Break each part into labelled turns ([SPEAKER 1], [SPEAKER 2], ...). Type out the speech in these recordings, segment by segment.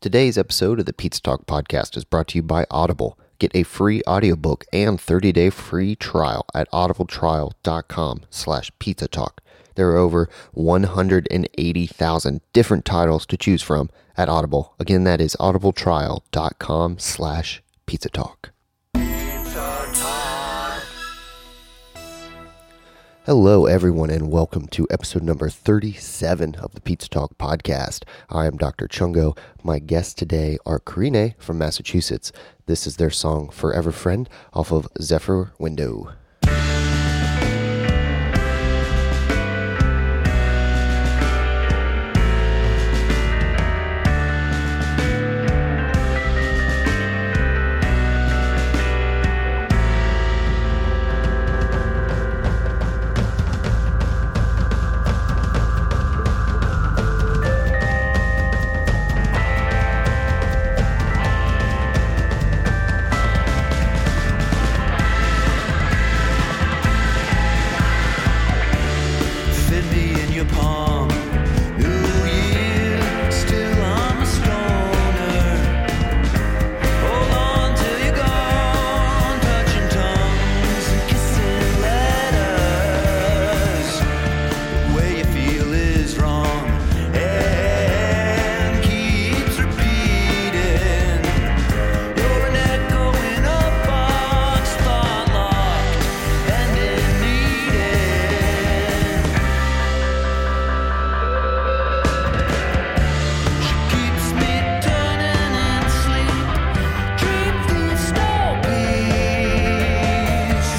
[SPEAKER 1] Today's episode of the Pizza Talk podcast is brought to you by Audible. Get a free audiobook and 30-day free trial at audibletrial.com slash pizza talk. There are over 180,000 different titles to choose from at Audible. Again, that is audibletrial.com slash pizza talk. Hello, everyone, and welcome to episode number 37 of the Pizza Talk podcast. I am Dr. Chungo. My guests today are Karine from Massachusetts. This is their song Forever Friend off of Zephyr Window.
[SPEAKER 2] Cindy in your palm. New year, still I'm a stoner. Hold on till you're gone. Touching tongues and kissing letters. The way you feel is wrong and keeps repeating. You're an echo in a box, thought locked and in needed. Keeps me turning in sleep. Dream these stories,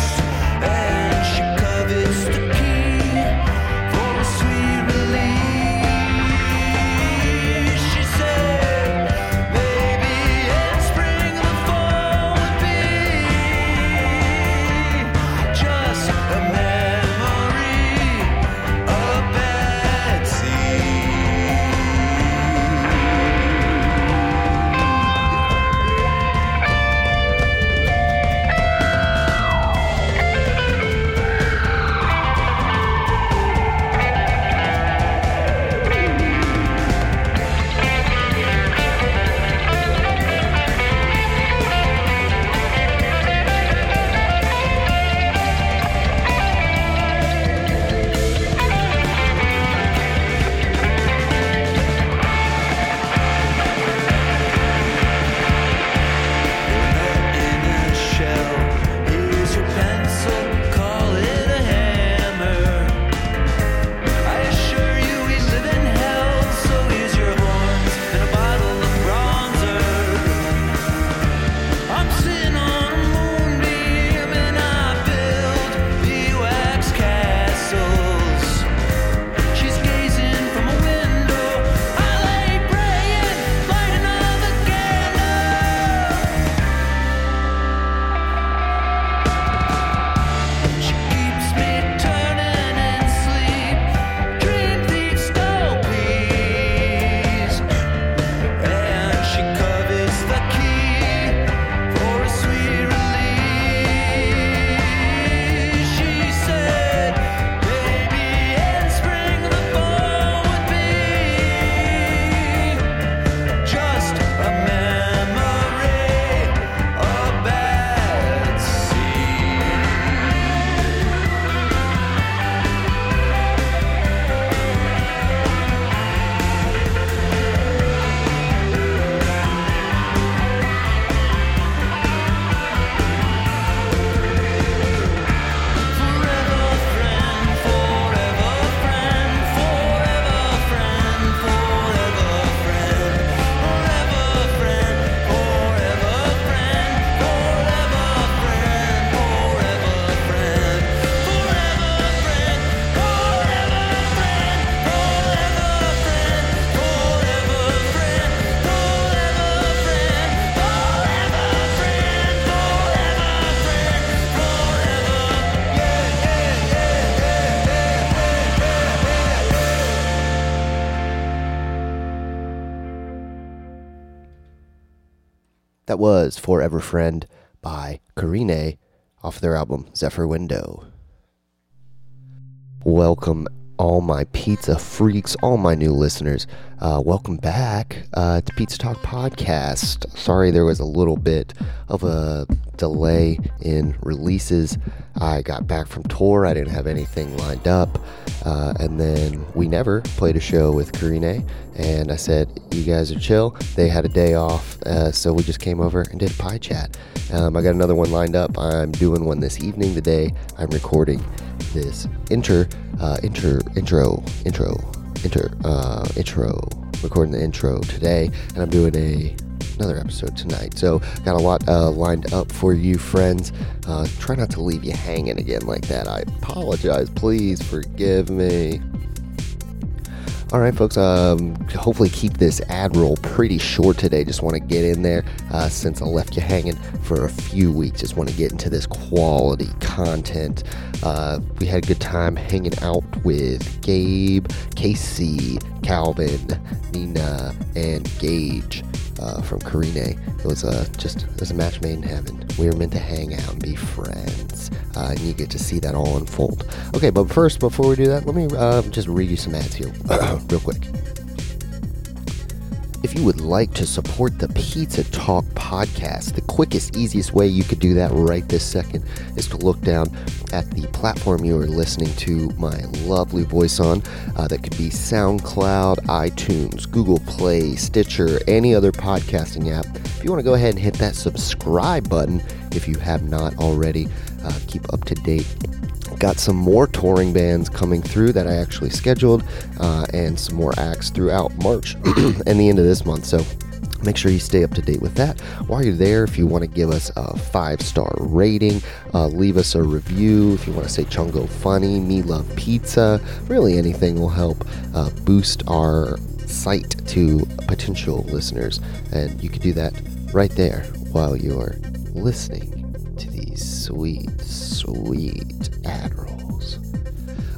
[SPEAKER 2] and she covers the key for a sweet release. She said, "Maybe in spring the fall would be just a memory, a bad seed." in a shell. Here's your pencil, call it a hammer. I assure you we live in hell, so here's your horns and a bottle of bronzer. I'm sitting on a moonbeam and I build beeswax castles. She's gazing from a window. I lay praying, light another candle. She keeps me turning in sleep. Dream thieves don't please. And she covers the key for a sweet release. She said, "Baby, in spring the fall would be just a memory, a bad seed."
[SPEAKER 1] That was Forever Friend by Karine off their album Zephyr Window. Welcome all my pizza freaks, all my new listeners. Uh, welcome back uh, to Pizza Talk Podcast. Sorry there was a little bit of a delay in releases. I got back from tour, I didn't have anything lined up. Uh, and then we never played a show with Karine. And I said, You guys are chill. They had a day off. Uh, so we just came over and did a pie chat. Um, I got another one lined up. I'm doing one this evening, the day I'm recording this inter uh, inter intro intro inter uh, intro recording the intro today and i'm doing a another episode tonight so got a lot uh, lined up for you friends uh, try not to leave you hanging again like that i apologize please forgive me all right, folks. Um, hopefully, keep this ad roll pretty short today. Just want to get in there uh, since I left you hanging for a few weeks. Just want to get into this quality content. Uh, we had a good time hanging out with Gabe, Casey, Calvin, Nina, and Gage uh, from Karine. It was uh, just it was a match made in heaven. We were meant to hang out and be friends, uh, and you get to see that all unfold. Okay, but first, before we do that, let me uh, just read you some ads here, real quick. If you would like to support the Pizza Talk podcast, the quickest, easiest way you could do that right this second is to look down at the platform you are listening to my lovely voice on. Uh, that could be SoundCloud, iTunes, Google Play, Stitcher, any other podcasting app. If you want to go ahead and hit that subscribe button if you have not already, uh, keep up to date got some more touring bands coming through that I actually scheduled, uh, and some more acts throughout March and the end of this month. So make sure you stay up to date with that. While you're there, if you want to give us a five star rating, uh, leave us a review. If you want to say Chungo Funny, Me Love Pizza, really anything will help uh, boost our site to potential listeners, and you can do that right there while you're listening to these sweet, sweet ad rolls.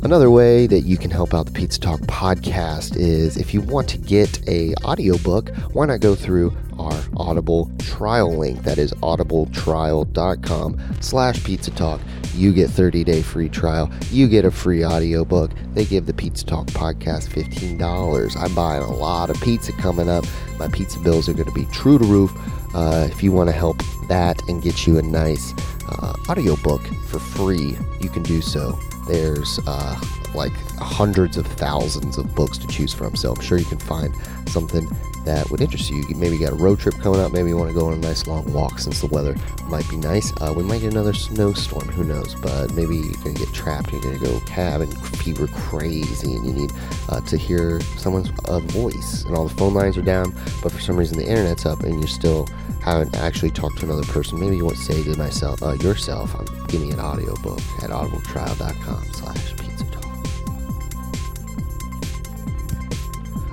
[SPEAKER 1] Another way that you can help out the Pizza Talk podcast is if you want to get a audiobook, why not go through our Audible trial link? That is audibletrial.com slash pizza talk. You get 30-day free trial. You get a free audiobook. They give the Pizza Talk podcast $15. I'm buying a lot of pizza coming up. My pizza bills are going to be true to roof. Uh, if you want to help that and get you a nice uh, audiobook for free, you can do so. There's uh, like hundreds of thousands of books to choose from, so I'm sure you can find something that would interest you. You Maybe you got a road trip coming up, maybe you want to go on a nice long walk since the weather might be nice. Uh, we might get another snowstorm, who knows, but maybe you're going to get trapped, you're going to go cabin fever crazy, and you need uh, to hear someone's uh, voice, and all the phone lines are down, but for some reason the internet's up, and you still haven't actually talked to another person. Maybe you want to say to myself, uh, yourself, um, give me an audiobook at audibletrial.com slash pizza talk.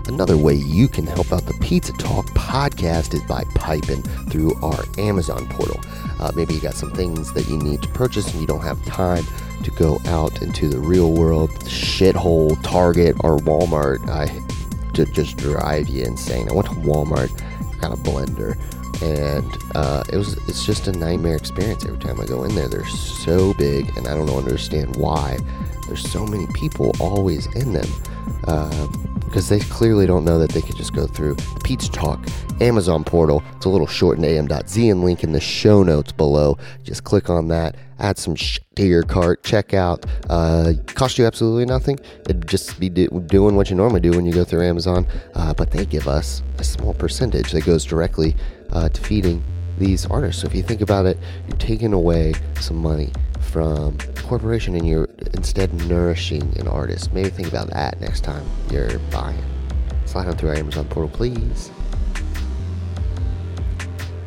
[SPEAKER 1] Another way you can help out the Pizza Talk podcast is by piping through our Amazon portal. Uh, maybe you got some things that you need to purchase and you don't have time to go out into the real world, shithole, Target, or Walmart. I to just drive you insane. I went to Walmart, got a blender, and uh, it was it's just a nightmare experience every time I go in there. They're so big, and I don't understand why there's so many people always in them because they clearly don't know that they could just go through the Peach Talk Amazon portal. It's a little shortened am.z and link in the show notes below. Just click on that, add some shit to your cart, check out. Uh, cost you absolutely nothing. It'd just be do- doing what you normally do when you go through Amazon, uh, but they give us a small percentage that goes directly uh, to feeding these artists. So if you think about it, you're taking away some money from a corporation and you're instead nourishing an artist. Maybe think about that next time you're buying. Slide on through our Amazon portal, please.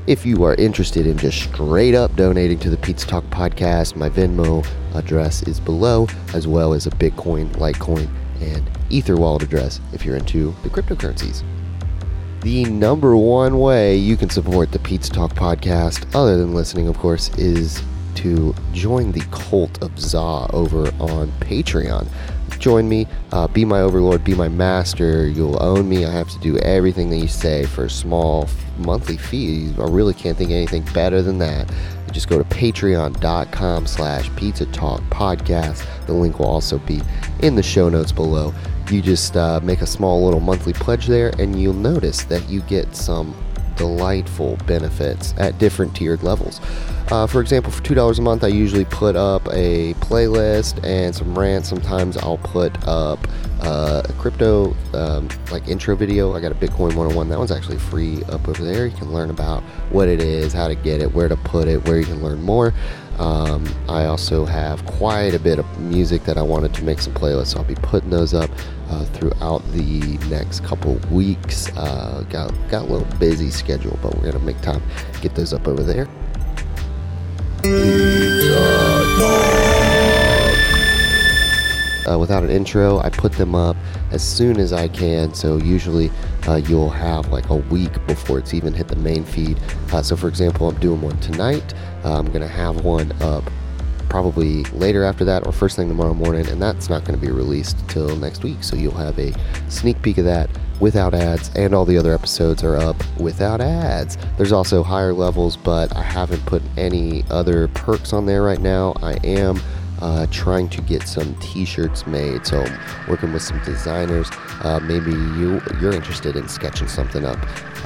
[SPEAKER 1] If you are interested in just straight up donating to the Pizza Talk podcast, my Venmo address is below, as well as a Bitcoin, Litecoin, and Ether wallet address if you're into the cryptocurrencies the number one way you can support the Pizza Talk podcast, other than listening, of course, is to join the cult of Za over on Patreon. Join me, uh, be my overlord, be my master. You'll own me. I have to do everything that you say for a small f- monthly fee. I really can't think of anything better than that. just go to patreon.com slash pizza talk podcast. The link will also be in the show notes below. You just uh, make a small little monthly pledge there, and you'll notice that you get some delightful benefits at different tiered levels. Uh, for example, for $2 a month, I usually put up a playlist and some rants. Sometimes I'll put up uh, a crypto um, like intro video. I got a Bitcoin 101. That one's actually free up over there. You can learn about what it is, how to get it, where to put it, where you can learn more. Um, I also have quite a bit of music that I wanted to make some playlists. So I'll be putting those up uh, throughout the next couple weeks. Uh, got got a little busy schedule, but we're gonna make time to get those up over there. uh, without an intro. I put them up as soon as I can. So usually uh, you'll have like a week before it's even hit the main feed. Uh, so for example, I'm doing one tonight. Uh, I'm gonna have one up probably later after that or first thing tomorrow morning, and that's not gonna be released till next week. So you'll have a sneak peek of that without ads, and all the other episodes are up without ads. There's also higher levels, but I haven't put any other perks on there right now. I am uh, trying to get some t-shirts made so I'm working with some designers uh, maybe you you're interested in sketching something up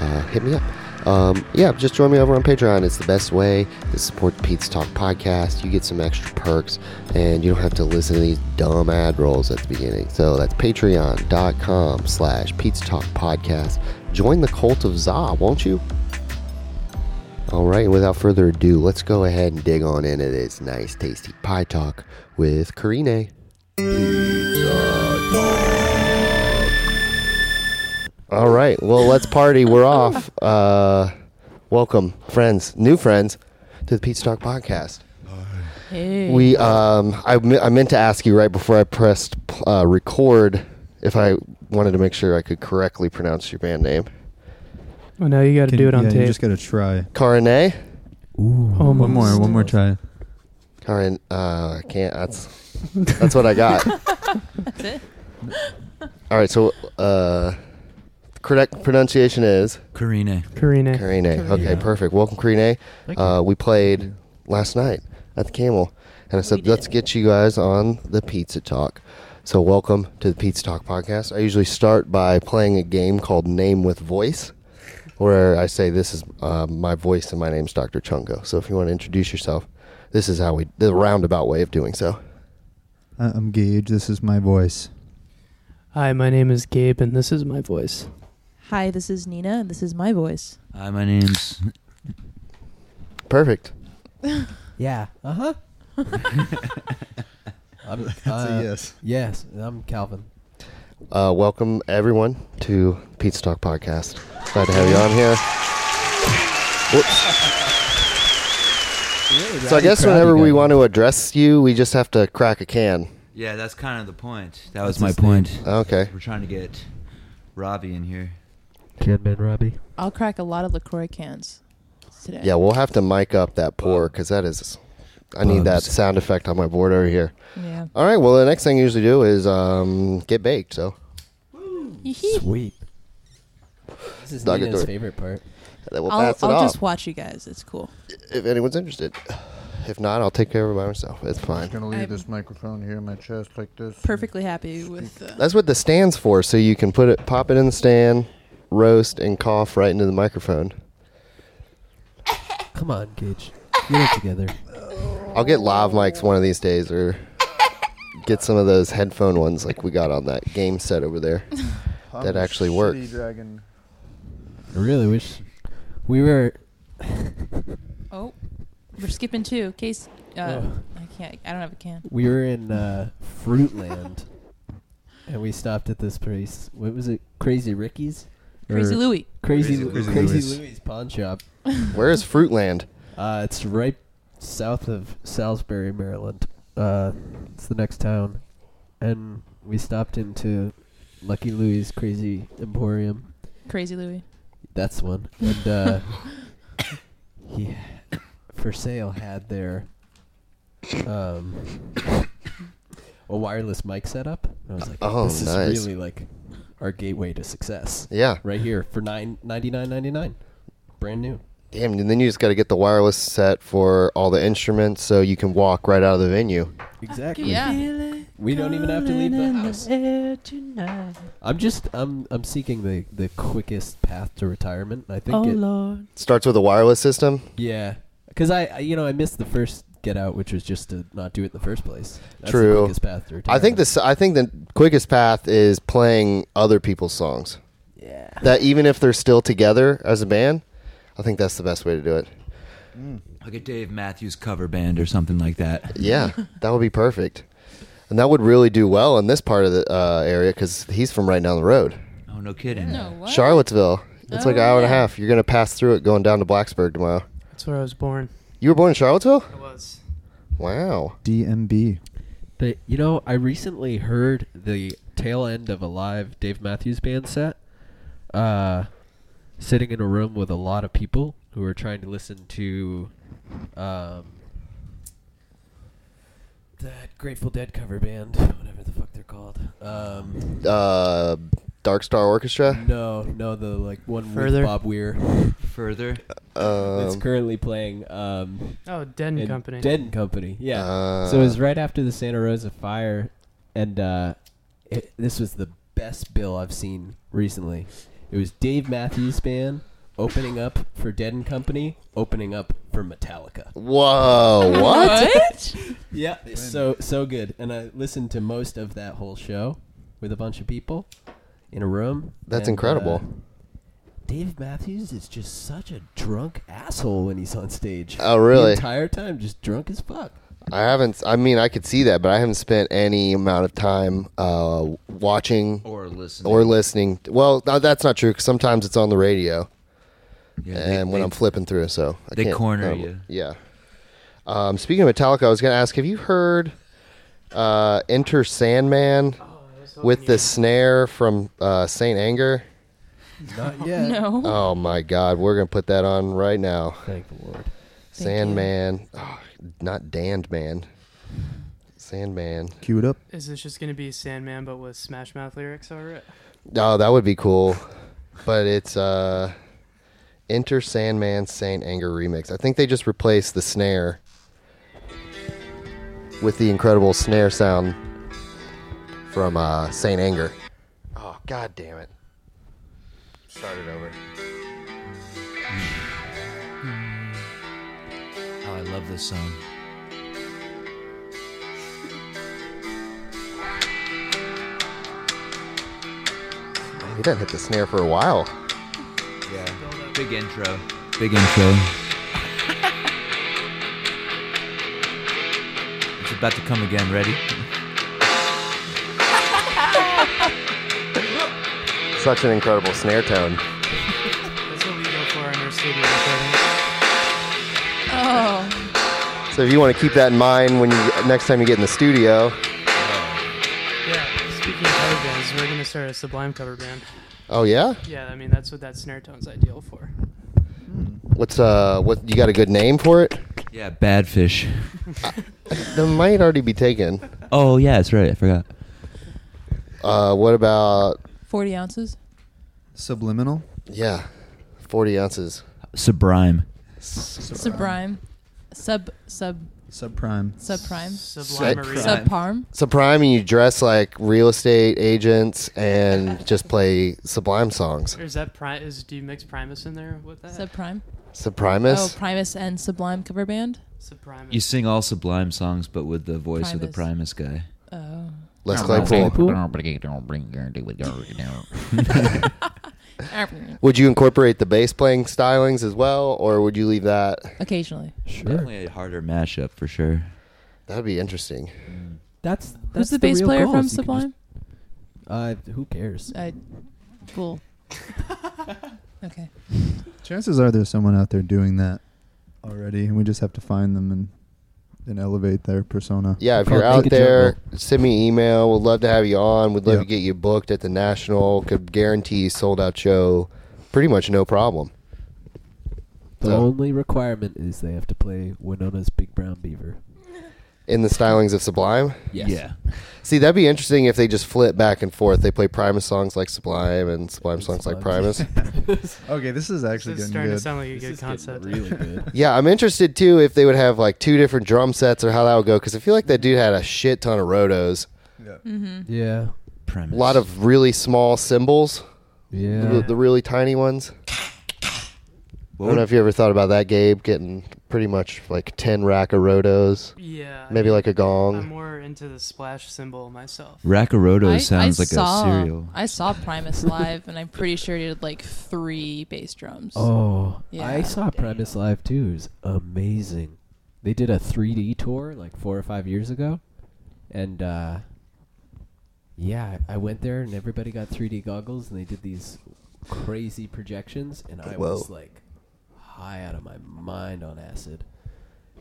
[SPEAKER 1] uh, hit me up um, yeah just join me over on patreon it's the best way to support the pete's talk podcast you get some extra perks and you don't have to listen to these dumb ad rolls at the beginning so that's patreon.com slash pete's talk podcast join the cult of za won't you all right, and without further ado, let's go ahead and dig on into this nice, tasty pie talk with Karine. All right, well, let's party. We're off. Uh, welcome, friends, new friends, to the Pizza Talk podcast. We, um, I, me- I meant to ask you right before I pressed uh, record if I wanted to make sure I could correctly pronounce your band name.
[SPEAKER 3] Oh, no, you got to
[SPEAKER 4] Can-
[SPEAKER 3] do it on
[SPEAKER 4] yeah,
[SPEAKER 3] tape.
[SPEAKER 4] You just gotta try.
[SPEAKER 1] Karine?
[SPEAKER 4] One more, one more try.
[SPEAKER 1] Karin, uh, I can't. That's that's what I got. All right, so uh, correct pronunciation is
[SPEAKER 2] Karina.
[SPEAKER 3] Karina.
[SPEAKER 1] Karine. Okay, perfect. Welcome, Karine. Uh, we played last night at the Camel, and I said, let's get you guys on the Pizza Talk. So, welcome to the Pizza Talk podcast. I usually start by playing a game called Name with Voice, where I say, This is uh, my voice, and my name's Dr. Chungo. So, if you want to introduce yourself, this is how we, the roundabout way of doing so.
[SPEAKER 4] I- I'm Gage. This is my voice.
[SPEAKER 3] Hi, my name is Gabe, and this is my voice.
[SPEAKER 5] Hi, this is Nina, and this is my voice.
[SPEAKER 2] Hi, my name's.
[SPEAKER 1] Perfect.
[SPEAKER 6] Yeah. Uh huh. I'm, uh, Yes, I'm Calvin.
[SPEAKER 1] Uh, welcome everyone to Pizza Talk Podcast. Glad to have you on here. Whoops. So I guess whenever we want to address you, we just have to crack a can.
[SPEAKER 2] Yeah, that's kind of the point. That was
[SPEAKER 6] That's
[SPEAKER 2] my
[SPEAKER 6] his name.
[SPEAKER 2] point.
[SPEAKER 1] Okay.
[SPEAKER 2] We're trying to get Robbie in here.
[SPEAKER 6] Kidman Robbie.
[SPEAKER 5] I'll crack a lot of LaCroix cans today.
[SPEAKER 1] Yeah, we'll have to mic up that pour because that is. I need that
[SPEAKER 2] Bugs.
[SPEAKER 1] sound effect on my board over here.
[SPEAKER 5] Yeah.
[SPEAKER 1] All right. Well, the next thing I usually do is um, get baked. So
[SPEAKER 5] Yee-hee.
[SPEAKER 6] Sweet. This is
[SPEAKER 1] Knock it
[SPEAKER 6] Nina's
[SPEAKER 1] door.
[SPEAKER 6] favorite part.
[SPEAKER 1] then we'll
[SPEAKER 5] I'll,
[SPEAKER 1] pass it
[SPEAKER 5] I'll
[SPEAKER 1] off
[SPEAKER 5] just watch you guys. It's cool.
[SPEAKER 1] if anyone's interested. If not, I'll take care of it by myself. It's fine.
[SPEAKER 7] gonna leave
[SPEAKER 5] I'm-
[SPEAKER 7] this microphone here in my chest like this.
[SPEAKER 5] Perfectly happy with. Uh,
[SPEAKER 1] That's what the stand's for, so you can put it, pop it in the stand, roast, and cough right into the microphone.
[SPEAKER 6] Come on, Gage. Get it together.
[SPEAKER 1] I'll get lav mics one of these days, or get some of those headphone ones like we got on that game set over there.
[SPEAKER 7] I'm
[SPEAKER 1] That
[SPEAKER 7] a
[SPEAKER 1] actually
[SPEAKER 7] shitty
[SPEAKER 1] works.
[SPEAKER 7] Dragon.
[SPEAKER 6] I really wish we were.
[SPEAKER 5] oh, we're skipping two. Case. Uh,
[SPEAKER 6] Ugh.
[SPEAKER 5] I can't. I don't have a can.
[SPEAKER 6] We were in uh, Fruitland, and we stopped at this place. What was it? Crazy Ricky's. Or
[SPEAKER 5] Crazy Louie.
[SPEAKER 6] Crazy,
[SPEAKER 4] Crazy
[SPEAKER 6] Lu-
[SPEAKER 4] Louie's.
[SPEAKER 6] Crazy Louie's pawn shop.
[SPEAKER 1] Where is Fruitland?
[SPEAKER 6] Uh, it's right south of Salisbury, Maryland. Uh, it's the next town, and we stopped into Lucky Louie's Crazy Emporium.
[SPEAKER 5] Crazy Louie.
[SPEAKER 6] That's one. And uh, he for sale had their um, a wireless mic setup. And I was like,
[SPEAKER 1] Oh,
[SPEAKER 6] this
[SPEAKER 1] nice.
[SPEAKER 6] is really like our gateway to success
[SPEAKER 1] Yeah,
[SPEAKER 6] right here for nine ninety nine ninety nine, brand new.
[SPEAKER 1] Damn, and then you just got to get the wireless set for all the instruments so you can walk right out of the venue.
[SPEAKER 6] Exactly.
[SPEAKER 5] Yeah.
[SPEAKER 6] We don't even have to leave the house. I'm just I'm I'm seeking the the quickest path to retirement. I think
[SPEAKER 5] Oh
[SPEAKER 6] it,
[SPEAKER 5] lord.
[SPEAKER 1] Starts with a wireless system.
[SPEAKER 6] yeah, because I, I you know I missed the first get out, which was just to not do it in the first place. That's
[SPEAKER 1] True.
[SPEAKER 6] The quickest path to
[SPEAKER 1] I
[SPEAKER 6] retirement.
[SPEAKER 1] think this. I think the quickest path is playing other people's songs.
[SPEAKER 6] Yeah.
[SPEAKER 1] That even if they're still together as a band, I think that's the best way to do it.
[SPEAKER 8] Like a Dave Matthews cover band or something like that.
[SPEAKER 1] Yeah, that would be perfect, and that would really do well in this part of the uh, area because he's from right down the road,
[SPEAKER 8] Oh, no kidding.
[SPEAKER 5] No. What?
[SPEAKER 1] Charlottesville. It's like an
[SPEAKER 5] Oh,
[SPEAKER 1] hour and a
[SPEAKER 5] yeah.
[SPEAKER 1] half. You're gonna pass through it going down to Blacksburg tomorrow.
[SPEAKER 3] That's where I was born.
[SPEAKER 1] You were born in Charlottesville?
[SPEAKER 3] I was.
[SPEAKER 1] Wow.
[SPEAKER 4] DMB.
[SPEAKER 6] But you know, I recently heard the tail end of a live Dave Matthews Band set, uh, sitting in a room with a lot of people who were trying to listen to, um, that Grateful Dead cover band, whatever the fuck they're called. Um,
[SPEAKER 1] Uh, Dark Star Orchestra.
[SPEAKER 6] no, no, the like one
[SPEAKER 3] Further?
[SPEAKER 6] with Bob Weir.
[SPEAKER 8] Further.
[SPEAKER 6] that's
[SPEAKER 1] Um,
[SPEAKER 6] currently playing. Um,
[SPEAKER 3] Oh, Den
[SPEAKER 6] and
[SPEAKER 3] Company.
[SPEAKER 6] Dead and Company. Yeah.
[SPEAKER 1] Uh.
[SPEAKER 6] so it was right after the Santa Rosa fire, and uh, it, this was the best bill I've seen recently. It was Dave Matthews Band opening up for Dead and Company, opening up for Metallica.
[SPEAKER 1] Whoa! What?
[SPEAKER 5] What?
[SPEAKER 6] Yeah, so so good. And I listened to most of that whole show with a bunch of people in a room.
[SPEAKER 1] That's
[SPEAKER 6] and,
[SPEAKER 1] incredible.
[SPEAKER 6] uh, Dave Matthews is just such a drunk asshole when he's on stage.
[SPEAKER 1] Oh, really?
[SPEAKER 6] The entire time, just drunk as fuck.
[SPEAKER 1] I haven't. I mean, I could see that, but I haven't spent any amount of time uh, watching or,
[SPEAKER 8] Or listen.
[SPEAKER 1] listening. Well, no, that's not true. 'cause sometimes it's on the radio,
[SPEAKER 8] Yeah, they-
[SPEAKER 1] and when
[SPEAKER 8] they-
[SPEAKER 1] I'm flipping through, so I
[SPEAKER 8] they
[SPEAKER 1] can't-
[SPEAKER 8] corner
[SPEAKER 1] um,
[SPEAKER 8] you.
[SPEAKER 1] Yeah. Um, speaking of Metallica, I was going to ask: Have you heard uh, "Enter Sandman"
[SPEAKER 3] Oh,
[SPEAKER 9] Oh,
[SPEAKER 1] with the snare from uh, Saint Anger?
[SPEAKER 6] Not yet.
[SPEAKER 5] No.
[SPEAKER 1] Oh my God, we're going to put that on right now.
[SPEAKER 6] Thank the Lord.
[SPEAKER 5] Thank you.
[SPEAKER 1] Sandman, oh, not Damned Man. Sandman.
[SPEAKER 4] Cue it up.
[SPEAKER 3] Is this just gonna be Sandman but with Smash Mouth lyrics over it?
[SPEAKER 1] Oh, that would be cool. But it's uh Enter Sandman Saint Anger remix. I think they just replaced the snare with the incredible snare sound from uh Saint Anger. Oh god damn it. Start it over.
[SPEAKER 8] Oh, I love this song.
[SPEAKER 1] He didn't hit the snare for a while.
[SPEAKER 8] Yeah. Big intro. Big intro. it's about to come again. Ready?
[SPEAKER 1] Such an incredible snare tone.
[SPEAKER 3] That's what we go for in our studio recording.
[SPEAKER 5] Oh.
[SPEAKER 1] So if you want to keep that in mind when you next time you get in the studio.
[SPEAKER 3] Yeah. Speaking of cover bands, we're gonna start a Sublime cover band.
[SPEAKER 1] Oh yeah?
[SPEAKER 3] Yeah, I mean that's what that snare tone's ideal for.
[SPEAKER 7] Hmm.
[SPEAKER 1] What's uh what you got a good name for it?
[SPEAKER 8] Yeah, Bad Fish.
[SPEAKER 1] That might already be taken.
[SPEAKER 8] Oh, yeah, that's right. I forgot.
[SPEAKER 1] Uh what about
[SPEAKER 5] Forty ounces.
[SPEAKER 4] Subliminal.
[SPEAKER 1] Yeah, forty ounces.
[SPEAKER 8] Sublime.
[SPEAKER 5] Sublime. Sub sub
[SPEAKER 4] Subprime.
[SPEAKER 5] subprime.
[SPEAKER 3] Sublimery.
[SPEAKER 1] Sub-
[SPEAKER 5] Subparm.
[SPEAKER 1] Sublime, and you dress like real estate agents and just play Sublime songs.
[SPEAKER 3] Or is that prime? Is do you mix Primus in there with
[SPEAKER 9] Uh,
[SPEAKER 3] that?
[SPEAKER 5] Subprime. Oh,
[SPEAKER 1] Suprimus.
[SPEAKER 5] Primus and Sublime cover band.
[SPEAKER 3] Sublimus.
[SPEAKER 8] You sing all Sublime songs, but with the voice of the Primus
[SPEAKER 5] Primus.
[SPEAKER 8] guy.
[SPEAKER 5] Oh.
[SPEAKER 1] Les Claypool. Would you incorporate the bass playing stylings as well, or would you leave that?
[SPEAKER 5] Occasionally.
[SPEAKER 6] Sure.
[SPEAKER 8] Definitely a harder mashup for sure.
[SPEAKER 1] That'd be interesting.
[SPEAKER 6] That's that's
[SPEAKER 5] Who's the bass
[SPEAKER 6] real
[SPEAKER 5] player
[SPEAKER 6] goal,
[SPEAKER 5] from
[SPEAKER 6] is you can
[SPEAKER 5] Sublime?
[SPEAKER 6] just- uh, who cares?
[SPEAKER 5] I cool. okay.
[SPEAKER 4] Chances are there's someone out there doing that already, and we just have to find them and and elevate their persona.
[SPEAKER 1] Yeah, if
[SPEAKER 6] Called
[SPEAKER 1] you're out
[SPEAKER 6] Naked
[SPEAKER 1] there, send me an email. We'd love to have you on. We'd love
[SPEAKER 4] Yeah.
[SPEAKER 1] to get you booked at the National. Could guarantee sold out show, pretty much no problem.
[SPEAKER 6] The
[SPEAKER 1] So-
[SPEAKER 6] only requirement is they have to play Winona's Big Brown Beaver.
[SPEAKER 1] in the stylings of Sublime.
[SPEAKER 6] Yes.
[SPEAKER 8] Yeah.
[SPEAKER 1] See, that'd be interesting if they just flip back and forth. They play Primus songs like Sublime and Sublime songs like Primus.
[SPEAKER 4] Okay, this is
[SPEAKER 3] This
[SPEAKER 4] actually
[SPEAKER 3] is
[SPEAKER 4] getting
[SPEAKER 3] starting to
[SPEAKER 4] good.
[SPEAKER 3] sound like a
[SPEAKER 6] This
[SPEAKER 3] good
[SPEAKER 6] is getting
[SPEAKER 3] concept.
[SPEAKER 6] really good.
[SPEAKER 1] yeah, I'm interested too if they would have like two different drum sets or how that would go because I feel like that dude had a shit ton of rotos, a
[SPEAKER 6] yeah.
[SPEAKER 8] Premise.
[SPEAKER 1] lot of really small cymbals,
[SPEAKER 6] Yeah.
[SPEAKER 1] the, the really tiny ones. I
[SPEAKER 8] What
[SPEAKER 1] don't know
[SPEAKER 8] would,
[SPEAKER 1] if you ever thought about that, Gabe, getting pretty much like ten rack of rotos,
[SPEAKER 3] Yeah. I
[SPEAKER 1] maybe
[SPEAKER 3] mean,
[SPEAKER 1] like a
[SPEAKER 3] I'm
[SPEAKER 1] gong.
[SPEAKER 3] more into the splash symbol myself.
[SPEAKER 8] Rakaroto
[SPEAKER 5] I-
[SPEAKER 8] sounds
[SPEAKER 5] I
[SPEAKER 8] like
[SPEAKER 5] saw,
[SPEAKER 8] a cereal.
[SPEAKER 5] I saw Primus live, and I'm pretty sure he did like three bass drums.
[SPEAKER 6] Oh,
[SPEAKER 5] Yeah.
[SPEAKER 6] I saw Primus live too. It was amazing. They did a 3D tour like four or five years ago, and uh, yeah, I I went there and everybody got 3D goggles and they did these crazy projections, and I was
[SPEAKER 1] Whoa.
[SPEAKER 6] like high out of my mind on acid,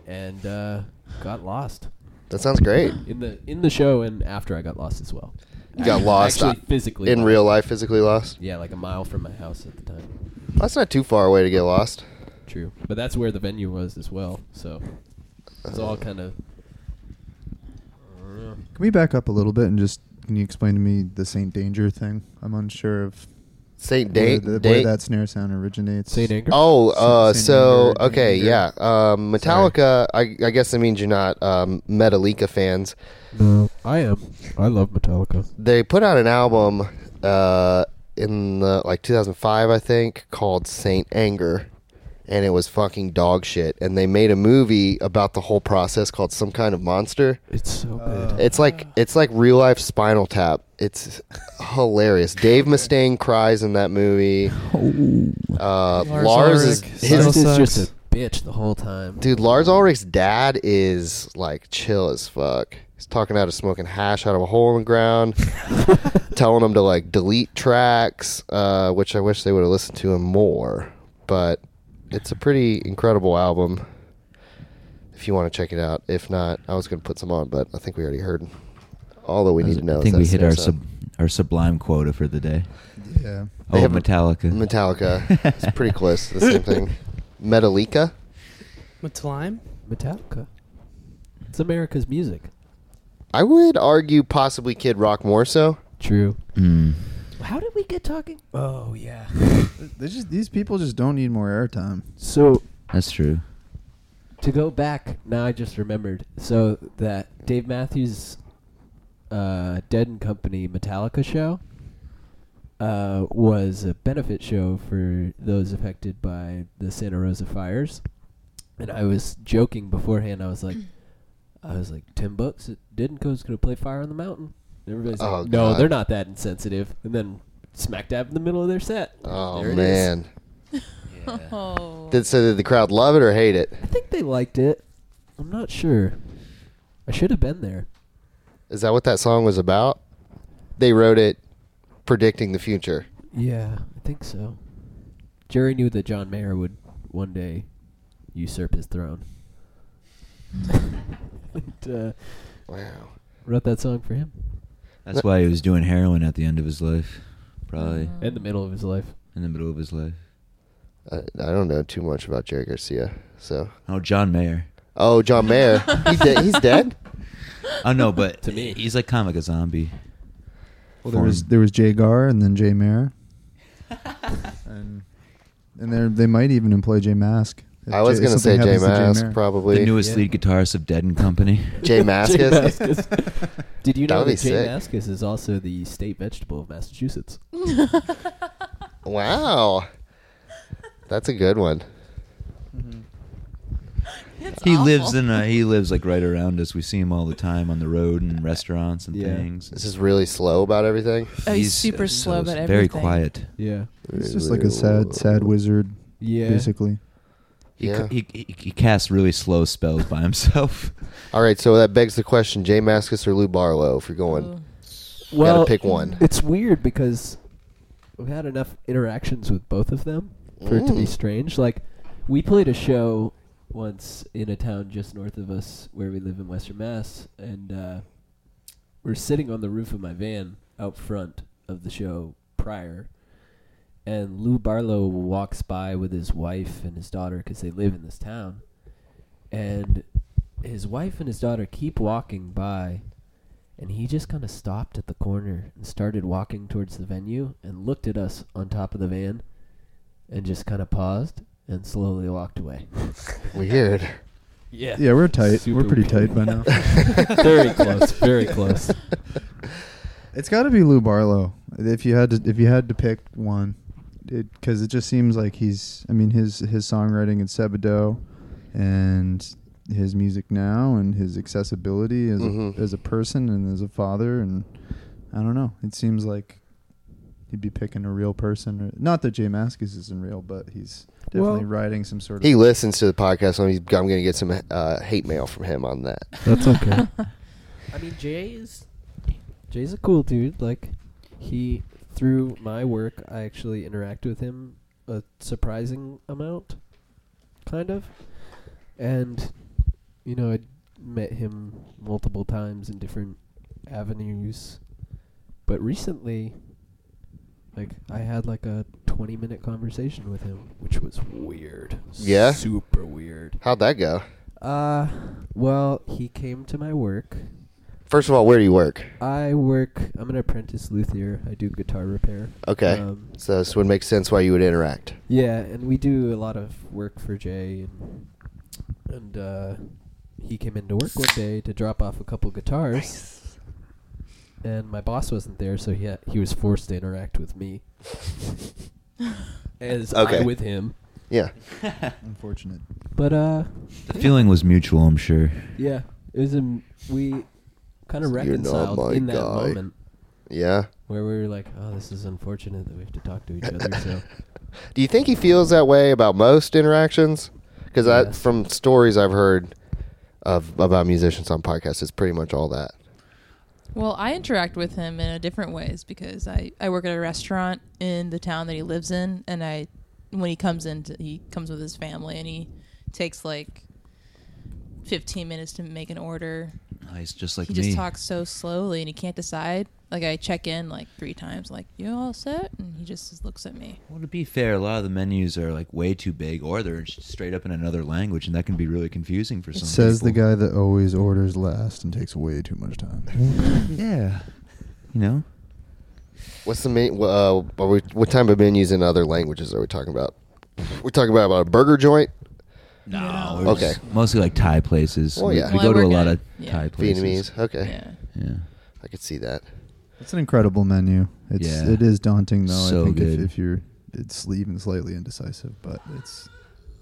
[SPEAKER 6] and uh, got lost
[SPEAKER 1] That sounds great.
[SPEAKER 6] in the in the show and after I got lost as well.
[SPEAKER 1] You got lost,
[SPEAKER 6] actually
[SPEAKER 1] uh,
[SPEAKER 6] physically
[SPEAKER 1] In
[SPEAKER 6] lost.
[SPEAKER 1] real life, physically lost.
[SPEAKER 6] Yeah, like a mile from my house at the time.
[SPEAKER 1] That's not too far away to get lost.
[SPEAKER 6] True, but that's where the venue was as well. So it's all kind of
[SPEAKER 4] Can we back up a little bit and just can you explain to me the Saint Danger thing? I'm unsure of
[SPEAKER 1] Saint
[SPEAKER 4] where,
[SPEAKER 1] Date.
[SPEAKER 4] the, where
[SPEAKER 1] Date.
[SPEAKER 4] that snare sound originates.
[SPEAKER 6] Saint Anger.
[SPEAKER 1] Oh, uh,
[SPEAKER 4] Saint
[SPEAKER 1] so
[SPEAKER 4] Anger, Saint
[SPEAKER 1] okay,
[SPEAKER 4] Anger.
[SPEAKER 1] yeah. Um, Metallica. I, I guess that means you're not um, Metallica fans.
[SPEAKER 6] No, I am. I love Metallica.
[SPEAKER 1] They put out an album uh, in the, like 2005, I think, called Saint Anger, and it was fucking dog shit. And they made a movie about the whole process called Some Kind of Monster.
[SPEAKER 6] It's so
[SPEAKER 4] Uh,
[SPEAKER 6] good.
[SPEAKER 1] It's like it's like real life Spinal Tap. It's hilarious. Dave Mustaine cries in that movie. Uh, Lars,
[SPEAKER 3] Lars
[SPEAKER 1] is
[SPEAKER 3] Ulrich
[SPEAKER 1] his
[SPEAKER 6] Lars is
[SPEAKER 3] sucks.
[SPEAKER 6] just a bitch the whole time.
[SPEAKER 1] Dude, Lars Ulrich's dad is like chill as fuck. He's talking out of smoking hash out of a hole in the ground, telling him to like delete tracks, uh, which I wish they would have listened to him more. But it's a pretty incredible album. If you want to check it out, if not, I was going to put some on, but I think we already heard all that we need to know.
[SPEAKER 8] I
[SPEAKER 1] is
[SPEAKER 8] think
[SPEAKER 1] that
[SPEAKER 8] we hit
[SPEAKER 1] snare
[SPEAKER 8] our
[SPEAKER 1] sound.
[SPEAKER 8] sub, our sublime quota for the day.
[SPEAKER 4] Yeah.
[SPEAKER 1] They
[SPEAKER 8] oh,
[SPEAKER 1] have a-
[SPEAKER 8] Metallica.
[SPEAKER 1] Metallica. it's pretty close to the same thing. Metallica.
[SPEAKER 3] With Lime?
[SPEAKER 6] Metallica. It's America's music.
[SPEAKER 1] I would argue possibly Kid Rock more so.
[SPEAKER 6] True.
[SPEAKER 8] Mm.
[SPEAKER 6] How did we get talking? Oh yeah.
[SPEAKER 4] They just these people just don't need more airtime.
[SPEAKER 6] So
[SPEAKER 8] That's true.
[SPEAKER 6] to go back now i just remembered so that dave matthews uh, dead and company metallica show uh, was a benefit show for those affected by the santa rosa fires and i was joking beforehand i was like i was like 10 bucks at denko's gonna play fire on the mountain And everybody's like
[SPEAKER 1] Oh,
[SPEAKER 6] no
[SPEAKER 1] God.
[SPEAKER 6] they're not that insensitive and then smack dab in the middle of their set
[SPEAKER 1] Oh
[SPEAKER 6] There it is.
[SPEAKER 1] man.
[SPEAKER 5] Oh.
[SPEAKER 1] Did so did the crowd love it or hate it?
[SPEAKER 6] i think they liked it i'm not sure i should have been there
[SPEAKER 1] Is that what that song was about? They wrote it predicting the future.
[SPEAKER 6] Yeah, I think so. Jerry knew that John Mayer would one day usurp his throne. and, uh,
[SPEAKER 1] Wow.
[SPEAKER 6] wrote that song for him
[SPEAKER 1] No.
[SPEAKER 8] That's why he was doing heroin at the end of his life, probably
[SPEAKER 5] Mm.
[SPEAKER 6] in the middle of his life.
[SPEAKER 8] in the middle of his life.
[SPEAKER 1] I, I don't know too much about Jerry Garcia. So
[SPEAKER 8] Oh, John Mayer.
[SPEAKER 1] Oh, John Mayer. he's, de- he's dead?
[SPEAKER 8] Oh no, but
[SPEAKER 6] To me.
[SPEAKER 8] he's like kind of like a zombie.
[SPEAKER 4] Well, there
[SPEAKER 8] Form.
[SPEAKER 4] was there was Jay Gar and then Jay Mayer, and and they they might even employ Jay Mask. If
[SPEAKER 1] I was
[SPEAKER 4] Jay-
[SPEAKER 1] gonna
[SPEAKER 4] if
[SPEAKER 1] say
[SPEAKER 4] something
[SPEAKER 1] J
[SPEAKER 4] happens to
[SPEAKER 1] Mask
[SPEAKER 4] Mayer.
[SPEAKER 1] probably.
[SPEAKER 8] the newest
[SPEAKER 6] Yeah.
[SPEAKER 8] lead guitarist of Dead and Company.
[SPEAKER 1] Jay Maskus.
[SPEAKER 6] Maskus. Did you
[SPEAKER 1] That
[SPEAKER 6] know
[SPEAKER 1] would be
[SPEAKER 6] that Jay
[SPEAKER 1] sick.
[SPEAKER 6] Maskus is also the state vegetable of Massachusetts?
[SPEAKER 1] wow. That's a good one.
[SPEAKER 6] Mm-hmm.
[SPEAKER 5] It's
[SPEAKER 8] he
[SPEAKER 5] awful.
[SPEAKER 8] lives in a, he lives like right around us. We see him all the time on the road and restaurants and
[SPEAKER 6] Yeah.
[SPEAKER 8] things.
[SPEAKER 1] This is really slow about everything.
[SPEAKER 5] Oh, he's,
[SPEAKER 8] uh,
[SPEAKER 5] super
[SPEAKER 8] so
[SPEAKER 5] slow, but
[SPEAKER 8] very
[SPEAKER 5] everything.
[SPEAKER 8] quiet.
[SPEAKER 6] Yeah.
[SPEAKER 4] He's just like a sad sad wizard,
[SPEAKER 6] Yeah.
[SPEAKER 4] basically.
[SPEAKER 8] He,
[SPEAKER 1] Yeah.
[SPEAKER 8] ca- he, he he casts really slow spells by himself.
[SPEAKER 1] All right, so that begs the question, Jay Maskus or Lou Barlow if you're
[SPEAKER 5] Oh.
[SPEAKER 1] going.
[SPEAKER 6] Well,
[SPEAKER 1] gotta pick one.
[SPEAKER 6] It's weird because we've had enough interactions with both of them for it to be
[SPEAKER 1] Mm.
[SPEAKER 6] strange. Like, we played a show once in a town just north of us where we live in Western Mass, and uh, we're sitting on the roof of my van out front of the show prior. And Lou Barlow walks by with his wife and his daughter because they live in this town. And his wife and his daughter keep walking by, and he just kind of stopped at the corner and started walking towards the venue and looked at us on top of the van, and just kind of paused and slowly walked away.
[SPEAKER 1] Weird.
[SPEAKER 6] Yeah.
[SPEAKER 4] Yeah, we're tight.
[SPEAKER 6] Super
[SPEAKER 4] we're pretty tight
[SPEAKER 6] weird.
[SPEAKER 4] by now.
[SPEAKER 6] very close. Very close.
[SPEAKER 4] It's got to be Lou Barlow. If you had to, if you had to pick one, because it, just seems like he's. I mean, his his songwriting in Sebado, and his music now, and his accessibility as
[SPEAKER 1] Mhm.
[SPEAKER 4] a, as a person and as a father, and I don't know. It seems like he'd be picking a real person. Or, not that Jay Mascis isn't real, but he's definitely
[SPEAKER 6] Well-
[SPEAKER 4] writing some sort of.
[SPEAKER 1] He listens to the podcast, so he's, I'm going to get some uh, hate mail from him on that.
[SPEAKER 4] That's okay.
[SPEAKER 6] I mean, Jay is Jay's a cool dude. Like, he through my work, I actually interact with him a surprising amount, kind of, and you know, I met him multiple times in different avenues, but recently. Like I had like a twenty minute conversation with him, which was weird.
[SPEAKER 1] Yeah?
[SPEAKER 6] super weird.
[SPEAKER 1] How'd that go?
[SPEAKER 6] Uh, well, he came to my work
[SPEAKER 1] First of all, where do you work?
[SPEAKER 6] I work. I'm an apprentice luthier. I do guitar repair.
[SPEAKER 1] Okay.
[SPEAKER 6] Um,
[SPEAKER 1] so this would make sense why you would interact.
[SPEAKER 6] yeah, and we do a lot of work for Jay, and and uh, he came into work one day to drop off a couple guitars, and my boss wasn't there, so he ha- he was forced to interact with me. As I
[SPEAKER 1] Okay.
[SPEAKER 6] with him,
[SPEAKER 1] Yeah.
[SPEAKER 4] Unfortunate.
[SPEAKER 6] but uh,
[SPEAKER 10] The feeling was mutual, I'm sure.
[SPEAKER 6] yeah, it was a m- we kind
[SPEAKER 1] You're
[SPEAKER 6] of
[SPEAKER 1] not my
[SPEAKER 6] reconciled in that
[SPEAKER 1] guy.
[SPEAKER 6] moment
[SPEAKER 1] Yeah.
[SPEAKER 6] where we were like, oh, this is unfortunate that we have to talk to each other, so.
[SPEAKER 1] Do you think he feels that way about most interactions? Because I,
[SPEAKER 6] Yes.
[SPEAKER 1] from stories I've heard of about musicians on podcasts, it's pretty much all that.
[SPEAKER 5] Well, I interact with him in a different ways because I, I work at a restaurant in the town that he lives in, and I when he comes in, t- he comes with his family, and he takes like fifteen minutes to make an order.
[SPEAKER 10] Nice, Oh, just like
[SPEAKER 5] he
[SPEAKER 10] me.
[SPEAKER 5] just talks so slowly, and he can't decide. Like I check in like three times, like you all set, and he just looks at me.
[SPEAKER 10] Well, to be fair, a lot of the menus are like way too big, or they're sh- straight up in another language, and that can be really confusing for some.
[SPEAKER 4] Says the
[SPEAKER 10] people.
[SPEAKER 4] guy that always orders last and takes way too much time.
[SPEAKER 10] Yeah, you know,
[SPEAKER 1] What's the main? Uh, are we, what type of menus in other languages are we talking about? We're talking about, about a burger joint,
[SPEAKER 10] no,
[SPEAKER 5] Yeah.
[SPEAKER 10] we're
[SPEAKER 1] Okay.
[SPEAKER 10] just mostly like Thai places.
[SPEAKER 1] Well,
[SPEAKER 10] we,
[SPEAKER 1] yeah.
[SPEAKER 10] we
[SPEAKER 5] Well, I
[SPEAKER 10] go to a
[SPEAKER 5] work
[SPEAKER 10] lot
[SPEAKER 5] at-
[SPEAKER 10] of
[SPEAKER 5] yeah.
[SPEAKER 10] Thai places.
[SPEAKER 1] Vietnamese. Okay,
[SPEAKER 5] Yeah,
[SPEAKER 10] Yeah,
[SPEAKER 1] I could see that.
[SPEAKER 4] It's an incredible menu. It's
[SPEAKER 10] Yeah.
[SPEAKER 4] it is daunting though.
[SPEAKER 10] So
[SPEAKER 4] I think
[SPEAKER 10] good.
[SPEAKER 4] If, if you're it's even slightly indecisive, but it's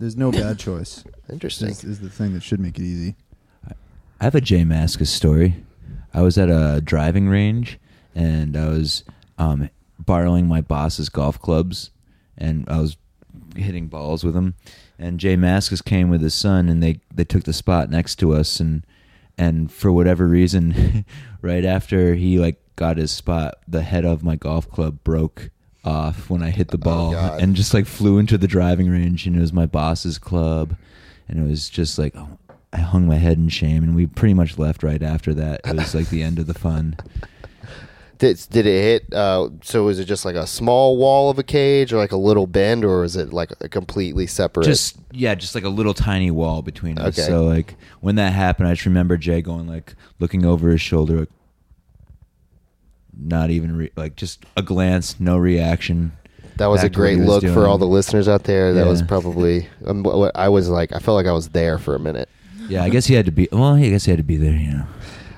[SPEAKER 4] there's no bad choice.
[SPEAKER 1] Interesting.
[SPEAKER 4] Is, is the thing that should make it easy.
[SPEAKER 10] I have a Jay Maskus story. I was at a driving range and I was um, borrowing my boss's golf clubs and I was hitting balls with them. And Jay Maskus came with his son and they, they took the spot next to us and and for whatever reason, right after he like got his spot, the head of my golf club broke off when I hit the ball
[SPEAKER 1] God.
[SPEAKER 10] and just like flew into the driving range and it was my boss's club and it was just like oh, I hung my head in shame and we pretty much left right after that. It was like the end of the fun.
[SPEAKER 1] Did did it hit? Uh, so was it just like a small wall of a cage, or like a little bend, or was it like a completely separate?
[SPEAKER 10] Just yeah, just like a little tiny wall between us.
[SPEAKER 1] Okay.
[SPEAKER 10] So like when that happened, I just remember Jay going like looking over his shoulder, like not even re- like just a glance, no reaction.
[SPEAKER 1] That was a
[SPEAKER 10] back to what
[SPEAKER 1] great
[SPEAKER 10] he was
[SPEAKER 1] look for
[SPEAKER 10] doing.
[SPEAKER 1] all the listeners out there. That
[SPEAKER 10] Yeah.
[SPEAKER 1] was probably um, wh- wh- I was like I felt like I was there for a minute.
[SPEAKER 10] Yeah, I guess he had to be. Well, I guess he had to be there. You know.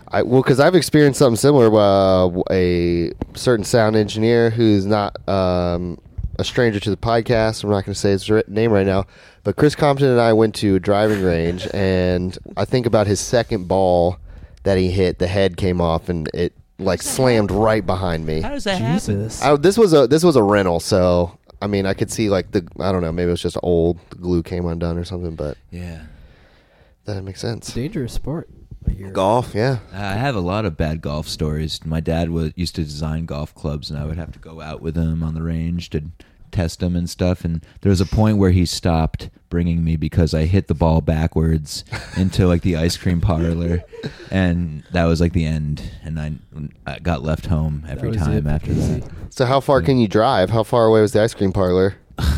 [SPEAKER 1] I well because I've experienced something similar. Uh, w- a certain sound engineer who's not um, a stranger to the podcast. I'm not going to say his ri- name right now, but Chris Compton and I went to a driving range, and I think about his second ball that he hit. The head came off, and it like slammed right behind me.
[SPEAKER 10] does that
[SPEAKER 6] Jesus.
[SPEAKER 1] I, this was a this was a rental, so I mean I could see like the I don't know maybe it was just old the glue came undone or something, but
[SPEAKER 10] Yeah,
[SPEAKER 1] that makes sense.
[SPEAKER 6] dangerous sport.
[SPEAKER 1] Golf, yeah.
[SPEAKER 10] I have a lot of bad golf stories. My dad was used to design golf clubs, and I would have to go out with him on the range to test them and stuff. And there was a point where he stopped bringing me because I hit the ball backwards into like the ice cream parlor, and that was like the end. And I, I got left home every
[SPEAKER 6] was
[SPEAKER 10] time
[SPEAKER 6] it.
[SPEAKER 10] after that.
[SPEAKER 1] So how far can you drive? How far away was the ice cream parlor?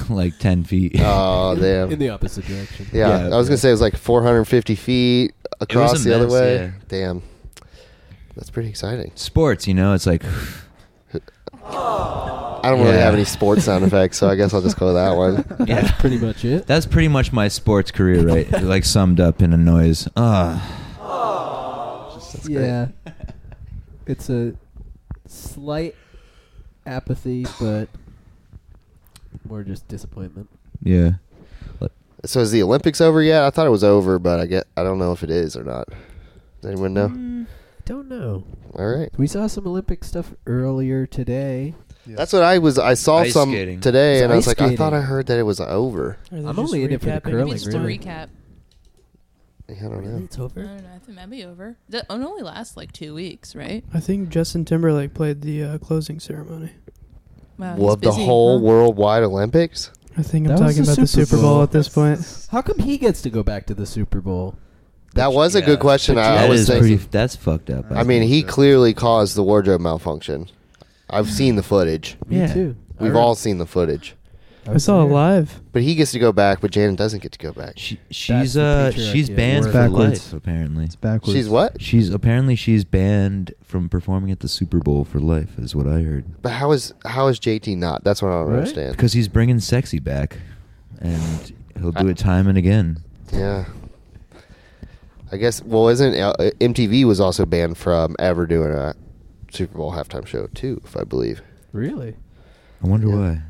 [SPEAKER 10] like ten feet.
[SPEAKER 1] Oh damn.
[SPEAKER 6] in the opposite direction.
[SPEAKER 1] yeah,
[SPEAKER 10] yeah,
[SPEAKER 1] I was gonna
[SPEAKER 10] yeah.
[SPEAKER 1] say it was like 450 feet across the other
[SPEAKER 10] mess,
[SPEAKER 1] way.
[SPEAKER 10] yeah.
[SPEAKER 1] Damn, that's pretty exciting.
[SPEAKER 10] Sports, you know, it's like
[SPEAKER 1] I don't really
[SPEAKER 10] Yeah.
[SPEAKER 1] have any sports sound effects, so I guess I'll just go with that one.
[SPEAKER 10] yeah.
[SPEAKER 6] That's pretty much it.
[SPEAKER 10] That's pretty much my sports career, right? like summed up in a noise. Ah,
[SPEAKER 6] yeah. It's a slight apathy, but more just disappointment.
[SPEAKER 10] yeah.
[SPEAKER 1] So is the Olympics over yet? I thought it was over, but I get I don't know if it is or not. Does anyone know?
[SPEAKER 5] Mm.
[SPEAKER 6] Don't know.
[SPEAKER 1] All right,
[SPEAKER 6] We saw some Olympic stuff earlier today.
[SPEAKER 1] that's what I was. I saw
[SPEAKER 10] Ice
[SPEAKER 1] some
[SPEAKER 10] skating.
[SPEAKER 1] today,
[SPEAKER 6] It's
[SPEAKER 1] and I was
[SPEAKER 6] ice
[SPEAKER 1] like, I thought I
[SPEAKER 6] skating.
[SPEAKER 1] heard that it was over.
[SPEAKER 11] Or they're
[SPEAKER 6] I'm
[SPEAKER 11] just
[SPEAKER 6] only in it for the
[SPEAKER 11] recapping
[SPEAKER 5] Maybe
[SPEAKER 6] curling,
[SPEAKER 11] it.
[SPEAKER 5] it's just a
[SPEAKER 6] really.
[SPEAKER 5] recap.
[SPEAKER 1] Oh, Yeah, I don't know.
[SPEAKER 6] It's
[SPEAKER 5] I
[SPEAKER 6] over.
[SPEAKER 5] don't know. I think maybe over. That it only lasts like two weeks, right?
[SPEAKER 9] I think Justin Timberlake played the uh, closing ceremony.
[SPEAKER 5] Wow, he's
[SPEAKER 1] What the
[SPEAKER 5] busy,
[SPEAKER 1] whole
[SPEAKER 5] huh?
[SPEAKER 1] worldwide Olympics?
[SPEAKER 9] I think I'm
[SPEAKER 6] That was
[SPEAKER 9] talking
[SPEAKER 6] the
[SPEAKER 9] about the
[SPEAKER 6] Super
[SPEAKER 9] Super Bowl,
[SPEAKER 6] Bowl.
[SPEAKER 9] at this point.
[SPEAKER 6] How come he gets to go back to the Super Bowl?
[SPEAKER 1] That was a good question. I, I
[SPEAKER 10] That
[SPEAKER 1] was
[SPEAKER 10] is
[SPEAKER 1] thinking.
[SPEAKER 10] pretty. That's fucked up.
[SPEAKER 1] I mean, he clearly caused the wardrobe malfunction. I've seen the footage.
[SPEAKER 6] Me
[SPEAKER 10] Yeah.
[SPEAKER 6] too.
[SPEAKER 1] We've all seen the footage.
[SPEAKER 9] I saw it live.
[SPEAKER 1] But he gets to go back, but Janet doesn't get to go back.
[SPEAKER 10] she,
[SPEAKER 6] That's
[SPEAKER 10] she's
[SPEAKER 6] the
[SPEAKER 10] uh
[SPEAKER 6] patriarchy
[SPEAKER 10] she's
[SPEAKER 6] at
[SPEAKER 10] banned
[SPEAKER 6] work.
[SPEAKER 10] for
[SPEAKER 4] Backwards.
[SPEAKER 10] life. Apparently,
[SPEAKER 4] It's backwards.
[SPEAKER 1] She's what?
[SPEAKER 10] she's apparently she's banned from performing at the Super Bowl for life, is what I heard.
[SPEAKER 1] But how is how is JT not? That's what I don't
[SPEAKER 6] Right?
[SPEAKER 1] understand.
[SPEAKER 10] Because he's bringing sexy back, and he'll do it time and again.
[SPEAKER 1] yeah, I guess. Well, isn't uh, MTV was also banned from ever doing a Super Bowl halftime show too? If I believe,
[SPEAKER 6] Really?
[SPEAKER 10] I wonder
[SPEAKER 1] Yeah.
[SPEAKER 10] why.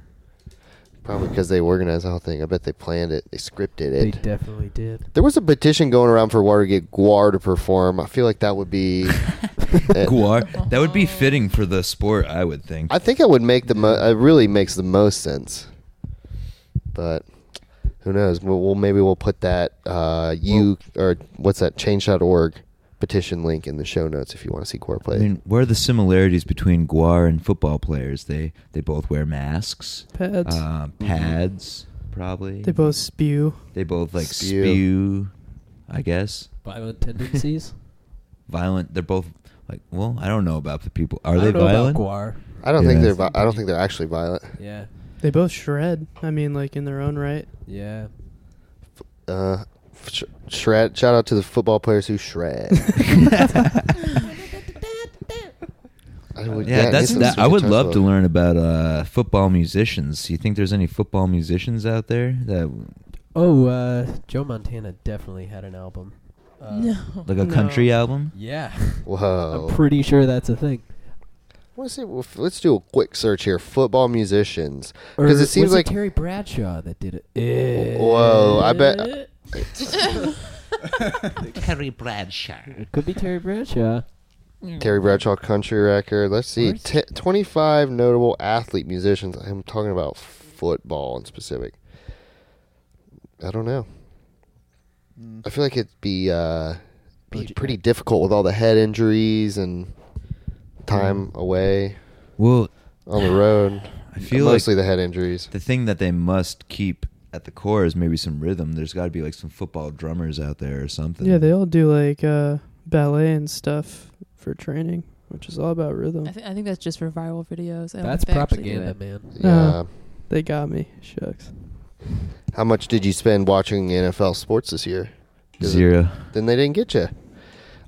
[SPEAKER 1] probably because they organized the whole thing. I bet they planned it, they scripted
[SPEAKER 6] They
[SPEAKER 1] it.
[SPEAKER 6] definitely did.
[SPEAKER 1] there was a petition going around for Watergate Guar to perform. I feel like that would be.
[SPEAKER 10] Guar, that would be fitting for the sport, I would think.
[SPEAKER 1] I think it would make the mo- it really makes the most sense. But who knows? We'll, we'll maybe we'll put that uh you or what's that change.org petition link in the show notes if you want to see Core play.
[SPEAKER 10] I mean, where are the similarities between Guar and football players? They they both wear masks,
[SPEAKER 9] Pads.
[SPEAKER 10] uh, pads, probably.
[SPEAKER 9] They both spew.
[SPEAKER 10] they both like
[SPEAKER 1] Spew.
[SPEAKER 10] spew. I guess.
[SPEAKER 6] Violent tendencies.
[SPEAKER 10] Violent. They're both like. Well, I don't know about the people. Are
[SPEAKER 6] I
[SPEAKER 10] they
[SPEAKER 6] don't know
[SPEAKER 10] violent?
[SPEAKER 6] About Guar.
[SPEAKER 1] I don't think
[SPEAKER 10] Yeah.
[SPEAKER 1] they're vi- I don't think they're actually violent.
[SPEAKER 6] Yeah.
[SPEAKER 9] They both shred. I mean, like in their own right.
[SPEAKER 6] Yeah.
[SPEAKER 1] Uh sh- shred shout out to the football players who shred. I would,
[SPEAKER 10] Yeah, that's
[SPEAKER 1] Nathan's
[SPEAKER 10] that. I would
[SPEAKER 1] guitar
[SPEAKER 10] love to
[SPEAKER 1] solo.
[SPEAKER 10] learn about uh, football musicians. Do you think there's any football musicians out there that
[SPEAKER 6] Oh, uh, Joe Montana definitely had an album. Uh,
[SPEAKER 5] No.
[SPEAKER 10] like a
[SPEAKER 9] No.
[SPEAKER 10] country album?
[SPEAKER 6] Yeah.
[SPEAKER 1] Whoa.
[SPEAKER 6] I'm pretty sure that's a thing.
[SPEAKER 1] Let's see, well, f- let's do a quick search here. Football musicians. 'Cause it
[SPEAKER 6] was
[SPEAKER 1] seems like-
[SPEAKER 6] Terry Bradshaw that did it.
[SPEAKER 1] Whoa, I bet
[SPEAKER 10] Terry Bradshaw.
[SPEAKER 6] It could be Terry Bradshaw.
[SPEAKER 1] Terry Bradshaw country record. Let's see,
[SPEAKER 6] Where's-
[SPEAKER 1] T- 25 notable athlete musicians. I'm talking about football in specific. I don't know.
[SPEAKER 4] Mm.
[SPEAKER 1] I feel like it'd be uh, be
[SPEAKER 6] Budget-
[SPEAKER 1] pretty difficult with all the head injuries and time away
[SPEAKER 10] Well,
[SPEAKER 1] on the road.
[SPEAKER 10] I feel like-
[SPEAKER 1] mostly the head injuries.
[SPEAKER 10] the thing that they must keep at the core is maybe some rhythm. There's got to be like some football drummers out there or something.
[SPEAKER 9] Yeah, they all do like uh, ballet and stuff for training, which is all about rhythm.
[SPEAKER 5] I, th- I think that's just for viral videos. I don't
[SPEAKER 6] That's
[SPEAKER 5] think they actually do
[SPEAKER 6] propaganda,
[SPEAKER 5] it.
[SPEAKER 6] man.
[SPEAKER 1] Yeah.
[SPEAKER 9] Uh. They got me. Shucks.
[SPEAKER 1] How much did you spend watching NFL sports this year? 'Cause it-
[SPEAKER 10] Zero.
[SPEAKER 1] then they didn't get you.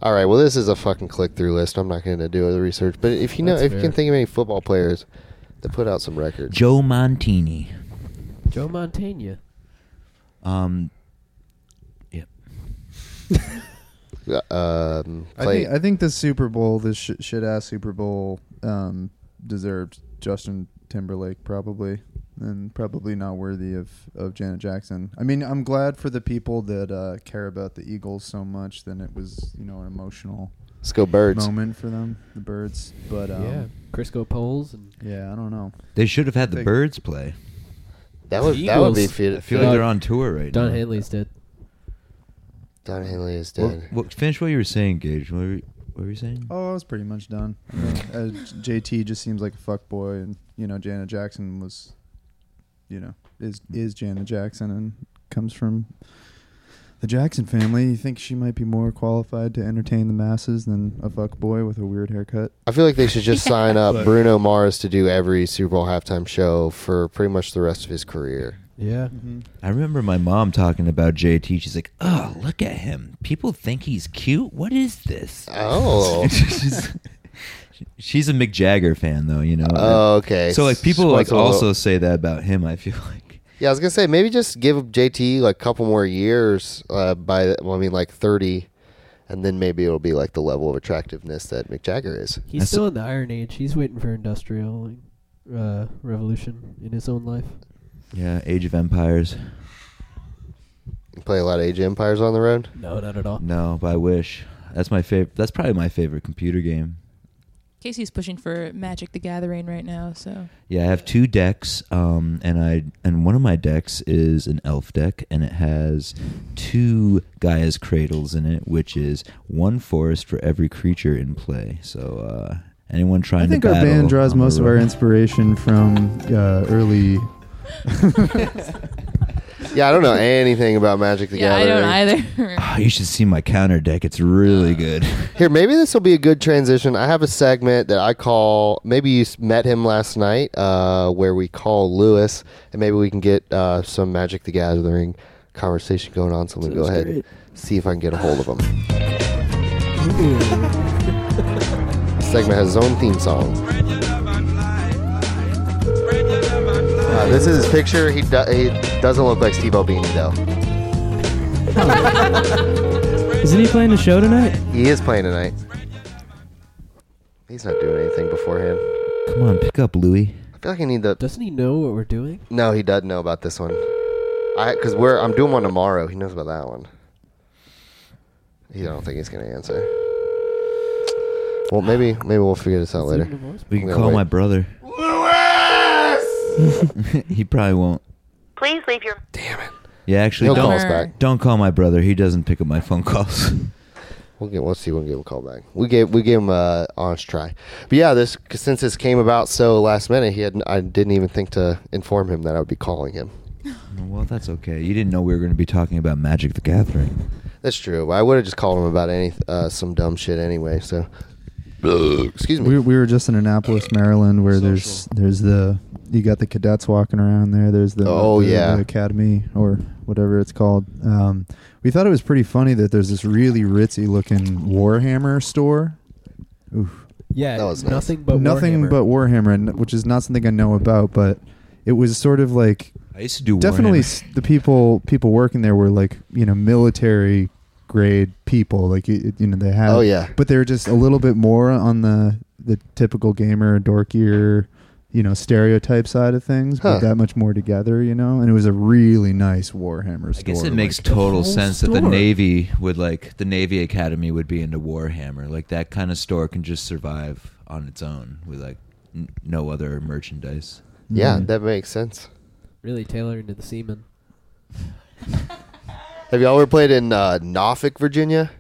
[SPEAKER 1] All right. Well, this is a fucking click through list. I'm not going to do the research, but if you know,
[SPEAKER 6] That's
[SPEAKER 1] if you can
[SPEAKER 6] fair.
[SPEAKER 1] think of any football players that put out some records,
[SPEAKER 10] Joe Montini.
[SPEAKER 6] Joe Montana.
[SPEAKER 10] Um. Yep.
[SPEAKER 1] um,
[SPEAKER 4] I
[SPEAKER 1] play,
[SPEAKER 4] think, I think the Super Bowl, this sh- shit ass Super Bowl, um, deserved Justin Timberlake probably, and probably not worthy of, of Janet Jackson. I mean, I'm glad for the people that uh, care about the Eagles so much. Then it was, you know, an emotional
[SPEAKER 1] let's go birds.
[SPEAKER 4] moment for them, the Birds. But um,
[SPEAKER 6] yeah.
[SPEAKER 4] yeah,
[SPEAKER 6] Crisco Poles and
[SPEAKER 4] I don't know.
[SPEAKER 10] They should have had the
[SPEAKER 4] They-
[SPEAKER 10] birds play.
[SPEAKER 1] That would that would be
[SPEAKER 6] Eagles.
[SPEAKER 1] fit.
[SPEAKER 10] I feel like
[SPEAKER 6] Don-
[SPEAKER 10] they're on tour right
[SPEAKER 6] Don
[SPEAKER 10] now.
[SPEAKER 6] Henley's did.
[SPEAKER 1] Don Henley is
[SPEAKER 10] Well,
[SPEAKER 1] dead.
[SPEAKER 10] well, finish what you were saying, Gage. What were you, what were you saying?
[SPEAKER 4] Oh, I was pretty much done. I mean, uh, JT just seems like a fuck boy, and you know, Janet Jackson was, you know, is is Janet Jackson and comes from the Jackson family, you think she might be more qualified to entertain the masses than a fuck boy with a weird haircut?
[SPEAKER 1] I feel like they should just sign up
[SPEAKER 4] Look.
[SPEAKER 1] Bruno Mars to do every Super Bowl halftime show for pretty much the rest of his career.
[SPEAKER 6] Yeah.
[SPEAKER 10] I remember my mom talking about JT. She's like, "Oh, look at him. People think he's cute. What is this?"
[SPEAKER 1] Oh.
[SPEAKER 10] she's, she's a Mick Jagger fan, though. You know.
[SPEAKER 1] Oh, okay.
[SPEAKER 10] So like people
[SPEAKER 1] She
[SPEAKER 10] like
[SPEAKER 1] wants a little-
[SPEAKER 10] also say that about him. I feel like.
[SPEAKER 1] Yeah, I was gonna say maybe just give JT like a couple more years. Uh, by well, I mean like thirty, and then maybe it'll be like the level of attractiveness that Mick Jagger is.
[SPEAKER 10] I
[SPEAKER 12] He's
[SPEAKER 10] still
[SPEAKER 12] still in the Iron Age. He's waiting for industrial uh, revolution in his own life.
[SPEAKER 10] Yeah, Age of Empires.
[SPEAKER 1] You play a lot of Age of Empires on the road.
[SPEAKER 6] No, not at all.
[SPEAKER 10] No, but I wish. That's my favorite. That's probably my favorite computer game.
[SPEAKER 5] Casey's pushing for Magic the Gathering right now, so
[SPEAKER 10] Yeah, I have two decks, um, and I and one of my decks is an elf deck, and it has two Gaia's cradles in it, which is one forest for every creature in play. So uh, anyone trying
[SPEAKER 4] I think
[SPEAKER 10] to
[SPEAKER 4] our
[SPEAKER 10] battle
[SPEAKER 4] band draws
[SPEAKER 10] on the
[SPEAKER 4] most of our
[SPEAKER 10] road-
[SPEAKER 4] inspiration from uh, early.
[SPEAKER 1] Yeah, I don't know anything about Magic the
[SPEAKER 5] yeah, I
[SPEAKER 1] Gathering.
[SPEAKER 5] don't either.
[SPEAKER 10] Ah, you should see my counter deck. It's really good.
[SPEAKER 1] Here, maybe this will be a good transition. I have a segment that I call. Maybe you s- met him last night, uh, where we call Lewis, and maybe we can get uh, some Magic the Gathering conversation going on. So I'm gonna go ahead and see if I can get a hold of him. This segment has its own theme song. Uh, this is his picture. He, do- he doesn't look like Steve Albini though.
[SPEAKER 9] Isn't he playing the show tonight?
[SPEAKER 1] He is playing tonight. He's not doing anything beforehand.
[SPEAKER 10] Come on, pick up Louis.
[SPEAKER 1] I feel like I need to.
[SPEAKER 6] Doesn't he know what we're doing?
[SPEAKER 1] No, he doesn't know about this one. I because we're I'm doing one tomorrow. He knows about that one. He don't think he's gonna answer. Well, maybe maybe we'll figure this out later.
[SPEAKER 10] We can
[SPEAKER 1] Yeah,
[SPEAKER 10] call
[SPEAKER 1] wait.
[SPEAKER 10] my brother. Lewis. he probably won't.
[SPEAKER 13] Please leave your
[SPEAKER 10] Yeah, actually,
[SPEAKER 1] He'll
[SPEAKER 10] don't
[SPEAKER 1] call us back.
[SPEAKER 10] don't call my brother. He doesn't pick up my phone calls.
[SPEAKER 1] We'll get. We'll see. We'll give him a call back. We gave. We gave him a honest try. But yeah, this since this came about so last minute, he had. I didn't even think to inform him that I would be calling him.
[SPEAKER 10] well, that's okay. You didn't know we were going to be talking about Magic the Gathering.
[SPEAKER 1] That's true. I would have just called him about any uh, some dumb shit anyway. So, excuse me.
[SPEAKER 4] We, we were just in Annapolis, Maryland, where there's there's the you got the cadets walking around there. There's the
[SPEAKER 1] Oh,
[SPEAKER 4] the-
[SPEAKER 1] yeah.
[SPEAKER 4] the academy or whatever it's called. Um, we thought it was pretty funny that there's this really ritzy looking Warhammer store. Oof.
[SPEAKER 6] Yeah,
[SPEAKER 1] That was nice.
[SPEAKER 6] nothing but
[SPEAKER 4] nothing
[SPEAKER 6] Warhammer.
[SPEAKER 4] but Warhammer, and- which is not something I know about, but it was sort of like
[SPEAKER 10] I used to do
[SPEAKER 4] definitely s
[SPEAKER 10] Warhammer.
[SPEAKER 4] the people people working there were like you know military grade people like it, it- you know they had
[SPEAKER 1] Oh, yeah.
[SPEAKER 4] but they were just a little bit more on the the typical gamer dorkier you know stereotype side of things
[SPEAKER 1] Huh.
[SPEAKER 4] but that much more together you know and it was a really nice warhammer
[SPEAKER 10] I
[SPEAKER 4] store
[SPEAKER 10] guess it
[SPEAKER 4] like-
[SPEAKER 10] makes total
[SPEAKER 6] whole
[SPEAKER 10] sense that the
[SPEAKER 6] store.
[SPEAKER 10] Navy would like the Navy Academy would be into Warhammer. Like that kind of store can just survive on its own with like n- no other merchandise. Hmm.
[SPEAKER 4] mm-hmm.
[SPEAKER 1] Yeah, that makes sense.
[SPEAKER 6] really tailoring to the seaman.
[SPEAKER 1] Have y'all ever played in uh, Norfolk, Virginia?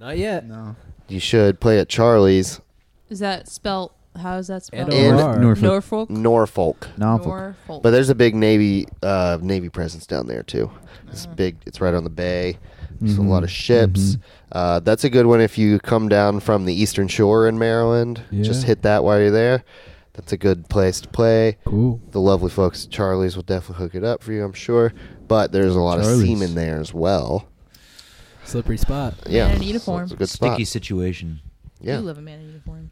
[SPEAKER 6] Not yet.
[SPEAKER 4] no
[SPEAKER 1] You should play at Charlie's
[SPEAKER 5] Is that spelt? How is that spelled?
[SPEAKER 1] In-
[SPEAKER 6] NOR.
[SPEAKER 4] Norfolk.
[SPEAKER 5] Norfolk.
[SPEAKER 1] Norfolk.
[SPEAKER 4] Norfolk.
[SPEAKER 5] Norfolk.
[SPEAKER 1] But there's a big Navy uh, Navy presence down there too. It's
[SPEAKER 4] Mm-hmm.
[SPEAKER 1] big. It's right on the bay. There's a lot of ships. Uh, that's a good one if you come down from the Eastern Shore in Maryland. Just
[SPEAKER 6] Yeah.
[SPEAKER 1] hit that while you're there. That's a good place to play.
[SPEAKER 6] Cool.
[SPEAKER 1] The lovely folks at Charlie's will definitely hook it up for you, I'm sure. But there's a lot of
[SPEAKER 4] Charlie's.
[SPEAKER 1] seamen there as well.
[SPEAKER 6] Slippery spot.
[SPEAKER 1] Yeah,
[SPEAKER 5] Man in
[SPEAKER 1] so
[SPEAKER 5] uniform.
[SPEAKER 1] it's a good spot.
[SPEAKER 10] Sticky situation.
[SPEAKER 1] Yeah,
[SPEAKER 5] You love a man in uniform.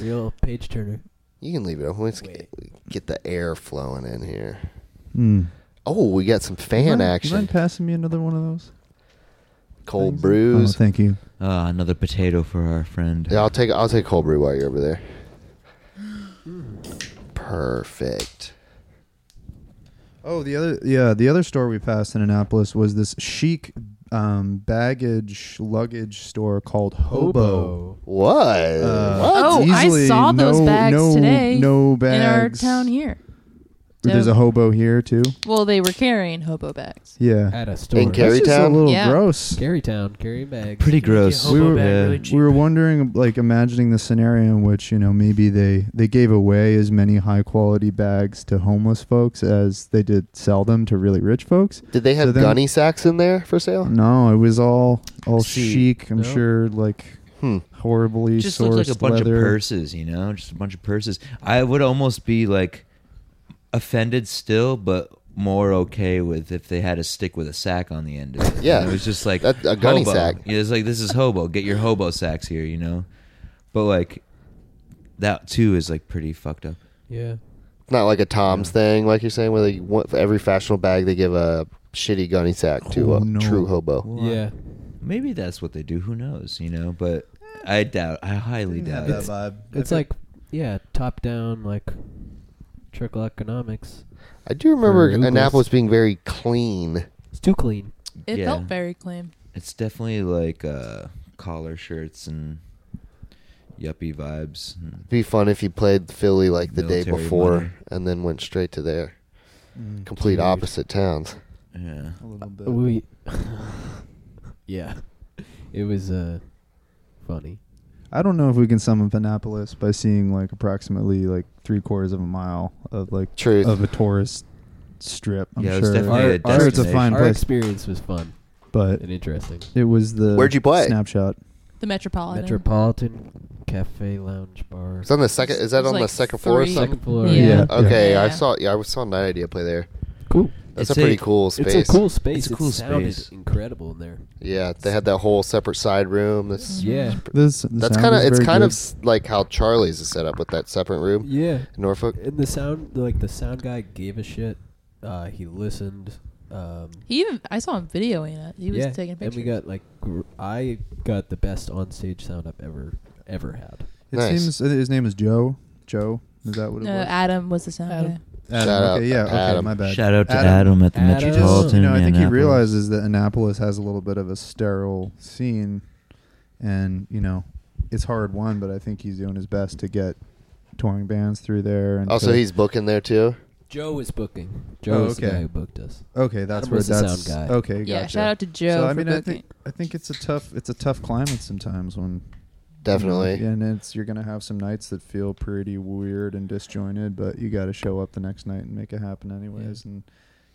[SPEAKER 6] Real page turner.
[SPEAKER 1] you can leave it open. Let's get, get the air flowing in here.
[SPEAKER 4] Mm.
[SPEAKER 1] Oh, we got some
[SPEAKER 4] You
[SPEAKER 1] fan
[SPEAKER 4] mind- you
[SPEAKER 1] action.
[SPEAKER 4] mind passing me another one of those
[SPEAKER 1] Cold
[SPEAKER 4] things?
[SPEAKER 1] brews.
[SPEAKER 4] oh, thank you
[SPEAKER 10] Ah, another potato for our friend.
[SPEAKER 1] Yeah, I'll take I'll take cold brew while you're over there. Perfect.
[SPEAKER 4] Oh, the other yeah, the other store we passed in Annapolis was this chic um, baggage luggage store called Hobo.
[SPEAKER 1] What?
[SPEAKER 4] Uh,
[SPEAKER 1] what?
[SPEAKER 5] Oh, I
[SPEAKER 4] Easily
[SPEAKER 5] saw those
[SPEAKER 4] no-
[SPEAKER 5] bags
[SPEAKER 4] no-
[SPEAKER 5] today
[SPEAKER 4] No
[SPEAKER 5] in our
[SPEAKER 4] bags
[SPEAKER 5] town here.
[SPEAKER 4] There's a hobo here too.
[SPEAKER 5] Well, they were carrying hobo bags.
[SPEAKER 4] Yeah,
[SPEAKER 6] At a store.
[SPEAKER 1] In
[SPEAKER 4] that's
[SPEAKER 1] Gary
[SPEAKER 4] just a
[SPEAKER 1] Town?
[SPEAKER 4] little
[SPEAKER 5] Yeah.
[SPEAKER 4] gross.
[SPEAKER 6] Gary Town, Gary Bags.
[SPEAKER 8] Pretty
[SPEAKER 3] Make your
[SPEAKER 8] gross.
[SPEAKER 3] hobo
[SPEAKER 4] We were-
[SPEAKER 3] bag
[SPEAKER 8] yeah.
[SPEAKER 3] really cheap.
[SPEAKER 4] We were wondering, like, imagining the scenario in which you know maybe they they gave away as many high quality bags to homeless folks as they did sell them to really rich folks.
[SPEAKER 1] Did they have
[SPEAKER 4] So then-
[SPEAKER 1] gunny sacks in there for sale?
[SPEAKER 4] No, it was all all
[SPEAKER 8] See,
[SPEAKER 4] chic. I'm
[SPEAKER 6] no?
[SPEAKER 4] sure, like
[SPEAKER 1] Hmm.
[SPEAKER 4] horribly
[SPEAKER 8] just
[SPEAKER 4] sourced
[SPEAKER 8] looks like a bunch
[SPEAKER 4] leather.
[SPEAKER 8] of purses, you know, just a bunch of purses. I would almost be like offended still, but more okay with if they had a stick with a sack on the end of it.
[SPEAKER 1] Yeah.
[SPEAKER 8] And it was just like
[SPEAKER 1] That- a gunny
[SPEAKER 8] hobo.
[SPEAKER 1] sack.
[SPEAKER 8] Yeah, it's like this is hobo. Get your hobo sacks here, you know. But like that too is like pretty fucked up.
[SPEAKER 6] Yeah.
[SPEAKER 1] Not like a Tom's thing, like you're saying, where they want for every fashionable bag they give a shitty gunny sack to
[SPEAKER 4] Oh,
[SPEAKER 1] a
[SPEAKER 4] no.
[SPEAKER 1] true hobo.
[SPEAKER 8] Well,
[SPEAKER 6] Yeah.
[SPEAKER 8] Maybe that's what they do. Who knows? You know, but I doubt. I highly doubt it.
[SPEAKER 6] It's like, yeah, top down, like trickle economics.
[SPEAKER 1] I do remember
[SPEAKER 6] For Oogles.
[SPEAKER 1] Annapolis being very clean.
[SPEAKER 6] It's too clean.
[SPEAKER 5] It
[SPEAKER 8] Yeah.
[SPEAKER 5] felt very clean.
[SPEAKER 8] It's definitely like uh, collar shirts and yuppie vibes. and-
[SPEAKER 1] It'd be fun if you played Philly like the day
[SPEAKER 8] Military
[SPEAKER 1] before
[SPEAKER 8] money.
[SPEAKER 1] and then went straight to there.
[SPEAKER 4] Mm,
[SPEAKER 1] Complete
[SPEAKER 6] Dude.
[SPEAKER 1] opposite towns.
[SPEAKER 8] Yeah.
[SPEAKER 4] a little bit.
[SPEAKER 6] We. yeah. It was uh, funny.
[SPEAKER 4] I don't know if we can sum up Annapolis by seeing like approximately like three quarters of a mile of like
[SPEAKER 1] Truth.
[SPEAKER 4] of a tourist strip. I'm
[SPEAKER 8] Yeah, it
[SPEAKER 4] sure.
[SPEAKER 8] was definitely
[SPEAKER 4] Our-
[SPEAKER 8] a
[SPEAKER 4] our- it's a
[SPEAKER 8] destination.
[SPEAKER 4] fine
[SPEAKER 6] Our
[SPEAKER 4] place,
[SPEAKER 6] experience was fun
[SPEAKER 4] but
[SPEAKER 6] and interesting.
[SPEAKER 4] it was the
[SPEAKER 1] Where'd you play?
[SPEAKER 4] snapshot.
[SPEAKER 5] The Metropolitan.
[SPEAKER 6] Metropolitan Cafe Lounge Bar.
[SPEAKER 1] It's on the second. Is that
[SPEAKER 5] It's
[SPEAKER 1] on the
[SPEAKER 5] like
[SPEAKER 1] second floor or
[SPEAKER 5] three-
[SPEAKER 1] something?
[SPEAKER 6] Second floor.
[SPEAKER 4] Yeah.
[SPEAKER 5] Yeah.
[SPEAKER 1] Okay, I
[SPEAKER 5] Yeah.
[SPEAKER 1] saw. Yeah, I saw Night Idea play there.
[SPEAKER 6] Cool.
[SPEAKER 1] That's
[SPEAKER 8] It's
[SPEAKER 1] a pretty
[SPEAKER 8] a-
[SPEAKER 1] cool space.
[SPEAKER 6] It's a cool space.
[SPEAKER 8] It's a
[SPEAKER 6] It
[SPEAKER 8] cool
[SPEAKER 6] sounded
[SPEAKER 8] space.
[SPEAKER 6] incredible in there.
[SPEAKER 1] Yeah, they had that whole separate side room. That's
[SPEAKER 6] Yeah.
[SPEAKER 4] This the
[SPEAKER 1] that's
[SPEAKER 4] sound
[SPEAKER 1] kind of
[SPEAKER 4] was
[SPEAKER 1] it's
[SPEAKER 4] very
[SPEAKER 1] kind
[SPEAKER 4] good.
[SPEAKER 1] of s- like how Charlie's is set up with that separate room
[SPEAKER 6] Yeah.
[SPEAKER 1] in Norfolk.
[SPEAKER 6] And the sound, like the sound guy, gave a shit. Uh, he listened. Um,
[SPEAKER 5] He even I saw him videoing it. He was
[SPEAKER 6] yeah,
[SPEAKER 5] taking
[SPEAKER 6] and
[SPEAKER 5] pictures.
[SPEAKER 6] we got like gr- I got the best onstage sound I've ever ever had.
[SPEAKER 4] It
[SPEAKER 1] nice.
[SPEAKER 4] seems uh, his name is Joe. Joe is that what it
[SPEAKER 5] no,
[SPEAKER 4] was?
[SPEAKER 5] Adam was the sound
[SPEAKER 9] Adam.
[SPEAKER 5] guy.
[SPEAKER 4] Adam.
[SPEAKER 1] Shout out
[SPEAKER 4] okay, yeah, okay,
[SPEAKER 1] Adam.
[SPEAKER 4] my bad.
[SPEAKER 8] Shout out to Adam,
[SPEAKER 4] Adam.
[SPEAKER 8] at the
[SPEAKER 6] Adam.
[SPEAKER 4] He
[SPEAKER 8] Metropolitan.
[SPEAKER 4] just, you know, I think he
[SPEAKER 8] Annapolis.
[SPEAKER 4] realizes that Annapolis has a little bit of a sterile scene, and you know, it's hard won, but I think he's doing his best to get touring bands through there. And
[SPEAKER 1] Also,
[SPEAKER 4] to-
[SPEAKER 1] he's booking there too.
[SPEAKER 6] Joe was booking. Joe
[SPEAKER 4] Oh,
[SPEAKER 6] was
[SPEAKER 4] okay.
[SPEAKER 6] the
[SPEAKER 4] Oh.
[SPEAKER 6] guy who booked us.
[SPEAKER 4] okay. That's
[SPEAKER 6] Adam
[SPEAKER 4] where
[SPEAKER 6] was the
[SPEAKER 4] that's
[SPEAKER 6] sound guy.
[SPEAKER 4] okay. Gotcha.
[SPEAKER 5] Yeah, shout out to Joe
[SPEAKER 4] So I
[SPEAKER 5] for
[SPEAKER 4] mean, I
[SPEAKER 5] booking.
[SPEAKER 4] think I think it's a tough it's a tough climate sometimes when
[SPEAKER 1] Definitely.
[SPEAKER 4] and it's you're gonna have some nights that feel pretty weird and disjointed, but you got to show up the next night and make it happen anyways. And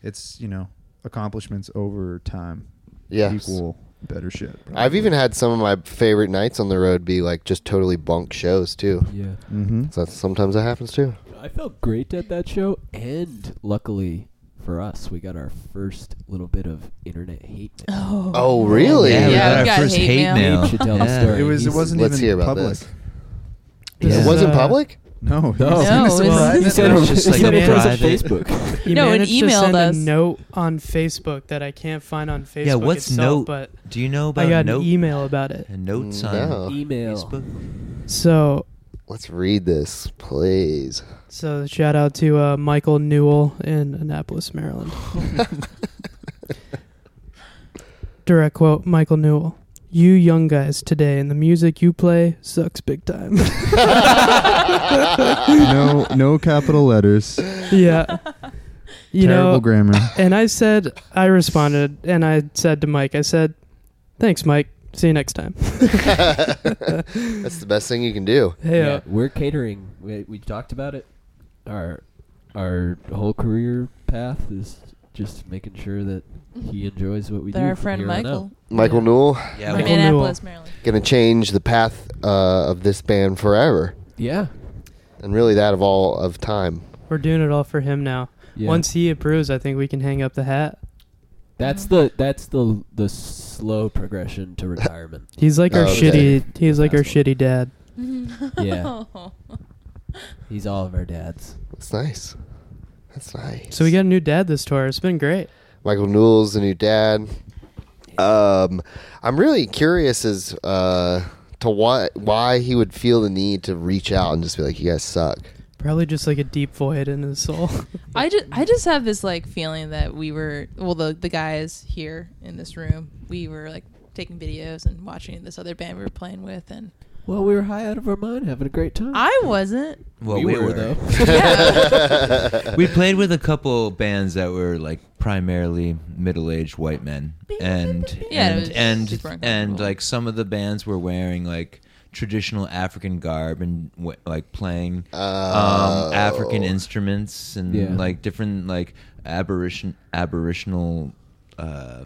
[SPEAKER 4] it's you know accomplishments over time
[SPEAKER 1] Yes.
[SPEAKER 4] equal better shit.
[SPEAKER 1] I've even had some of my favorite nights on the road be like just totally bunk shows too.
[SPEAKER 6] Yeah,
[SPEAKER 4] Mm-hmm.
[SPEAKER 1] So that's, sometimes that happens too.
[SPEAKER 6] I felt great at that show, and luckily for us, we got our first little bit of internet hate.
[SPEAKER 5] Oh,
[SPEAKER 1] Oh, really?
[SPEAKER 8] Yeah, we
[SPEAKER 5] Yeah,
[SPEAKER 8] got
[SPEAKER 5] we
[SPEAKER 8] our
[SPEAKER 5] got
[SPEAKER 8] first
[SPEAKER 5] hate
[SPEAKER 8] hate
[SPEAKER 5] mail.
[SPEAKER 8] mail.
[SPEAKER 6] You should tell the
[SPEAKER 8] Yeah.
[SPEAKER 6] story.
[SPEAKER 4] It was. It
[SPEAKER 6] He's-
[SPEAKER 4] wasn't
[SPEAKER 1] Let's
[SPEAKER 4] even
[SPEAKER 1] hear about
[SPEAKER 4] public.
[SPEAKER 1] this.
[SPEAKER 8] Yeah.
[SPEAKER 1] It wasn't
[SPEAKER 9] Uh,
[SPEAKER 1] public.
[SPEAKER 4] No, he
[SPEAKER 6] No.
[SPEAKER 4] was
[SPEAKER 5] No,
[SPEAKER 4] in this
[SPEAKER 5] it was-
[SPEAKER 4] private-
[SPEAKER 6] He said
[SPEAKER 8] It
[SPEAKER 6] it
[SPEAKER 8] was just
[SPEAKER 6] he
[SPEAKER 8] like
[SPEAKER 6] said it was on
[SPEAKER 8] private.
[SPEAKER 6] Facebook.
[SPEAKER 9] He
[SPEAKER 5] No, it
[SPEAKER 9] managed to
[SPEAKER 5] emailed
[SPEAKER 9] send
[SPEAKER 5] us.
[SPEAKER 9] a note on Facebook that I can't find on Facebook.
[SPEAKER 8] Yeah, what's
[SPEAKER 9] itself,
[SPEAKER 8] note?
[SPEAKER 9] But
[SPEAKER 8] Do you know about
[SPEAKER 9] I got
[SPEAKER 8] note?
[SPEAKER 9] an email about it.
[SPEAKER 8] and notes on
[SPEAKER 10] Oh.
[SPEAKER 1] No.
[SPEAKER 6] Mm, Email.
[SPEAKER 8] Facebook?
[SPEAKER 9] So,
[SPEAKER 1] Let's read this, please.
[SPEAKER 9] so shout out to uh, Michael Newell in Annapolis, Maryland. Direct quote: Michael Newell. You young guys today and the music you play sucks big time.
[SPEAKER 4] no, no capital letters.
[SPEAKER 9] yeah. You
[SPEAKER 4] terrible
[SPEAKER 9] know,
[SPEAKER 4] grammar.
[SPEAKER 9] and I said, I responded, and I said to Mike, I said, thanks, Mike. See you next time.
[SPEAKER 1] That's the best thing you can do.
[SPEAKER 9] Hey,
[SPEAKER 6] Yeah, we're catering. We we talked about it. Our our whole career path is just making sure that he enjoys what we
[SPEAKER 5] that
[SPEAKER 6] do.
[SPEAKER 5] our
[SPEAKER 6] from
[SPEAKER 5] friend
[SPEAKER 6] here on
[SPEAKER 5] Michael
[SPEAKER 1] Michael Newell
[SPEAKER 8] Yeah,
[SPEAKER 5] from
[SPEAKER 8] we,
[SPEAKER 9] Michael Newell.
[SPEAKER 5] Annapolis, Maryland.
[SPEAKER 1] gonna change the path uh, of this band forever,
[SPEAKER 6] out. Yeah.
[SPEAKER 1] and really that of all of time.
[SPEAKER 9] We're doing it all for him now.
[SPEAKER 6] yeah.
[SPEAKER 9] Once he approves, I think we can hang up the hat.
[SPEAKER 6] that's the that's the the slow progression to retirement.
[SPEAKER 9] He's like our
[SPEAKER 1] Oh, okay.
[SPEAKER 9] shitty. He's like our shitty dad.
[SPEAKER 6] yeah.
[SPEAKER 5] Oh.
[SPEAKER 6] He's all of our dads.
[SPEAKER 1] That's nice. That's nice.
[SPEAKER 9] So we got a new dad this tour. It's been great.
[SPEAKER 1] Michael Newell's the new dad. Um, I'm really curious as uh, to what why he would feel the need to reach out and just be like, "You guys suck."
[SPEAKER 9] Probably just like a deep void in his soul.
[SPEAKER 5] I just I just have this like feeling that we were well the the guys here in this room we were like taking videos and watching this other band we were playing with and
[SPEAKER 6] Well, we were high out of our mind, having a great time.
[SPEAKER 5] I wasn't.
[SPEAKER 10] Well,
[SPEAKER 6] we, were, though.
[SPEAKER 10] we played with a couple bands that were like primarily middle-aged white men, and
[SPEAKER 5] Yeah, it
[SPEAKER 10] and
[SPEAKER 5] was super
[SPEAKER 10] and, and
[SPEAKER 5] uncomfortable.
[SPEAKER 10] like some of the bands were wearing like traditional African garb and w- like playing
[SPEAKER 1] Oh.
[SPEAKER 10] um, African instruments and
[SPEAKER 6] Yeah.
[SPEAKER 10] like different like aberration aboriginal uh,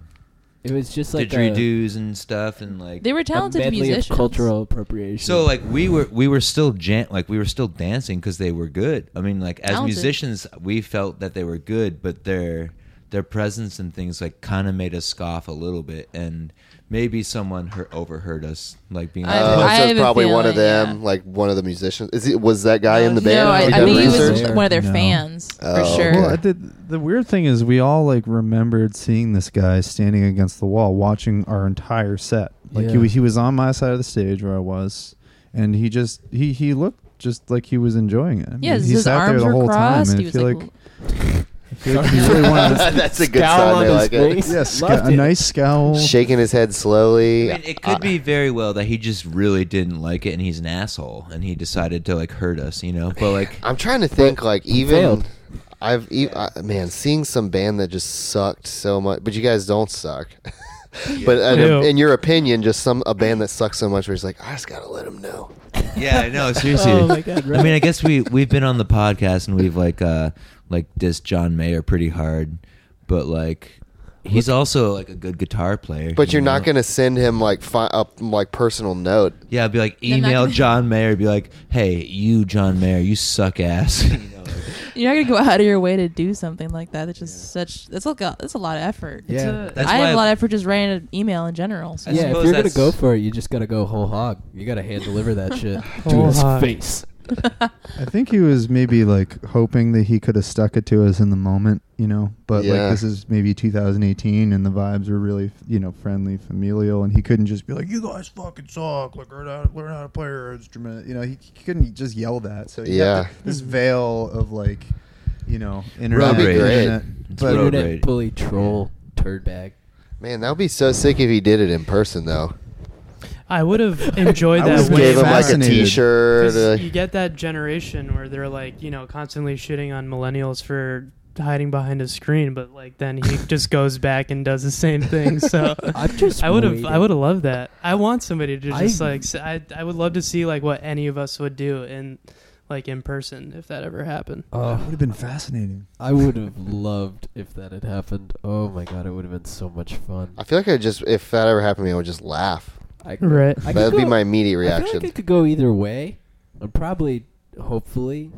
[SPEAKER 6] It was just like uh, a,
[SPEAKER 10] didgeridoos and stuff and like
[SPEAKER 5] They were talented
[SPEAKER 6] a medley
[SPEAKER 5] musicians.
[SPEAKER 6] of cultural appropriation.
[SPEAKER 10] so like we were we were still jan- like we were still dancing because they were good. I mean like as
[SPEAKER 5] Talented.
[SPEAKER 10] musicians we felt that they were good, but their their presence and things like kind of made us scoff a little bit, and maybe someone heard, overheard us like being.
[SPEAKER 5] I-
[SPEAKER 1] Oh,
[SPEAKER 5] I
[SPEAKER 1] so
[SPEAKER 5] have
[SPEAKER 1] it's
[SPEAKER 5] a
[SPEAKER 1] probably one of
[SPEAKER 5] feeling,
[SPEAKER 1] them,
[SPEAKER 5] yeah.
[SPEAKER 1] like one of the musicians. Is it was that guy in the band?
[SPEAKER 5] No, I,
[SPEAKER 1] Have you
[SPEAKER 5] I
[SPEAKER 1] done
[SPEAKER 5] think he was
[SPEAKER 1] research?
[SPEAKER 5] one of their
[SPEAKER 4] No.
[SPEAKER 5] fans for
[SPEAKER 1] Oh,
[SPEAKER 5] sure.
[SPEAKER 1] okay.
[SPEAKER 4] Well, I did, the weird thing is, we all like remembered seeing this guy standing against the wall, watching our entire set. Like he
[SPEAKER 6] Yeah.
[SPEAKER 4] he, he was on my side of the stage where I was, and he just he he looked just like he was enjoying it. I mean,
[SPEAKER 5] yeah,
[SPEAKER 4] he
[SPEAKER 5] his
[SPEAKER 4] sat
[SPEAKER 5] arms
[SPEAKER 4] there the
[SPEAKER 5] were
[SPEAKER 4] whole
[SPEAKER 5] crossed.
[SPEAKER 4] time, and I
[SPEAKER 5] he was
[SPEAKER 4] feel
[SPEAKER 5] like,
[SPEAKER 4] like, I feel like he really wanted to,
[SPEAKER 1] That's a good
[SPEAKER 6] Scowl
[SPEAKER 1] sign.
[SPEAKER 6] on
[SPEAKER 1] They
[SPEAKER 6] his
[SPEAKER 1] like it.
[SPEAKER 6] face.
[SPEAKER 4] yes,
[SPEAKER 6] Loved
[SPEAKER 4] a
[SPEAKER 6] it.
[SPEAKER 4] nice scowl.
[SPEAKER 1] Shaking his head
[SPEAKER 10] I
[SPEAKER 1] slowly.
[SPEAKER 10] mean, it could be very well that he just really didn't like it, and he's an asshole, and he decided to like hurt us, you know. But like,
[SPEAKER 1] I'm trying to think, like even
[SPEAKER 6] failed.
[SPEAKER 1] I've e- I, man seeing some band that just sucked so much, but you guys don't suck. but in,
[SPEAKER 9] Ew.
[SPEAKER 1] in your opinion, just some a band that sucks so much, where he's like, I just gotta let him know.
[SPEAKER 10] yeah, I know. Seriously,
[SPEAKER 6] oh my god! Right?
[SPEAKER 10] I mean, I guess we we've been on the podcast and we've like uh like dissed John Mayer pretty hard, but like he's also like a good guitar player.
[SPEAKER 1] But you're
[SPEAKER 10] you
[SPEAKER 1] not
[SPEAKER 10] know?
[SPEAKER 1] gonna send him like fi- a like personal note.
[SPEAKER 10] Yeah, I'd be like
[SPEAKER 5] I'm not
[SPEAKER 10] email
[SPEAKER 5] gonna-
[SPEAKER 10] John Mayer, be like, hey, you John Mayer, you suck ass. You know,
[SPEAKER 5] you're
[SPEAKER 10] like-
[SPEAKER 5] not gonna go out of your way to do something like that. It's just such. That's like a, that's a lot of effort.
[SPEAKER 6] It's Yeah. a-
[SPEAKER 10] That's
[SPEAKER 5] I
[SPEAKER 10] why-
[SPEAKER 5] have a lot of effort just writing an email in general. So.
[SPEAKER 10] I
[SPEAKER 6] yeah, if
[SPEAKER 10] suppose
[SPEAKER 6] you're gonna
[SPEAKER 10] that's-
[SPEAKER 6] go for it, you just gotta go whole hog. You gotta hand deliver that shit to
[SPEAKER 9] Whole
[SPEAKER 6] his
[SPEAKER 9] hog.
[SPEAKER 6] face.
[SPEAKER 4] I think he was maybe like hoping that he could have stuck it to us in the moment, you know. But
[SPEAKER 1] Yeah.
[SPEAKER 4] like this is maybe 2018, and the vibes were really, you know, friendly, familial, and he couldn't just be like, "You guys fucking suck. Like learn how to, learn how to play your instrument." You know, he, he couldn't just yell that. So you
[SPEAKER 1] Yeah.
[SPEAKER 4] got th- this veil of like, you know, internet,
[SPEAKER 10] Road rage.
[SPEAKER 4] internet-
[SPEAKER 10] It's
[SPEAKER 4] but
[SPEAKER 10] road
[SPEAKER 6] Internet
[SPEAKER 10] rage.
[SPEAKER 6] bully troll turd bag.
[SPEAKER 1] Man, that would be so sick if he did it in person, though.
[SPEAKER 9] I would have enjoyed
[SPEAKER 4] I
[SPEAKER 9] that
[SPEAKER 1] Just
[SPEAKER 4] would've
[SPEAKER 9] way
[SPEAKER 1] gave him
[SPEAKER 9] more.
[SPEAKER 1] like a
[SPEAKER 4] fascinated.
[SPEAKER 1] T-shirt.
[SPEAKER 9] 'Cause
[SPEAKER 1] uh,
[SPEAKER 9] you get that generation where they're like, you know, constantly shitting on millennials for hiding behind a screen, but like then he just goes back and does the same thing. So
[SPEAKER 6] I'm just.
[SPEAKER 9] I would have, I
[SPEAKER 6] waiting.
[SPEAKER 9] would have loved that. I want somebody to
[SPEAKER 6] I-
[SPEAKER 9] just like, s- I, I would love to see like what any of us would do in like in person if that ever happened.
[SPEAKER 4] That would
[SPEAKER 6] Oh,
[SPEAKER 4] have been fascinating.
[SPEAKER 6] I would have loved if that had happened. Oh my god, it would have been so much fun.
[SPEAKER 1] I feel like I just if that ever happened to me, I would just laugh.
[SPEAKER 6] I,
[SPEAKER 9] Right.
[SPEAKER 6] I could
[SPEAKER 1] that would be
[SPEAKER 6] go-
[SPEAKER 1] my immediate
[SPEAKER 6] I feel like
[SPEAKER 1] reaction.
[SPEAKER 6] it could go either way. I'd probably, hopefully,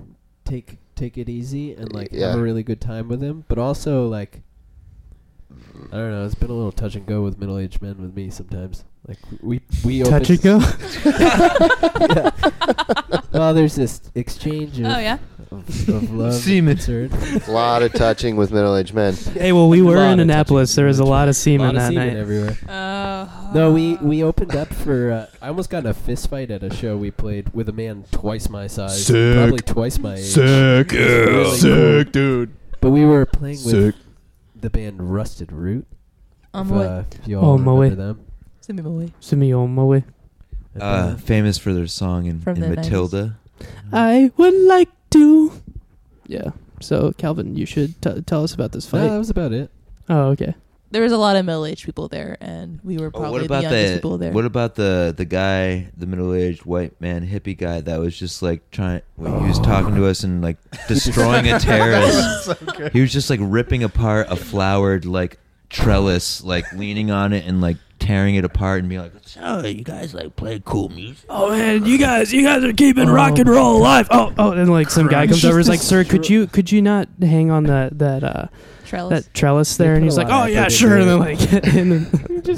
[SPEAKER 6] take take it easy and like
[SPEAKER 1] Yeah.
[SPEAKER 6] have a really good time with him. But also like, I don't know. It's been a little touch and go with middle aged men with me sometimes. Like we we
[SPEAKER 9] Touch and
[SPEAKER 6] opened-
[SPEAKER 9] go.
[SPEAKER 6] Well, there's this exchange of,
[SPEAKER 5] Oh yeah.
[SPEAKER 6] of, of love.
[SPEAKER 10] Semen.
[SPEAKER 6] concern.
[SPEAKER 1] a lot of touching with middle-aged men.
[SPEAKER 9] hey, well, we
[SPEAKER 6] A
[SPEAKER 9] were
[SPEAKER 6] lot
[SPEAKER 9] in
[SPEAKER 6] of
[SPEAKER 9] Annapolis.
[SPEAKER 6] touching.
[SPEAKER 9] There was a lot of
[SPEAKER 6] A lot
[SPEAKER 9] semen
[SPEAKER 6] of
[SPEAKER 9] that
[SPEAKER 6] semen
[SPEAKER 9] night.
[SPEAKER 6] everywhere.
[SPEAKER 5] Oh.
[SPEAKER 6] No, we we opened up for. Uh, I almost got in a fist fight at a show we played with a man twice my size,
[SPEAKER 4] Sick.
[SPEAKER 6] probably twice my age.
[SPEAKER 4] Sick,
[SPEAKER 6] really Sick, cool.
[SPEAKER 4] dude.
[SPEAKER 6] But we were playing with
[SPEAKER 4] Sick.
[SPEAKER 6] the band Rusted Root.
[SPEAKER 5] Um,
[SPEAKER 6] if,
[SPEAKER 5] what?
[SPEAKER 6] uh, if you
[SPEAKER 9] Oh,
[SPEAKER 6] all
[SPEAKER 9] Moe.
[SPEAKER 6] remember them.
[SPEAKER 5] Send me my way.
[SPEAKER 9] Send me on my way.
[SPEAKER 6] And,
[SPEAKER 10] uh, famous for their song in,
[SPEAKER 5] From
[SPEAKER 10] in
[SPEAKER 5] the 90s.
[SPEAKER 10] Matilda.
[SPEAKER 6] Mm-hmm.
[SPEAKER 9] I would like to. Yeah. So Calvin, you should t- tell us about this
[SPEAKER 6] no,
[SPEAKER 9] fight.
[SPEAKER 6] that was about it.
[SPEAKER 9] oh, okay.
[SPEAKER 5] There was a lot of middle-aged people there, and we were
[SPEAKER 10] Oh,
[SPEAKER 5] probably
[SPEAKER 10] what about
[SPEAKER 5] the youngest
[SPEAKER 10] the
[SPEAKER 5] people there.
[SPEAKER 10] what about the the guy, the middle aged white man hippie guy that was just like trying? He was talking to us and like destroying a terrace. He was just like ripping apart a flowered like trellis, like leaning on it and like tearing it apart and being like, "So you guys like play cool music?"
[SPEAKER 9] Oh man, you guys, you guys are keeping
[SPEAKER 6] Oh.
[SPEAKER 9] rock and roll alive. Oh, oh, and like some guy comes
[SPEAKER 6] Just
[SPEAKER 9] over, is like,
[SPEAKER 6] this
[SPEAKER 9] sir, could
[SPEAKER 6] tr-
[SPEAKER 9] you could you not hang on that that uh
[SPEAKER 5] Trellis.
[SPEAKER 9] that trellis there?
[SPEAKER 6] They
[SPEAKER 9] And
[SPEAKER 6] put
[SPEAKER 9] he's
[SPEAKER 6] a
[SPEAKER 9] like,
[SPEAKER 6] lot
[SPEAKER 9] oh
[SPEAKER 6] of
[SPEAKER 9] yeah,
[SPEAKER 6] effort
[SPEAKER 9] sure. And
[SPEAKER 6] into
[SPEAKER 9] then
[SPEAKER 6] it.
[SPEAKER 9] like, and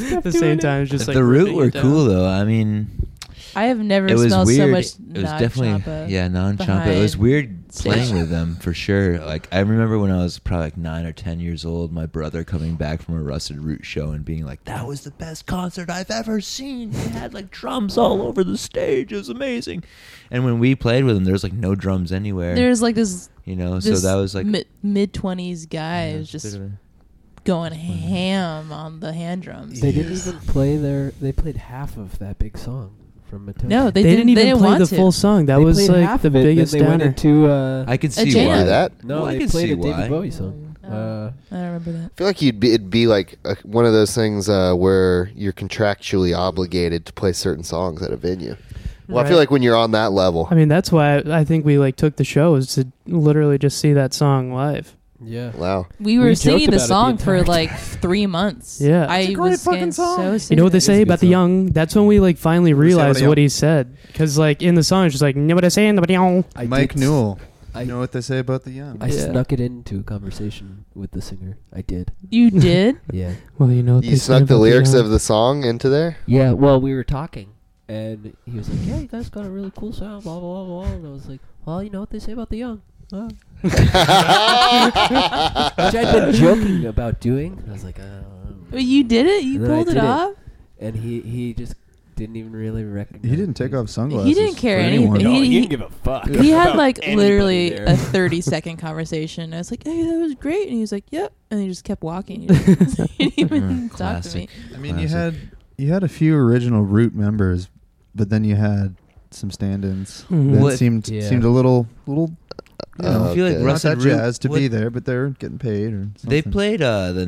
[SPEAKER 9] then at the same time, it's just like
[SPEAKER 10] the root
[SPEAKER 9] ripping
[SPEAKER 10] were
[SPEAKER 9] it down.
[SPEAKER 10] cool though. I mean,
[SPEAKER 5] I have never
[SPEAKER 10] it was
[SPEAKER 5] smelled
[SPEAKER 10] weird.
[SPEAKER 5] so much.
[SPEAKER 10] it was definitely
[SPEAKER 5] Nag Champa.
[SPEAKER 10] yeah, non champa. It was
[SPEAKER 5] behind
[SPEAKER 10] weird
[SPEAKER 5] stage.
[SPEAKER 10] playing with them for sure. Like I remember when I was probably like nine or ten years old, my brother coming back from a Rusted Root show and being like, "That was the best concert I've ever seen. They had like drums all over the stage. It was amazing." And when we played with them, there was like no drums anywhere.
[SPEAKER 5] There's like this.
[SPEAKER 10] you know, Oh, so
[SPEAKER 5] this
[SPEAKER 10] that was like
[SPEAKER 5] mid twenties guy
[SPEAKER 10] yeah,
[SPEAKER 5] who's
[SPEAKER 10] bit
[SPEAKER 5] just
[SPEAKER 10] of a-
[SPEAKER 5] going ham on the hand drums.
[SPEAKER 6] They didn't even play their. They played half of that big song from Matilda.
[SPEAKER 5] No, they,
[SPEAKER 9] They, didn't, even
[SPEAKER 5] they didn't
[SPEAKER 9] play
[SPEAKER 5] want
[SPEAKER 9] the
[SPEAKER 5] to.
[SPEAKER 9] full song. That
[SPEAKER 6] They
[SPEAKER 9] was
[SPEAKER 6] played half
[SPEAKER 9] like the
[SPEAKER 6] of it, then
[SPEAKER 9] biggest
[SPEAKER 6] They went
[SPEAKER 9] downer.
[SPEAKER 6] into uh,
[SPEAKER 10] I could
[SPEAKER 5] A
[SPEAKER 10] see
[SPEAKER 5] jam.
[SPEAKER 10] why
[SPEAKER 1] Do that?
[SPEAKER 6] no,
[SPEAKER 10] Well, I
[SPEAKER 6] they
[SPEAKER 10] can
[SPEAKER 6] played
[SPEAKER 10] see
[SPEAKER 6] a David
[SPEAKER 10] why.
[SPEAKER 6] Bowie song.
[SPEAKER 5] Oh.
[SPEAKER 6] Uh,
[SPEAKER 5] I don't remember that.
[SPEAKER 1] I feel like you'd be it'd be like a, one of those things uh, where you're contractually obligated to play certain songs at a venue. Well, I feel
[SPEAKER 9] Right.
[SPEAKER 1] like when you're on that level,
[SPEAKER 9] I mean, that's why I, I think we like took the show is to literally just see that song live.
[SPEAKER 6] yeah,
[SPEAKER 1] wow.
[SPEAKER 5] We
[SPEAKER 6] We
[SPEAKER 5] were
[SPEAKER 6] joked
[SPEAKER 5] singing
[SPEAKER 6] about it
[SPEAKER 5] the
[SPEAKER 6] the
[SPEAKER 5] song for
[SPEAKER 6] entire
[SPEAKER 5] like three months.
[SPEAKER 9] Yeah.
[SPEAKER 5] I
[SPEAKER 9] It's
[SPEAKER 5] a great was fucking song. So
[SPEAKER 9] You know what they
[SPEAKER 5] serious.
[SPEAKER 6] a
[SPEAKER 9] say
[SPEAKER 6] good
[SPEAKER 9] about the
[SPEAKER 6] song.
[SPEAKER 9] young? That's when we like finally
[SPEAKER 4] What do you say about
[SPEAKER 9] realized
[SPEAKER 4] the
[SPEAKER 9] what
[SPEAKER 4] young?
[SPEAKER 9] he said. Because like in the song, it's just like nobody saying nobody young.
[SPEAKER 6] I
[SPEAKER 4] Mike
[SPEAKER 6] did-
[SPEAKER 4] Newell.
[SPEAKER 6] I-
[SPEAKER 4] you know what they say about the young.
[SPEAKER 6] I
[SPEAKER 9] Yeah.
[SPEAKER 6] snuck it into a conversation with the singer. I did.
[SPEAKER 5] You did?
[SPEAKER 6] Yeah.
[SPEAKER 9] Well, you know, what
[SPEAKER 1] You
[SPEAKER 9] they say
[SPEAKER 1] snuck the
[SPEAKER 9] about
[SPEAKER 1] lyrics
[SPEAKER 9] young.
[SPEAKER 1] of the song into there.
[SPEAKER 6] Yeah. Well, we were talking, and he was like, "Yeah, you guys got a really cool sound." Blah blah blah blah. And I was like, "Well, you know what they say about the young." Uh, which I'd been joking about doing. And I was like, uh,
[SPEAKER 5] But you did it? You
[SPEAKER 6] And then I
[SPEAKER 5] pulled it
[SPEAKER 6] did it.
[SPEAKER 5] off?
[SPEAKER 6] and he he just didn't even really recognize.
[SPEAKER 4] He didn't take off sunglasses.
[SPEAKER 5] He didn't care
[SPEAKER 4] for
[SPEAKER 5] anything.
[SPEAKER 4] anyone.
[SPEAKER 5] He- he-
[SPEAKER 6] a fuck.
[SPEAKER 5] He had like literally a 30 second conversation. I was like, hey, that was great. And he was like, yep. And he just kept walking. He didn't he didn't even talk to me.
[SPEAKER 10] Classic.
[SPEAKER 4] I mean, you
[SPEAKER 10] Classic.
[SPEAKER 4] had you had a few original Root members, but then you had some stand-ins
[SPEAKER 9] Mhm.
[SPEAKER 4] that
[SPEAKER 10] What-
[SPEAKER 4] seemed
[SPEAKER 6] Yeah.
[SPEAKER 4] seems a little little. You know,
[SPEAKER 1] Uh, I feel like
[SPEAKER 4] not
[SPEAKER 10] Rusted
[SPEAKER 4] that
[SPEAKER 10] Root
[SPEAKER 4] jazz to be
[SPEAKER 10] would-
[SPEAKER 4] there, but they're getting paid or something.
[SPEAKER 10] They played uh, the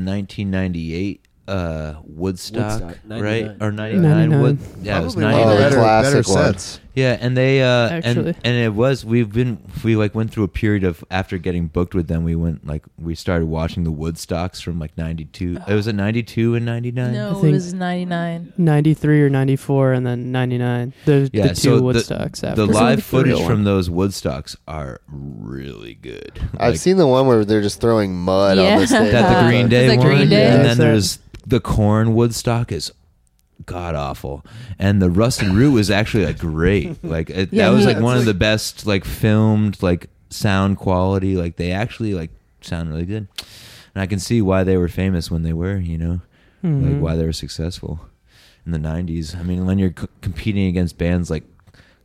[SPEAKER 10] 1998 uh, Woodstock,
[SPEAKER 6] Woodstock,
[SPEAKER 10] right?
[SPEAKER 6] 99.
[SPEAKER 10] Or 99 Wood? Yeah, it was
[SPEAKER 4] Probably one of
[SPEAKER 10] 99.
[SPEAKER 4] the better,
[SPEAKER 1] Classic
[SPEAKER 4] better
[SPEAKER 1] one.
[SPEAKER 4] sets.
[SPEAKER 10] Yeah, and they uh, and
[SPEAKER 9] Actually.
[SPEAKER 10] and it was we've been we like went through a period of after getting booked with them we went like we started watching the Woodstocks from like '92. It was at '92 and '99.
[SPEAKER 5] No, it
[SPEAKER 9] think-
[SPEAKER 5] was 99.
[SPEAKER 9] 93 or 94 and then 99. The,
[SPEAKER 10] Yeah,
[SPEAKER 9] the two
[SPEAKER 10] so the-
[SPEAKER 9] Woodstocks after.
[SPEAKER 10] The live footage
[SPEAKER 5] real
[SPEAKER 10] from those Woodstocks are really good.
[SPEAKER 1] I've
[SPEAKER 10] Like,
[SPEAKER 1] seen the one where they're just throwing mud on the
[SPEAKER 5] Yeah.
[SPEAKER 1] stage.
[SPEAKER 10] that the Green
[SPEAKER 5] Is
[SPEAKER 10] Day
[SPEAKER 5] that
[SPEAKER 10] one,
[SPEAKER 5] Green Day?
[SPEAKER 9] Yes,
[SPEAKER 10] and
[SPEAKER 9] that-
[SPEAKER 10] then there's the Corn Woodstock is god awful, and the Rusted Root was actually like great. Like it,
[SPEAKER 5] Yeah,
[SPEAKER 10] that was
[SPEAKER 5] he-
[SPEAKER 10] like one
[SPEAKER 4] That's
[SPEAKER 10] of the
[SPEAKER 4] like-
[SPEAKER 10] best like filmed like sound quality. Like they actually like sound really good, and I can see why they were famous when they were. You know, like
[SPEAKER 5] Mm-hmm.
[SPEAKER 9] Mhm.
[SPEAKER 10] why they were successful in the '90s. I mean, when you're c- competing against bands like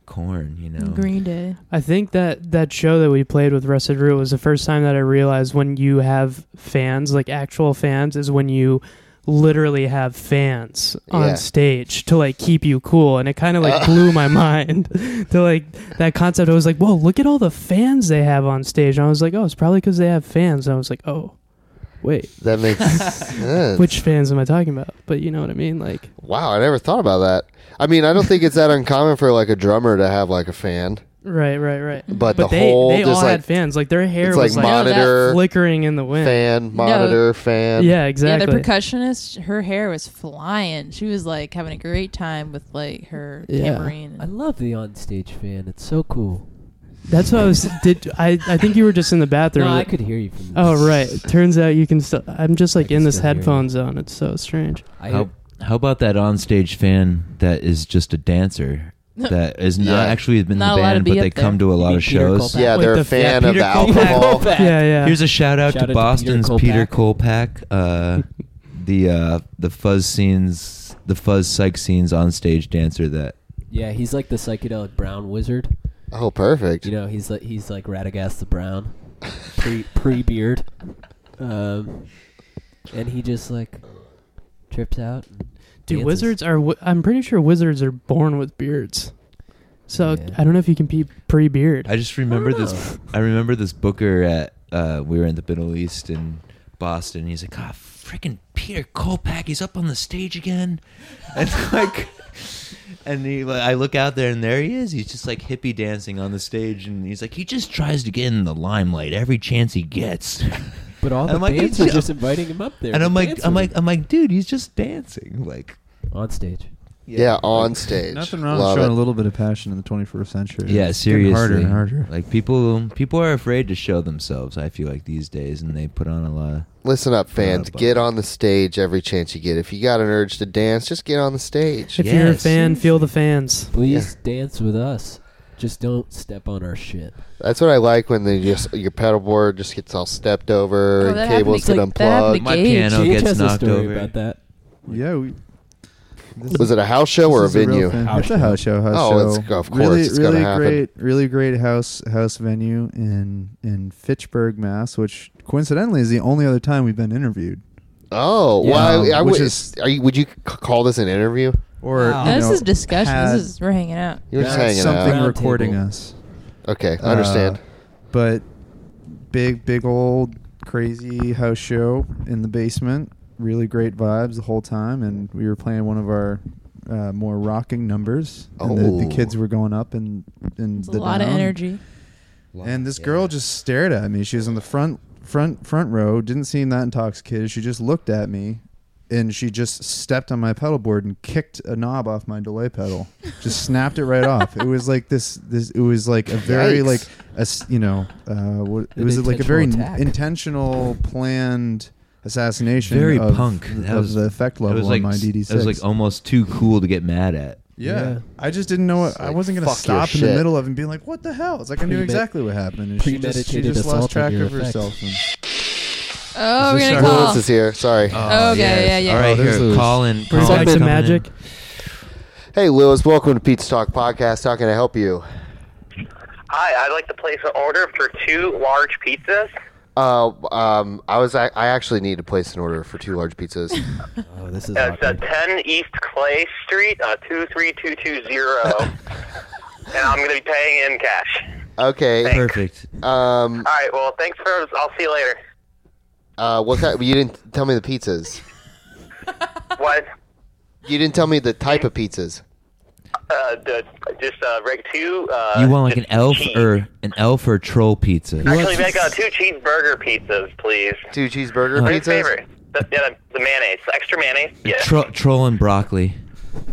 [SPEAKER 10] Corn, you know,
[SPEAKER 5] Green Day.
[SPEAKER 9] I think that that show that we played with Rusted Root was the first time that I realized when you have fans, like actual fans, is when you literally have fans
[SPEAKER 1] Yeah. Uh.
[SPEAKER 9] on stage to like keep you cool and it kind of like blew my mind to like that concept i was like whoa look at all the fans they have on stage and i was like oh it's probably because they have fans and i was like oh wait
[SPEAKER 1] That makes sense.
[SPEAKER 9] which fans am i talking about but you know what i mean like
[SPEAKER 1] wow, I never thought about that. I mean, I don't think it's that uncommon for like a drummer to have like a fan,
[SPEAKER 9] right right right
[SPEAKER 1] but,
[SPEAKER 5] Mm-hmm.
[SPEAKER 1] the
[SPEAKER 9] but they,
[SPEAKER 1] whole
[SPEAKER 9] they all
[SPEAKER 1] just
[SPEAKER 9] had
[SPEAKER 1] like
[SPEAKER 9] fans like their hair
[SPEAKER 1] it's
[SPEAKER 9] was
[SPEAKER 1] like
[SPEAKER 9] like
[SPEAKER 5] mon-
[SPEAKER 1] monitor,
[SPEAKER 9] flickering in the wind
[SPEAKER 1] fan, monitor, fan.
[SPEAKER 9] yeah exactly
[SPEAKER 5] Yeah, the percussionist, her hair was flying. She was like having a great time with like her
[SPEAKER 9] Yeah.
[SPEAKER 5] tambourine.
[SPEAKER 6] I love the onstage fan. It's so cool.
[SPEAKER 9] That's what I was. Did I? I think you were just in the bathroom.
[SPEAKER 6] No, I could hear you from.
[SPEAKER 9] oh right. Turns out you can still. I'm just
[SPEAKER 6] I
[SPEAKER 9] like
[SPEAKER 6] can
[SPEAKER 9] in this
[SPEAKER 6] still hear you.
[SPEAKER 9] headphone zone. It's so strange.
[SPEAKER 6] I
[SPEAKER 10] How, how about that onstage fan that is just a dancer that is not
[SPEAKER 1] Yeah.
[SPEAKER 10] actually been in
[SPEAKER 5] Not
[SPEAKER 10] the
[SPEAKER 5] allowed to
[SPEAKER 10] band,
[SPEAKER 5] be
[SPEAKER 10] but
[SPEAKER 5] up
[SPEAKER 10] they
[SPEAKER 5] there.
[SPEAKER 10] come to a
[SPEAKER 6] You
[SPEAKER 10] lot
[SPEAKER 6] mean
[SPEAKER 10] of
[SPEAKER 6] Peter
[SPEAKER 10] shows.
[SPEAKER 6] Kolpak?
[SPEAKER 1] Yeah,
[SPEAKER 9] Like
[SPEAKER 1] they're a
[SPEAKER 9] the-
[SPEAKER 1] fan
[SPEAKER 10] yeah,
[SPEAKER 1] of
[SPEAKER 10] Peter
[SPEAKER 1] the
[SPEAKER 10] Kolpak.
[SPEAKER 1] alcohol.
[SPEAKER 9] Yeah, yeah.
[SPEAKER 10] Here's a shout out
[SPEAKER 6] Shout
[SPEAKER 10] to
[SPEAKER 6] out to
[SPEAKER 10] Boston's Peter
[SPEAKER 6] Peter
[SPEAKER 10] Kolpak, uh, the uh, the fuzz scenes, the fuzz psych scenes onstage dancer that
[SPEAKER 6] Yeah, he's like the psychedelic brown wizard.
[SPEAKER 1] Oh, perfect.
[SPEAKER 6] You know, he's like he's like Radagast the Brown, pre pre beard, um, and he just like trips out. And
[SPEAKER 9] Dude,
[SPEAKER 6] dances.
[SPEAKER 9] wizards are. wi- I'm pretty sure wizards are born with beards. So
[SPEAKER 6] Yeah.
[SPEAKER 9] I don't know if you can be pre-beard.
[SPEAKER 10] I just remember
[SPEAKER 6] don't
[SPEAKER 10] this.
[SPEAKER 4] Oh.
[SPEAKER 10] I remember this Booker at uh, we were in the Middle East in Boston. He's like, ah, freaking Peter Kolpak, he's up on the stage again, and like, and he, like, I look out there and there he is. He's just like hippie dancing on the stage, and he's like, he just tries to get in the limelight every chance he gets.
[SPEAKER 6] But all
[SPEAKER 10] And
[SPEAKER 6] the
[SPEAKER 10] I'm like,
[SPEAKER 6] bands
[SPEAKER 10] he's-
[SPEAKER 6] are just inviting him up there.
[SPEAKER 10] and
[SPEAKER 6] to
[SPEAKER 10] I'm like,
[SPEAKER 6] dance
[SPEAKER 10] I'm
[SPEAKER 6] with
[SPEAKER 10] like, I'm like, dude, he's just dancing, like.
[SPEAKER 6] him on stage.
[SPEAKER 1] yeah. on stage.
[SPEAKER 4] Nothing wrong
[SPEAKER 1] Love
[SPEAKER 4] with showing
[SPEAKER 1] it.
[SPEAKER 4] a little bit of passion in the 21st century.
[SPEAKER 10] Yeah,
[SPEAKER 4] It's getting
[SPEAKER 10] seriously.
[SPEAKER 4] harder and harder.
[SPEAKER 10] Like people, people are afraid to show themselves. I feel like these days, and they put on a lot of
[SPEAKER 1] Listen up, fans.
[SPEAKER 10] about
[SPEAKER 1] Get
[SPEAKER 10] that.
[SPEAKER 1] on the stage every chance you get. If you got an urge to dance, just get on the stage.
[SPEAKER 9] if you're a
[SPEAKER 10] Yes.
[SPEAKER 9] fan, feel the fans.
[SPEAKER 6] Please dance with us. Just don't step on our shit.
[SPEAKER 1] That's what I like when they just your pedal board just gets all stepped over
[SPEAKER 5] Oh, that
[SPEAKER 1] and
[SPEAKER 5] happened
[SPEAKER 1] cables
[SPEAKER 5] to-
[SPEAKER 1] get
[SPEAKER 5] like, that happened
[SPEAKER 1] unplugged.
[SPEAKER 5] to
[SPEAKER 10] My
[SPEAKER 5] Gage.
[SPEAKER 10] piano
[SPEAKER 6] Gage
[SPEAKER 10] gets
[SPEAKER 6] has
[SPEAKER 10] knocked
[SPEAKER 6] a story
[SPEAKER 10] over.
[SPEAKER 6] about that.
[SPEAKER 4] Yeah. We, this
[SPEAKER 1] Was it a house show
[SPEAKER 4] This
[SPEAKER 1] or a
[SPEAKER 4] is real
[SPEAKER 1] venue?
[SPEAKER 4] thing.
[SPEAKER 6] House
[SPEAKER 4] it's a house show. House
[SPEAKER 1] Oh,
[SPEAKER 4] show.
[SPEAKER 1] it's- of course
[SPEAKER 4] really,
[SPEAKER 1] it's gonna
[SPEAKER 4] really
[SPEAKER 1] happen.
[SPEAKER 4] great, really great house house venue in in Fitchburg, Mass, which coincidentally is the only other time we've been interviewed.
[SPEAKER 1] Oh,
[SPEAKER 6] Yeah,
[SPEAKER 1] well, I, I
[SPEAKER 4] which
[SPEAKER 1] would,
[SPEAKER 4] is-
[SPEAKER 1] are you, would you c- call this an interview?
[SPEAKER 4] Or
[SPEAKER 6] Wow.
[SPEAKER 4] you
[SPEAKER 5] this
[SPEAKER 4] know,
[SPEAKER 5] is discussion.
[SPEAKER 4] had
[SPEAKER 5] This is we're hanging out.
[SPEAKER 1] You're just
[SPEAKER 6] That's
[SPEAKER 1] hanging
[SPEAKER 4] something
[SPEAKER 1] out.
[SPEAKER 6] Round
[SPEAKER 4] recording
[SPEAKER 6] table.
[SPEAKER 4] us.
[SPEAKER 1] Okay, I understand.
[SPEAKER 4] Uh, but big, big old crazy house show in the basement. Really great vibes the whole time, and we were playing one of our uh, more rocking numbers. And the,
[SPEAKER 1] Oh.
[SPEAKER 4] the kids were going up and and
[SPEAKER 5] It's a
[SPEAKER 4] the
[SPEAKER 5] lot of
[SPEAKER 4] down.
[SPEAKER 5] energy.
[SPEAKER 4] And this girl just stared at me. She was in the front front front row. Didn't seem that intoxicated. She just looked at me, and she just stepped on my pedal board and kicked a knob off my delay pedal. just snapped it right off. It was like this. This. It was like a very
[SPEAKER 1] Yikes.
[SPEAKER 4] like a s- you know uh, what, it was like a
[SPEAKER 6] intentional
[SPEAKER 4] very
[SPEAKER 6] attack.
[SPEAKER 4] intentional planned assassination.
[SPEAKER 8] Very
[SPEAKER 4] of,
[SPEAKER 8] punk. That
[SPEAKER 4] of
[SPEAKER 8] was-
[SPEAKER 4] the effect level
[SPEAKER 8] it was like
[SPEAKER 4] on my
[SPEAKER 8] s-
[SPEAKER 4] DD6.
[SPEAKER 8] It was like almost too cool to get mad at.
[SPEAKER 4] Yeah.
[SPEAKER 6] Yeah.
[SPEAKER 4] I just didn't know what
[SPEAKER 1] It's
[SPEAKER 4] I
[SPEAKER 1] like,
[SPEAKER 4] wasn't gonna
[SPEAKER 1] fuck your
[SPEAKER 4] stop in the
[SPEAKER 1] shit.
[SPEAKER 4] middle of it and be like, "What the hell?" It's like I knew
[SPEAKER 6] Premed-
[SPEAKER 4] exactly what happened, and she just, she
[SPEAKER 6] premeditated
[SPEAKER 4] just lost
[SPEAKER 6] assault on
[SPEAKER 4] track
[SPEAKER 6] your
[SPEAKER 4] of
[SPEAKER 6] effects.
[SPEAKER 4] herself. And
[SPEAKER 5] Oh, we're
[SPEAKER 4] Is this
[SPEAKER 5] gonna
[SPEAKER 4] our-
[SPEAKER 5] call.
[SPEAKER 1] Willis is here. Sorry.
[SPEAKER 5] Oh, okay, yes. yeah, yeah.
[SPEAKER 8] All
[SPEAKER 4] Oh,
[SPEAKER 8] right,
[SPEAKER 4] there's
[SPEAKER 8] here,
[SPEAKER 4] Lewis.
[SPEAKER 8] call in.
[SPEAKER 9] Bring
[SPEAKER 8] Colin's
[SPEAKER 9] back the
[SPEAKER 8] coming in.
[SPEAKER 9] magic.
[SPEAKER 1] hey, Lewis, welcome to Pete's Talk Podcast. How can I help you?
[SPEAKER 14] Hi, I'd like to place an order for two large pizzas.
[SPEAKER 1] Uh, um, I was I, I actually need to place an order for two large pizzas.
[SPEAKER 6] Oh, this is
[SPEAKER 14] Uh, It's uh,
[SPEAKER 6] awkward.
[SPEAKER 14] 10 East Clay Street, uh, 23220. and I'm going to be paying in cash.
[SPEAKER 1] Okay.
[SPEAKER 8] Perfect.
[SPEAKER 1] Um.
[SPEAKER 14] All right, well, thanks for I'll see you later.
[SPEAKER 1] Uh. What kind? You didn't tell me the pizzas.
[SPEAKER 14] What?
[SPEAKER 1] You didn't tell me the type of pizzas.
[SPEAKER 14] Uh, the, just uh, reg two. Uh,
[SPEAKER 8] You want like an
[SPEAKER 14] just
[SPEAKER 8] elf
[SPEAKER 14] cheese.
[SPEAKER 8] or an elf or troll pizza?
[SPEAKER 14] Actually, make uh, two cheeseburger pizzas, please.
[SPEAKER 1] Two cheeseburger
[SPEAKER 14] What's your
[SPEAKER 1] pizzas.
[SPEAKER 14] favorite? The, yeah, the mayonnaise. Extra mayonnaise? Yeah.
[SPEAKER 8] Tro- troll and broccoli.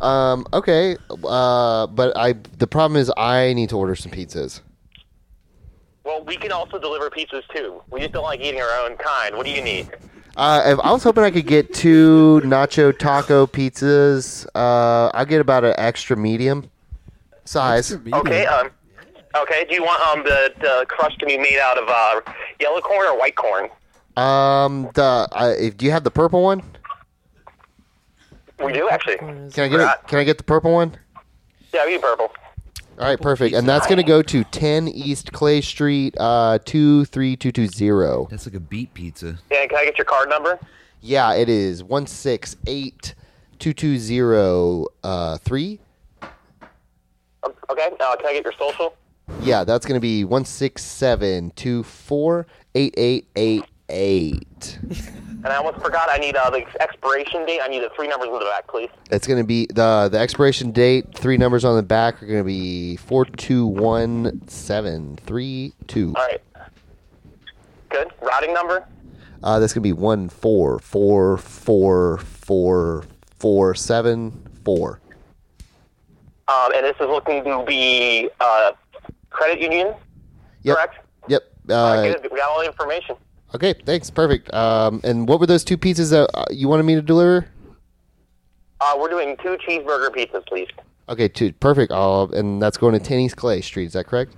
[SPEAKER 1] Um. Okay. Uh. But I. The problem is I need to order some pizzas.
[SPEAKER 14] Well, we can also deliver pizzas, too. We just don't like eating our own kind. What do you need?
[SPEAKER 1] Uh, if, I was hoping I could get two nacho taco pizzas. Uh, I'll get about an extra medium size.
[SPEAKER 14] Okay. Um. Okay. Do you want um the, the crust to be made out of uh, yellow corn or white corn?
[SPEAKER 1] Um, the uh, if do you have the purple one? Uh,
[SPEAKER 14] We do actually.
[SPEAKER 1] Can I get it? Can I get the purple one?
[SPEAKER 14] Yeah, we do purple.
[SPEAKER 1] All right, perfect. And that's gonna go to 10 East Clay Street, uh, two three two two zero.
[SPEAKER 8] That's like a beet pizza.
[SPEAKER 14] Dan, can I get your card number?
[SPEAKER 1] Yeah, it is one six eight two two zero uh three.
[SPEAKER 14] Um, Okay. Uh, can I get your social?
[SPEAKER 1] Yeah, that's gonna be one six seven two four eight eight eight eight.
[SPEAKER 14] And I almost forgot. I need uh, the expiration date. I need the three numbers in the back, please.
[SPEAKER 1] It's going to be the the expiration date. Three numbers on the back are going to be four two one seven three two.
[SPEAKER 14] All right. Good. Routing number.
[SPEAKER 1] Uh, that's going to be one four four four four four seven four.
[SPEAKER 14] Um, and this is looking to be uh, credit union.
[SPEAKER 1] Yep.
[SPEAKER 14] Correct.
[SPEAKER 1] Yep.
[SPEAKER 14] All right,
[SPEAKER 1] Uh,
[SPEAKER 14] good. We got all the information.
[SPEAKER 1] okay. Thanks. Perfect. Um, and what were those two pizzas that uh, you wanted me to deliver?
[SPEAKER 14] Uh, we're doing two cheeseburger pizzas, please.
[SPEAKER 1] Okay. Two. Perfect. Uh, and that's going to Tenny's Clay Street. Is that correct?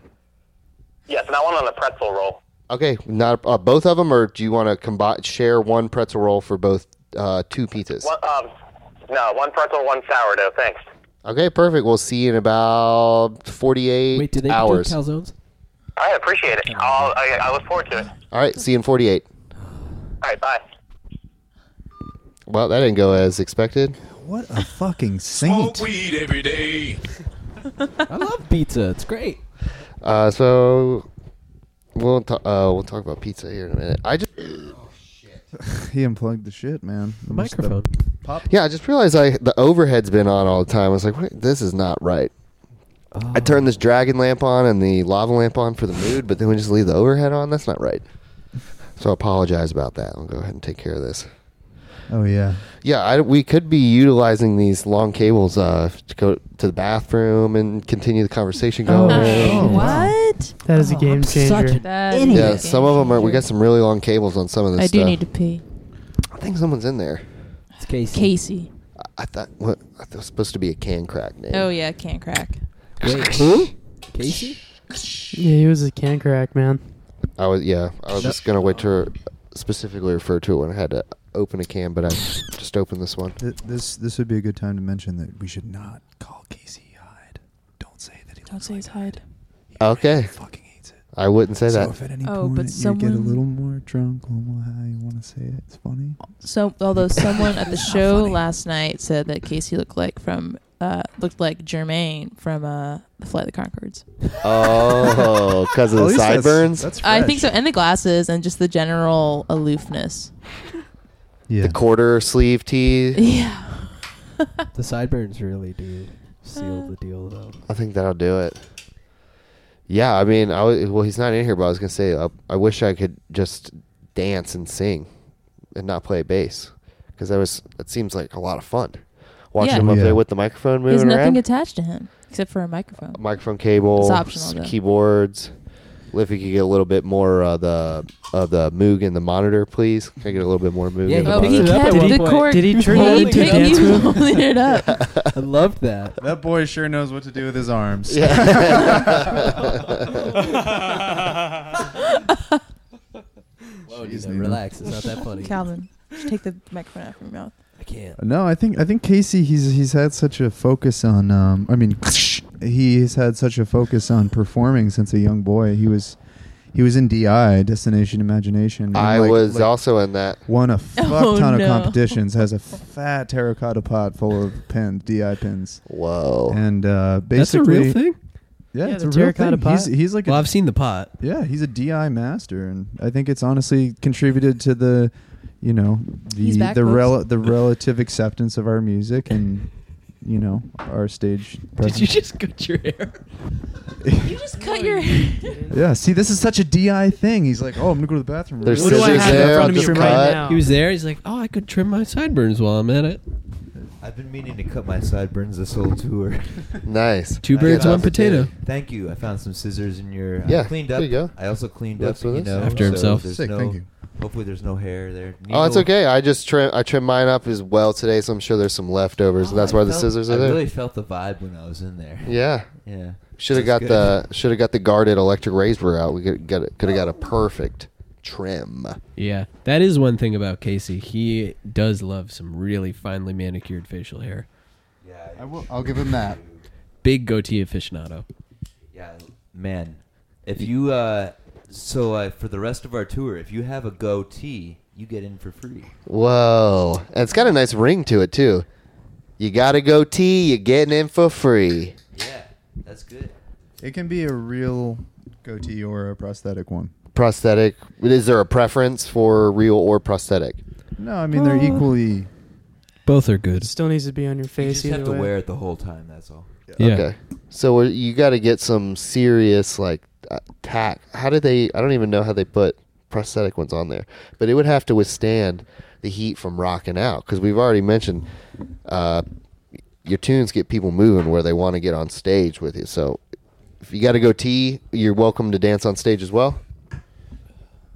[SPEAKER 14] Yes, and I want it on the pretzel roll.
[SPEAKER 1] Okay. Not uh, both of them, or do you want to combi- share one pretzel roll for both uh, two pizzas?
[SPEAKER 14] One, um, no, one pretzel, one sourdough. Thanks.
[SPEAKER 1] Okay, perfect. We'll see you in about 48
[SPEAKER 6] Wait, do they do
[SPEAKER 1] hours.
[SPEAKER 6] calzones?
[SPEAKER 14] I appreciate it. I'll, I, I look forward to it. All
[SPEAKER 1] All right, see you in 48.
[SPEAKER 14] right, bye.
[SPEAKER 1] Well, that didn't go as expected.
[SPEAKER 4] what a fucking saint!
[SPEAKER 6] I love pizza. It's great.
[SPEAKER 1] Uh, so we'll ta- uh, we'll talk about pizza here in a minute. I just
[SPEAKER 4] He unplugged the shit, man. The mis- the
[SPEAKER 6] Microphone.
[SPEAKER 1] yeah, I just realized I the overhead's been on all the time. I was like, Wait, this is not right. I turned this dragon lamp on and the lava lamp on for the mood, but then we just leave the overhead on. That's not right. So I apologize about that. I'll go ahead and take care of this.
[SPEAKER 4] Oh yeah.
[SPEAKER 1] Yeah, I, we could be utilizing these long cables uh, to go to the bathroom and continue the conversation going.
[SPEAKER 4] Oh,
[SPEAKER 5] what? Oh,
[SPEAKER 9] That is a game changer.
[SPEAKER 5] That
[SPEAKER 1] yeah, some of them are. We got some really long cables on some of this.
[SPEAKER 5] I do
[SPEAKER 1] stuff.
[SPEAKER 5] need to pee.
[SPEAKER 1] I think someone's in there.
[SPEAKER 6] It's Casey.
[SPEAKER 5] Casey.
[SPEAKER 1] I, I thought what I thought it was supposed to be a can crack name.
[SPEAKER 5] Oh yeah, can't crack.
[SPEAKER 6] Wait,
[SPEAKER 1] Hmm?
[SPEAKER 6] Casey?
[SPEAKER 9] Yeah, he was a can crack man.
[SPEAKER 1] I was yeah. I was just gonna wait to specifically refer to it when I had to open a can, but I just opened this one.
[SPEAKER 4] Th- this this would be a good time to mention that we should not call Casey Hyde. Don't say that he
[SPEAKER 5] Don't say his hide.
[SPEAKER 1] Okay.
[SPEAKER 4] fucking hates it.
[SPEAKER 1] I wouldn't say
[SPEAKER 4] So
[SPEAKER 1] that.
[SPEAKER 4] if at any
[SPEAKER 5] Oh,
[SPEAKER 4] point
[SPEAKER 5] but
[SPEAKER 4] you get a
[SPEAKER 5] someone-
[SPEAKER 4] little more drunk, a little more high, you want to say it, it's funny.
[SPEAKER 5] So, although someone at the
[SPEAKER 4] It's not
[SPEAKER 5] show
[SPEAKER 4] funny.
[SPEAKER 5] last night said that Casey looked like from uh, looked like Jermaine from uh, the Flight of the Concords.
[SPEAKER 1] Oh, because of the sideburns,
[SPEAKER 4] That's, that's
[SPEAKER 5] I think so, and the glasses, and just the general aloofness.
[SPEAKER 4] Yeah.
[SPEAKER 1] the quarter sleeve tee.
[SPEAKER 5] Yeah,
[SPEAKER 6] The sideburns really do seal the deal, though.
[SPEAKER 1] I think that'll do it. Yeah, I mean, I was, well, he's not in here, but I was gonna say, I, I wish I could just dance and sing, and not play bass, because that was that seems like a lot of fun. Watching
[SPEAKER 5] Yeah.
[SPEAKER 1] him up
[SPEAKER 4] Yeah.
[SPEAKER 1] there with the microphone
[SPEAKER 5] there's
[SPEAKER 1] moving
[SPEAKER 5] nothing
[SPEAKER 1] around,
[SPEAKER 5] attached to him except for a microphone.
[SPEAKER 1] microphone cable,
[SPEAKER 5] It's optional,
[SPEAKER 1] s-
[SPEAKER 5] though.
[SPEAKER 1] keyboards. If you could get a little bit more uh, the of the Moog in the monitor, please. Can I get a little bit more Moog?
[SPEAKER 6] Yeah,
[SPEAKER 1] in the
[SPEAKER 5] Oh,
[SPEAKER 6] He
[SPEAKER 5] he
[SPEAKER 1] monitor?
[SPEAKER 6] picked it up
[SPEAKER 5] kept
[SPEAKER 6] at one
[SPEAKER 5] the
[SPEAKER 6] point.
[SPEAKER 5] cork.
[SPEAKER 9] Did he turn it into a
[SPEAKER 5] picked-
[SPEAKER 9] dance
[SPEAKER 5] he
[SPEAKER 9] move?
[SPEAKER 5] rolled it up.
[SPEAKER 6] I loved that.
[SPEAKER 4] That boy sure knows what to do with his arms.
[SPEAKER 6] Whoa,
[SPEAKER 4] Jeez,
[SPEAKER 6] dude,
[SPEAKER 4] Nina.
[SPEAKER 6] relax. It's not that funny.
[SPEAKER 5] Calvin, just take the microphone out from your mouth.
[SPEAKER 6] I can't.
[SPEAKER 4] No, I think I think Casey he's he's had such a focus on um I mean he's had such a focus on performing since a young boy. He was he was in DI Destination Imagination. and,
[SPEAKER 1] I
[SPEAKER 4] like-
[SPEAKER 1] was
[SPEAKER 4] like,
[SPEAKER 1] also in that.
[SPEAKER 4] won a fuck
[SPEAKER 5] Oh,
[SPEAKER 4] ton
[SPEAKER 5] no.
[SPEAKER 4] of competitions. Has a fat terracotta pot full of pins, DI pins,
[SPEAKER 1] Whoa.
[SPEAKER 4] and uh,
[SPEAKER 6] That's a
[SPEAKER 4] basically
[SPEAKER 6] real thing.
[SPEAKER 4] Yeah,
[SPEAKER 9] Yeah,
[SPEAKER 4] it's
[SPEAKER 9] the
[SPEAKER 4] a real
[SPEAKER 9] terracotta
[SPEAKER 4] thing. He's,
[SPEAKER 9] pot.
[SPEAKER 4] he's like
[SPEAKER 6] Well,
[SPEAKER 4] a
[SPEAKER 6] I've seen the pot.
[SPEAKER 4] Yeah, he's a DI master, and I think it's honestly contributed to the, you know, the
[SPEAKER 5] He's back,
[SPEAKER 4] the
[SPEAKER 5] folks.
[SPEAKER 4] rel- the relative acceptance of our music and, you know, our stage.
[SPEAKER 6] Did you
[SPEAKER 4] presence.
[SPEAKER 6] just cut your hair?
[SPEAKER 5] You just cut your.
[SPEAKER 4] yeah, see, this is such a DI thing. He's like, oh, I'm gonna go to the bathroom.
[SPEAKER 1] There's
[SPEAKER 9] What do I
[SPEAKER 1] scissors
[SPEAKER 9] have in
[SPEAKER 1] there,
[SPEAKER 9] front of
[SPEAKER 1] I'll
[SPEAKER 9] me
[SPEAKER 1] just
[SPEAKER 9] right
[SPEAKER 1] cut.
[SPEAKER 9] now?
[SPEAKER 6] He was there. He's like, oh, I could trim my sideburns while I'm at it.
[SPEAKER 8] I've been meaning to cut my sideburns this whole tour.
[SPEAKER 1] Nice.
[SPEAKER 6] Two
[SPEAKER 8] I
[SPEAKER 6] birds,
[SPEAKER 8] got
[SPEAKER 6] one
[SPEAKER 8] it.
[SPEAKER 6] potato.
[SPEAKER 8] Thank you. I found some scissors in your. I
[SPEAKER 1] Yeah,
[SPEAKER 8] cleaned
[SPEAKER 1] there
[SPEAKER 8] up.
[SPEAKER 1] you go.
[SPEAKER 8] I also cleaned
[SPEAKER 1] Works
[SPEAKER 8] up.
[SPEAKER 1] with
[SPEAKER 8] You
[SPEAKER 1] us.
[SPEAKER 8] know,
[SPEAKER 6] After himself.
[SPEAKER 8] there's
[SPEAKER 4] Sick,
[SPEAKER 8] no-
[SPEAKER 4] thank you.
[SPEAKER 8] Hopefully, there's no hair there.
[SPEAKER 1] Oh, it's
[SPEAKER 8] Needle-
[SPEAKER 1] okay. I just trim I trim mine up as well today, so I'm sure there's some leftovers.
[SPEAKER 8] Oh,
[SPEAKER 1] and that's
[SPEAKER 8] I
[SPEAKER 1] why the
[SPEAKER 8] felt-
[SPEAKER 1] scissors are there.
[SPEAKER 8] I really felt the vibe when I was in there.
[SPEAKER 1] yeah.
[SPEAKER 8] Yeah.
[SPEAKER 1] Should have got
[SPEAKER 8] That's
[SPEAKER 1] the
[SPEAKER 8] good.
[SPEAKER 1] should have got the guarded electric razor out. We could got could have got a perfect trim.
[SPEAKER 6] Yeah, that is one thing about Casey. He does love some really finely manicured facial hair.
[SPEAKER 8] Yeah.
[SPEAKER 7] I will, I'll give him that.
[SPEAKER 6] Big goatee aficionado.
[SPEAKER 8] Yeah, man. If you uh, so uh, for the rest of our tour, if you have a goatee, you get in for free.
[SPEAKER 1] Whoa. And it's got a nice ring to it too. You got a goatee, you're getting in for free.
[SPEAKER 8] Yeah, that's good.
[SPEAKER 4] It can be a real goatee or a prosthetic one.
[SPEAKER 1] Prosthetic. Is there a preference for real or prosthetic?
[SPEAKER 4] No, I mean
[SPEAKER 9] Oh.
[SPEAKER 4] they're equally.
[SPEAKER 6] Both are good.
[SPEAKER 9] Still needs to be on your
[SPEAKER 8] You
[SPEAKER 9] face
[SPEAKER 8] just have
[SPEAKER 9] either
[SPEAKER 8] to
[SPEAKER 9] way.
[SPEAKER 8] wear it the whole time. That's all.
[SPEAKER 6] Yeah.
[SPEAKER 1] Okay. So we're, you got to get some serious like uh, tack. How did they? I don't even know how they put prosthetic ones on there, but it would have to withstand the heat from rocking out because we've already mentioned uh, your tunes get people moving where they want to get on stage with you. So if you got to go tee, you're welcome to dance on stage as well.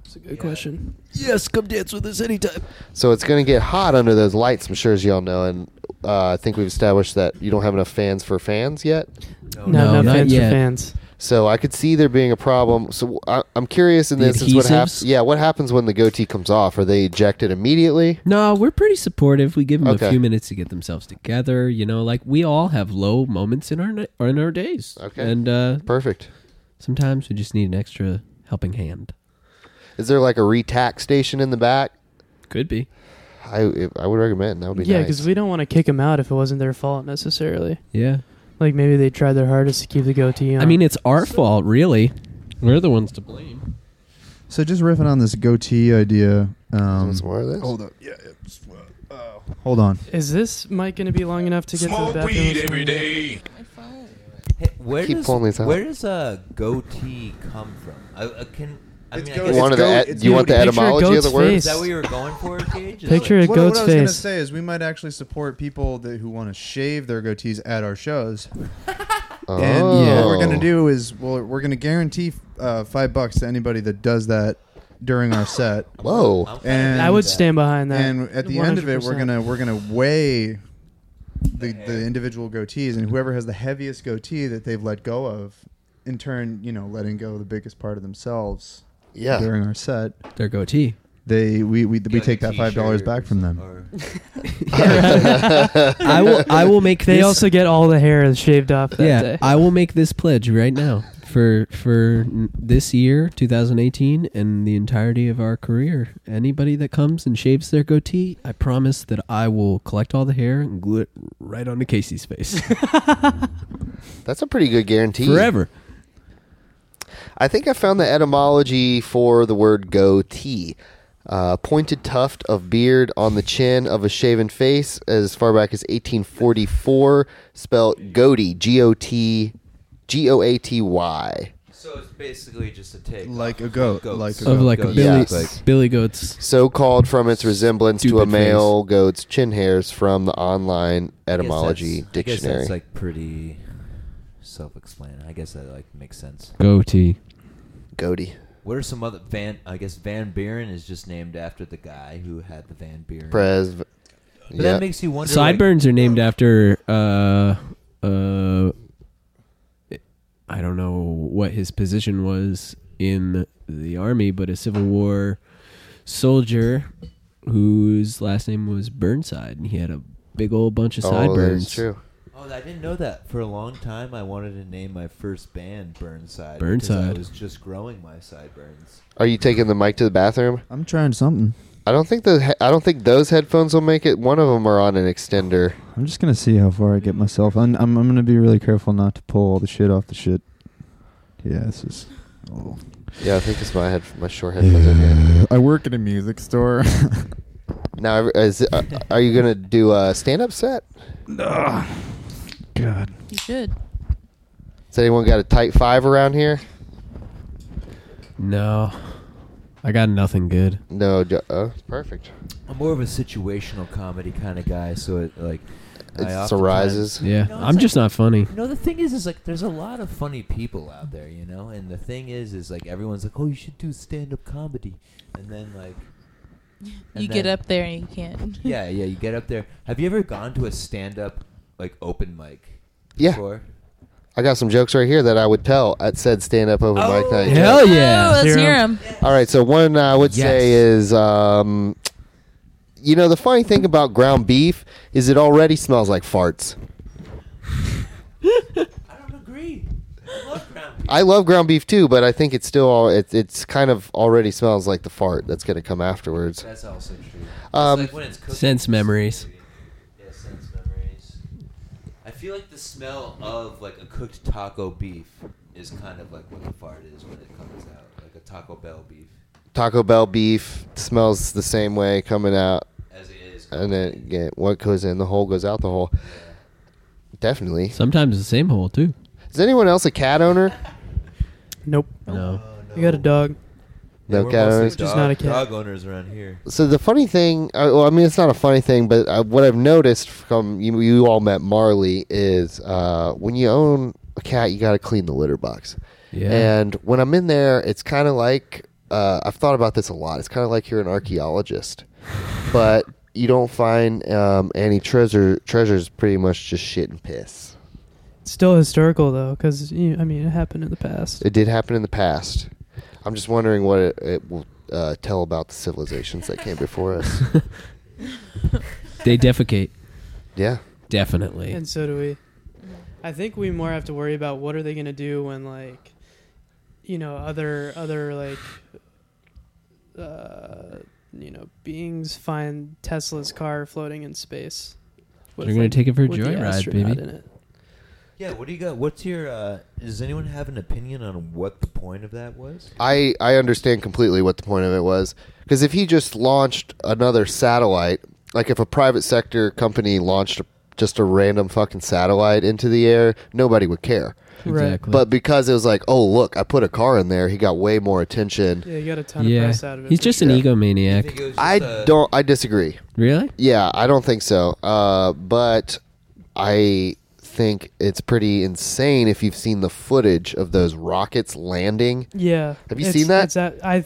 [SPEAKER 9] That's a good question.
[SPEAKER 6] Yes, come dance with us anytime.
[SPEAKER 1] So it's going to get hot under those lights, I'm sure as y'all know, and uh, I think we've established that you don't have enough fans for fans yet.
[SPEAKER 9] No,
[SPEAKER 6] No,
[SPEAKER 9] no,
[SPEAKER 6] not
[SPEAKER 9] fans
[SPEAKER 6] yet.
[SPEAKER 9] for fans.
[SPEAKER 1] So I could see there being a problem. So I, I'm curious in
[SPEAKER 6] The
[SPEAKER 1] this is what happens.
[SPEAKER 6] adhesives?
[SPEAKER 1] Yeah, what happens when the goatee comes off? Are they ejected immediately?
[SPEAKER 6] No, we're pretty supportive. We give them
[SPEAKER 1] Okay.
[SPEAKER 6] a few minutes to get themselves together. You know, like we all have low moments in our ni- or in our days.
[SPEAKER 1] Okay.
[SPEAKER 6] And uh,
[SPEAKER 1] Perfect.
[SPEAKER 6] sometimes we just need an extra helping hand.
[SPEAKER 1] Is there like a retack station in the back?
[SPEAKER 6] Could be.
[SPEAKER 1] I I would recommend that would be
[SPEAKER 9] Yeah,
[SPEAKER 1] nice.
[SPEAKER 9] because we don't want to kick them out if it wasn't their fault necessarily.
[SPEAKER 6] Yeah.
[SPEAKER 9] Like maybe they tried their hardest to keep the goatee on.
[SPEAKER 6] I mean, it's our fault, really. We're the ones to blame.
[SPEAKER 4] So just riffing on this goatee idea. Um,
[SPEAKER 1] Want some more of this?
[SPEAKER 7] up. Yeah. It's, uh, oh.
[SPEAKER 4] hold on.
[SPEAKER 9] is this mic going to be long enough to get to the bathroom?
[SPEAKER 2] day.
[SPEAKER 8] Hey, where
[SPEAKER 1] Keep
[SPEAKER 8] does
[SPEAKER 1] pulling these out.
[SPEAKER 8] where does a goatee come from? I, I can. I
[SPEAKER 4] It's
[SPEAKER 8] mean, I
[SPEAKER 1] You
[SPEAKER 4] goat- it's
[SPEAKER 8] guess,
[SPEAKER 1] want
[SPEAKER 4] goat-
[SPEAKER 1] the,
[SPEAKER 4] it's
[SPEAKER 1] do you want the
[SPEAKER 9] goat- picture a
[SPEAKER 1] etymology of the
[SPEAKER 9] goat's
[SPEAKER 1] word?
[SPEAKER 9] face.
[SPEAKER 8] is that what you were going for, Gage? Is
[SPEAKER 9] Picture
[SPEAKER 8] like,
[SPEAKER 9] a
[SPEAKER 4] What,
[SPEAKER 9] goat's
[SPEAKER 4] what I was gonna
[SPEAKER 9] face.
[SPEAKER 4] say is we might actually support people that who want to shave their goatees at our shows.
[SPEAKER 1] Oh.
[SPEAKER 4] And what we're gonna do is well, we're gonna guarantee uh, five bucks to anybody that does that during our set.
[SPEAKER 1] Whoa.
[SPEAKER 8] I'm kinda
[SPEAKER 4] And-
[SPEAKER 8] into
[SPEAKER 9] I would
[SPEAKER 8] that.
[SPEAKER 9] stand behind that.
[SPEAKER 4] and at the end of it, we're
[SPEAKER 9] 100%.
[SPEAKER 4] gonna we're gonna weigh the, the individual goatees, and whoever has the heaviest goatee that they've let go of, in turn, you know, letting go of the biggest part of themselves
[SPEAKER 1] Yeah.
[SPEAKER 4] during our set,
[SPEAKER 6] Their goatee.
[SPEAKER 4] they we we, we
[SPEAKER 8] Get,
[SPEAKER 4] take
[SPEAKER 8] like,
[SPEAKER 4] that five dollars
[SPEAKER 8] t-shirts
[SPEAKER 4] back from them.
[SPEAKER 8] or-
[SPEAKER 6] I will. I will make.
[SPEAKER 9] They
[SPEAKER 6] this-
[SPEAKER 9] also get all the hair shaved off that
[SPEAKER 6] Yeah,
[SPEAKER 9] day.
[SPEAKER 6] I will make this pledge right now. for for n- this year, 2018, and the entirety of our career. Anybody that comes and shaves their goatee, I promise that I will collect all the hair and glue it right onto Casey's face
[SPEAKER 1] That's a pretty good guarantee.
[SPEAKER 6] forever.
[SPEAKER 1] I think I found the etymology for the word goatee. Uh, pointed tuft of beard on the chin of a shaven face as far back as 1844, spelled goatee, G O T G O A T Y.
[SPEAKER 10] So it's basically just a take.
[SPEAKER 4] Like
[SPEAKER 10] off
[SPEAKER 4] a goat,
[SPEAKER 10] goats.
[SPEAKER 4] like a
[SPEAKER 6] Of like a
[SPEAKER 10] goats.
[SPEAKER 6] Billy
[SPEAKER 1] Yes.
[SPEAKER 6] like Billy goats.
[SPEAKER 1] So called from its resemblance to a
[SPEAKER 6] Stupid face.
[SPEAKER 1] male goat's chin hairs from the online
[SPEAKER 10] I guess
[SPEAKER 1] etymology
[SPEAKER 10] that's- I guess
[SPEAKER 1] dictionary.
[SPEAKER 10] that's like pretty self-explanatory. I guess that like makes sense.
[SPEAKER 6] Goatee.
[SPEAKER 1] goatee.
[SPEAKER 10] What are some other Van? I guess Van Buren is just named after the guy who had the Van Buren.
[SPEAKER 1] Pres.
[SPEAKER 10] but
[SPEAKER 1] Yeah.
[SPEAKER 10] that makes you wonder. like-
[SPEAKER 6] Sideburns are named after uh uh I don't know what his position was in the army, but a Civil War soldier whose last name was Burnside and he had a big old bunch of
[SPEAKER 1] oh,
[SPEAKER 6] sideburns.
[SPEAKER 1] that's true.
[SPEAKER 10] oh, I didn't know that. For a long time, I wanted to name my first band Burnside.
[SPEAKER 6] Burnside.
[SPEAKER 10] Because I was just growing my sideburns.
[SPEAKER 1] Are you taking the mic to the bathroom?
[SPEAKER 4] I'm trying something.
[SPEAKER 1] I don't think the he- I don't think those headphones will make it. One of them are on an extender.
[SPEAKER 4] I'm just gonna see how far I get myself. I'm I'm, I'm gonna be really careful not to pull all the shit off the shit. Yeah, this is. Oh.
[SPEAKER 1] Yeah, I think it's my head, my short headphones are here.
[SPEAKER 4] I work at a music store.
[SPEAKER 1] Now, is it, uh, are you gonna do a stand-up set?
[SPEAKER 4] God.
[SPEAKER 5] You should.
[SPEAKER 1] Has anyone got a tight five around here?
[SPEAKER 6] No. I got nothing good.
[SPEAKER 1] No, d- uh, perfect.
[SPEAKER 10] I'm more of a situational comedy kind of guy, so it like I
[SPEAKER 1] It
[SPEAKER 10] oftentimes-
[SPEAKER 1] arises.
[SPEAKER 10] No,
[SPEAKER 6] Yeah.
[SPEAKER 10] it's
[SPEAKER 6] I'm
[SPEAKER 10] like-
[SPEAKER 6] just not funny.
[SPEAKER 10] You know, the thing is, is like there's a lot of funny people out there, you know, and the thing is, is like everyone's like, oh, you should do stand up comedy, and then like,
[SPEAKER 5] you
[SPEAKER 10] And
[SPEAKER 5] get
[SPEAKER 10] then-
[SPEAKER 5] up there and you can't.
[SPEAKER 10] yeah, yeah, you get up there. Have you ever gone to a stand up like open mic?
[SPEAKER 1] Yeah.
[SPEAKER 10] Before?
[SPEAKER 1] I got some jokes right here that I would tell at said stand-up over
[SPEAKER 10] Oh,
[SPEAKER 1] mic night.
[SPEAKER 6] Hell
[SPEAKER 5] Oh,
[SPEAKER 6] yeah.
[SPEAKER 5] let's
[SPEAKER 9] Hear
[SPEAKER 5] hear
[SPEAKER 9] 'em.
[SPEAKER 5] him.
[SPEAKER 1] All right, so one I would
[SPEAKER 10] Yes.
[SPEAKER 1] say is, um, you know, the funny thing about ground beef is it already smells like farts.
[SPEAKER 10] I don't agree. I love ground beef.
[SPEAKER 1] I love ground beef too, but I think it's still all it, it's kind of already smells like the fart that's going to come afterwards.
[SPEAKER 10] That's also true. It's
[SPEAKER 1] Um,
[SPEAKER 10] like when it's cooking.
[SPEAKER 6] Sense memories.
[SPEAKER 10] Yeah, sense memories. I feel like the smell of like a cooked taco beef is kind of like what the fart is when it comes out, like a Taco Bell beef,
[SPEAKER 1] Taco Bell beef smells the same way coming out,
[SPEAKER 10] as it is.
[SPEAKER 1] and then yeah, what goes in the hole goes out the hole. Definitely.
[SPEAKER 6] Sometimes the same hole too.
[SPEAKER 1] Is anyone else a cat owner?
[SPEAKER 9] Nope.
[SPEAKER 6] No.
[SPEAKER 9] You got a dog.
[SPEAKER 1] No cat owners.
[SPEAKER 9] Just not a cat.
[SPEAKER 10] Dog owners around here.
[SPEAKER 1] So the funny thing, uh, well, I mean, it's not a funny thing, but uh, what I've noticed from you, you all met Marley is uh, when you own a cat, you got to clean the litter box.
[SPEAKER 6] Yeah.
[SPEAKER 1] And when I'm in there, it's kind of like uh, I've thought about this a lot. It's kind of like you're an archaeologist, but you don't find um, any treasure. Treasures pretty much just shit and piss.
[SPEAKER 9] It's still historical though, because I mean, it happened in the past.
[SPEAKER 1] It did happen in the past. I'm just wondering what it, it will uh, tell about the civilizations that came before us.
[SPEAKER 6] they defecate.
[SPEAKER 1] Yeah.
[SPEAKER 6] Definitely.
[SPEAKER 9] And so do we. I think we more have to worry about what are they going to do when like, you know, other other like, uh, you know, beings find Tesla's car floating in space. with,
[SPEAKER 6] They're gonna
[SPEAKER 9] like,
[SPEAKER 6] take it for a
[SPEAKER 9] with the
[SPEAKER 6] joyride,
[SPEAKER 9] astronaut
[SPEAKER 6] baby.
[SPEAKER 9] in it.
[SPEAKER 10] Yeah, what do you got? What's your? Uh, does anyone have an opinion on what the point of that was?
[SPEAKER 1] I, I understand completely what the point of it was. Because if he just launched another satellite, like if a private sector company launched just a random fucking satellite into the air, nobody would care.
[SPEAKER 9] Exactly.
[SPEAKER 1] But because it was like, oh, look, I put a car in there, he got way more attention.
[SPEAKER 9] Yeah, you got a ton of
[SPEAKER 6] yeah.
[SPEAKER 9] press out of it.
[SPEAKER 6] He's
[SPEAKER 9] for
[SPEAKER 6] just
[SPEAKER 9] sure.
[SPEAKER 6] an e-
[SPEAKER 10] You
[SPEAKER 6] egomaniac.
[SPEAKER 10] think it was just uh,
[SPEAKER 1] I
[SPEAKER 10] a-
[SPEAKER 1] don't, I disagree.
[SPEAKER 6] Really?
[SPEAKER 1] Yeah, I don't think so. Uh, but I think it's pretty insane if you've seen the footage of those rockets landing.
[SPEAKER 9] Yeah.
[SPEAKER 1] Have you
[SPEAKER 9] It's-
[SPEAKER 1] seen that?
[SPEAKER 9] It's at, I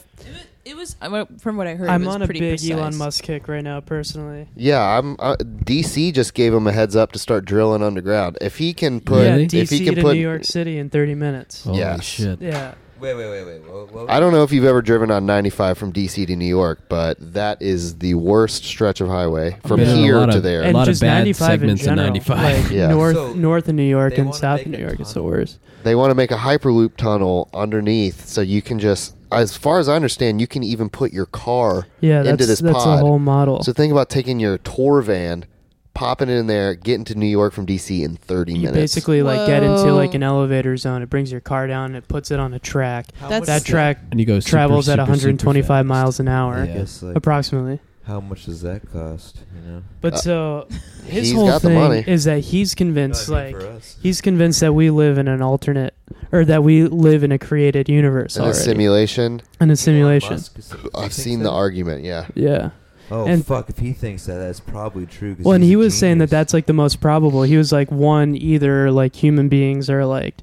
[SPEAKER 5] It was uh, from what I heard. it
[SPEAKER 9] I'm
[SPEAKER 5] was
[SPEAKER 9] on a
[SPEAKER 5] pretty
[SPEAKER 9] big
[SPEAKER 5] precise.
[SPEAKER 9] Elon Musk kick right now, personally.
[SPEAKER 1] Yeah, I'm. Uh, DC just gave him a heads up to start drilling underground. If he can put,
[SPEAKER 9] yeah,
[SPEAKER 6] Really?
[SPEAKER 9] DC
[SPEAKER 1] if he can
[SPEAKER 9] to
[SPEAKER 1] put,
[SPEAKER 9] New York City in 30 minutes.
[SPEAKER 6] Holy
[SPEAKER 1] Yes.
[SPEAKER 6] shit.
[SPEAKER 9] Yeah,
[SPEAKER 10] Wait, wait, wait, wait. What, what
[SPEAKER 1] I don't know if you've ever driven on 95 from DC to New York, but that is the worst stretch of highway from
[SPEAKER 6] Been in a
[SPEAKER 1] here
[SPEAKER 6] lot
[SPEAKER 1] to
[SPEAKER 6] of-
[SPEAKER 1] there.
[SPEAKER 6] a
[SPEAKER 9] and
[SPEAKER 6] lot of
[SPEAKER 9] just
[SPEAKER 6] bad
[SPEAKER 9] 95
[SPEAKER 6] segments of
[SPEAKER 9] in general.
[SPEAKER 6] 95.
[SPEAKER 9] Like
[SPEAKER 1] Yeah.
[SPEAKER 9] north,
[SPEAKER 10] So,
[SPEAKER 9] north of New York
[SPEAKER 10] they
[SPEAKER 9] and
[SPEAKER 10] wanna
[SPEAKER 9] south
[SPEAKER 10] make
[SPEAKER 9] of New
[SPEAKER 10] a
[SPEAKER 9] York, it's the worst.
[SPEAKER 1] They want to make a Hyperloop tunnel underneath so you can just, as far as I understand, you can even put your car
[SPEAKER 9] Yeah,
[SPEAKER 1] into
[SPEAKER 9] that's-
[SPEAKER 1] this
[SPEAKER 9] that's the
[SPEAKER 1] pod.
[SPEAKER 9] whole model.
[SPEAKER 1] So think about taking your tour van, popping it in there, getting to New York from DC in 30
[SPEAKER 9] You
[SPEAKER 1] minutes.
[SPEAKER 9] basically like get into
[SPEAKER 5] Whoa.
[SPEAKER 9] like an elevator zone. It brings your car down. It puts it on a track.
[SPEAKER 10] How
[SPEAKER 5] That's-
[SPEAKER 9] that
[SPEAKER 10] much-
[SPEAKER 9] track
[SPEAKER 6] And you go super,
[SPEAKER 9] travels
[SPEAKER 6] super,
[SPEAKER 9] at
[SPEAKER 6] super
[SPEAKER 9] 125
[SPEAKER 6] fast.
[SPEAKER 9] miles an hour,
[SPEAKER 10] I guess, like,
[SPEAKER 9] approximately.
[SPEAKER 10] how much does that cost? You know.
[SPEAKER 9] But
[SPEAKER 1] Uh,
[SPEAKER 9] so his
[SPEAKER 1] he's
[SPEAKER 9] whole
[SPEAKER 1] got the
[SPEAKER 9] thing
[SPEAKER 1] money.
[SPEAKER 9] is that he's convinced,
[SPEAKER 10] No, I mean
[SPEAKER 9] like
[SPEAKER 10] for us.
[SPEAKER 9] he's convinced that we live in an alternate, or that we live in a created universe
[SPEAKER 1] in a
[SPEAKER 9] already,
[SPEAKER 1] simulation.
[SPEAKER 9] in a
[SPEAKER 10] Elon
[SPEAKER 9] simulation.
[SPEAKER 10] Musk is- he
[SPEAKER 1] I've
[SPEAKER 10] thinks
[SPEAKER 1] seen
[SPEAKER 10] that?
[SPEAKER 1] the argument, yeah.
[SPEAKER 9] Yeah.
[SPEAKER 10] Oh
[SPEAKER 9] and-
[SPEAKER 10] fuck! If he thinks that, that's probably true. 'cause
[SPEAKER 9] Well, and
[SPEAKER 10] he's
[SPEAKER 9] he
[SPEAKER 10] a
[SPEAKER 9] was saying that
[SPEAKER 10] genius.
[SPEAKER 9] that's like the most probable. He was like, one, either like human beings are like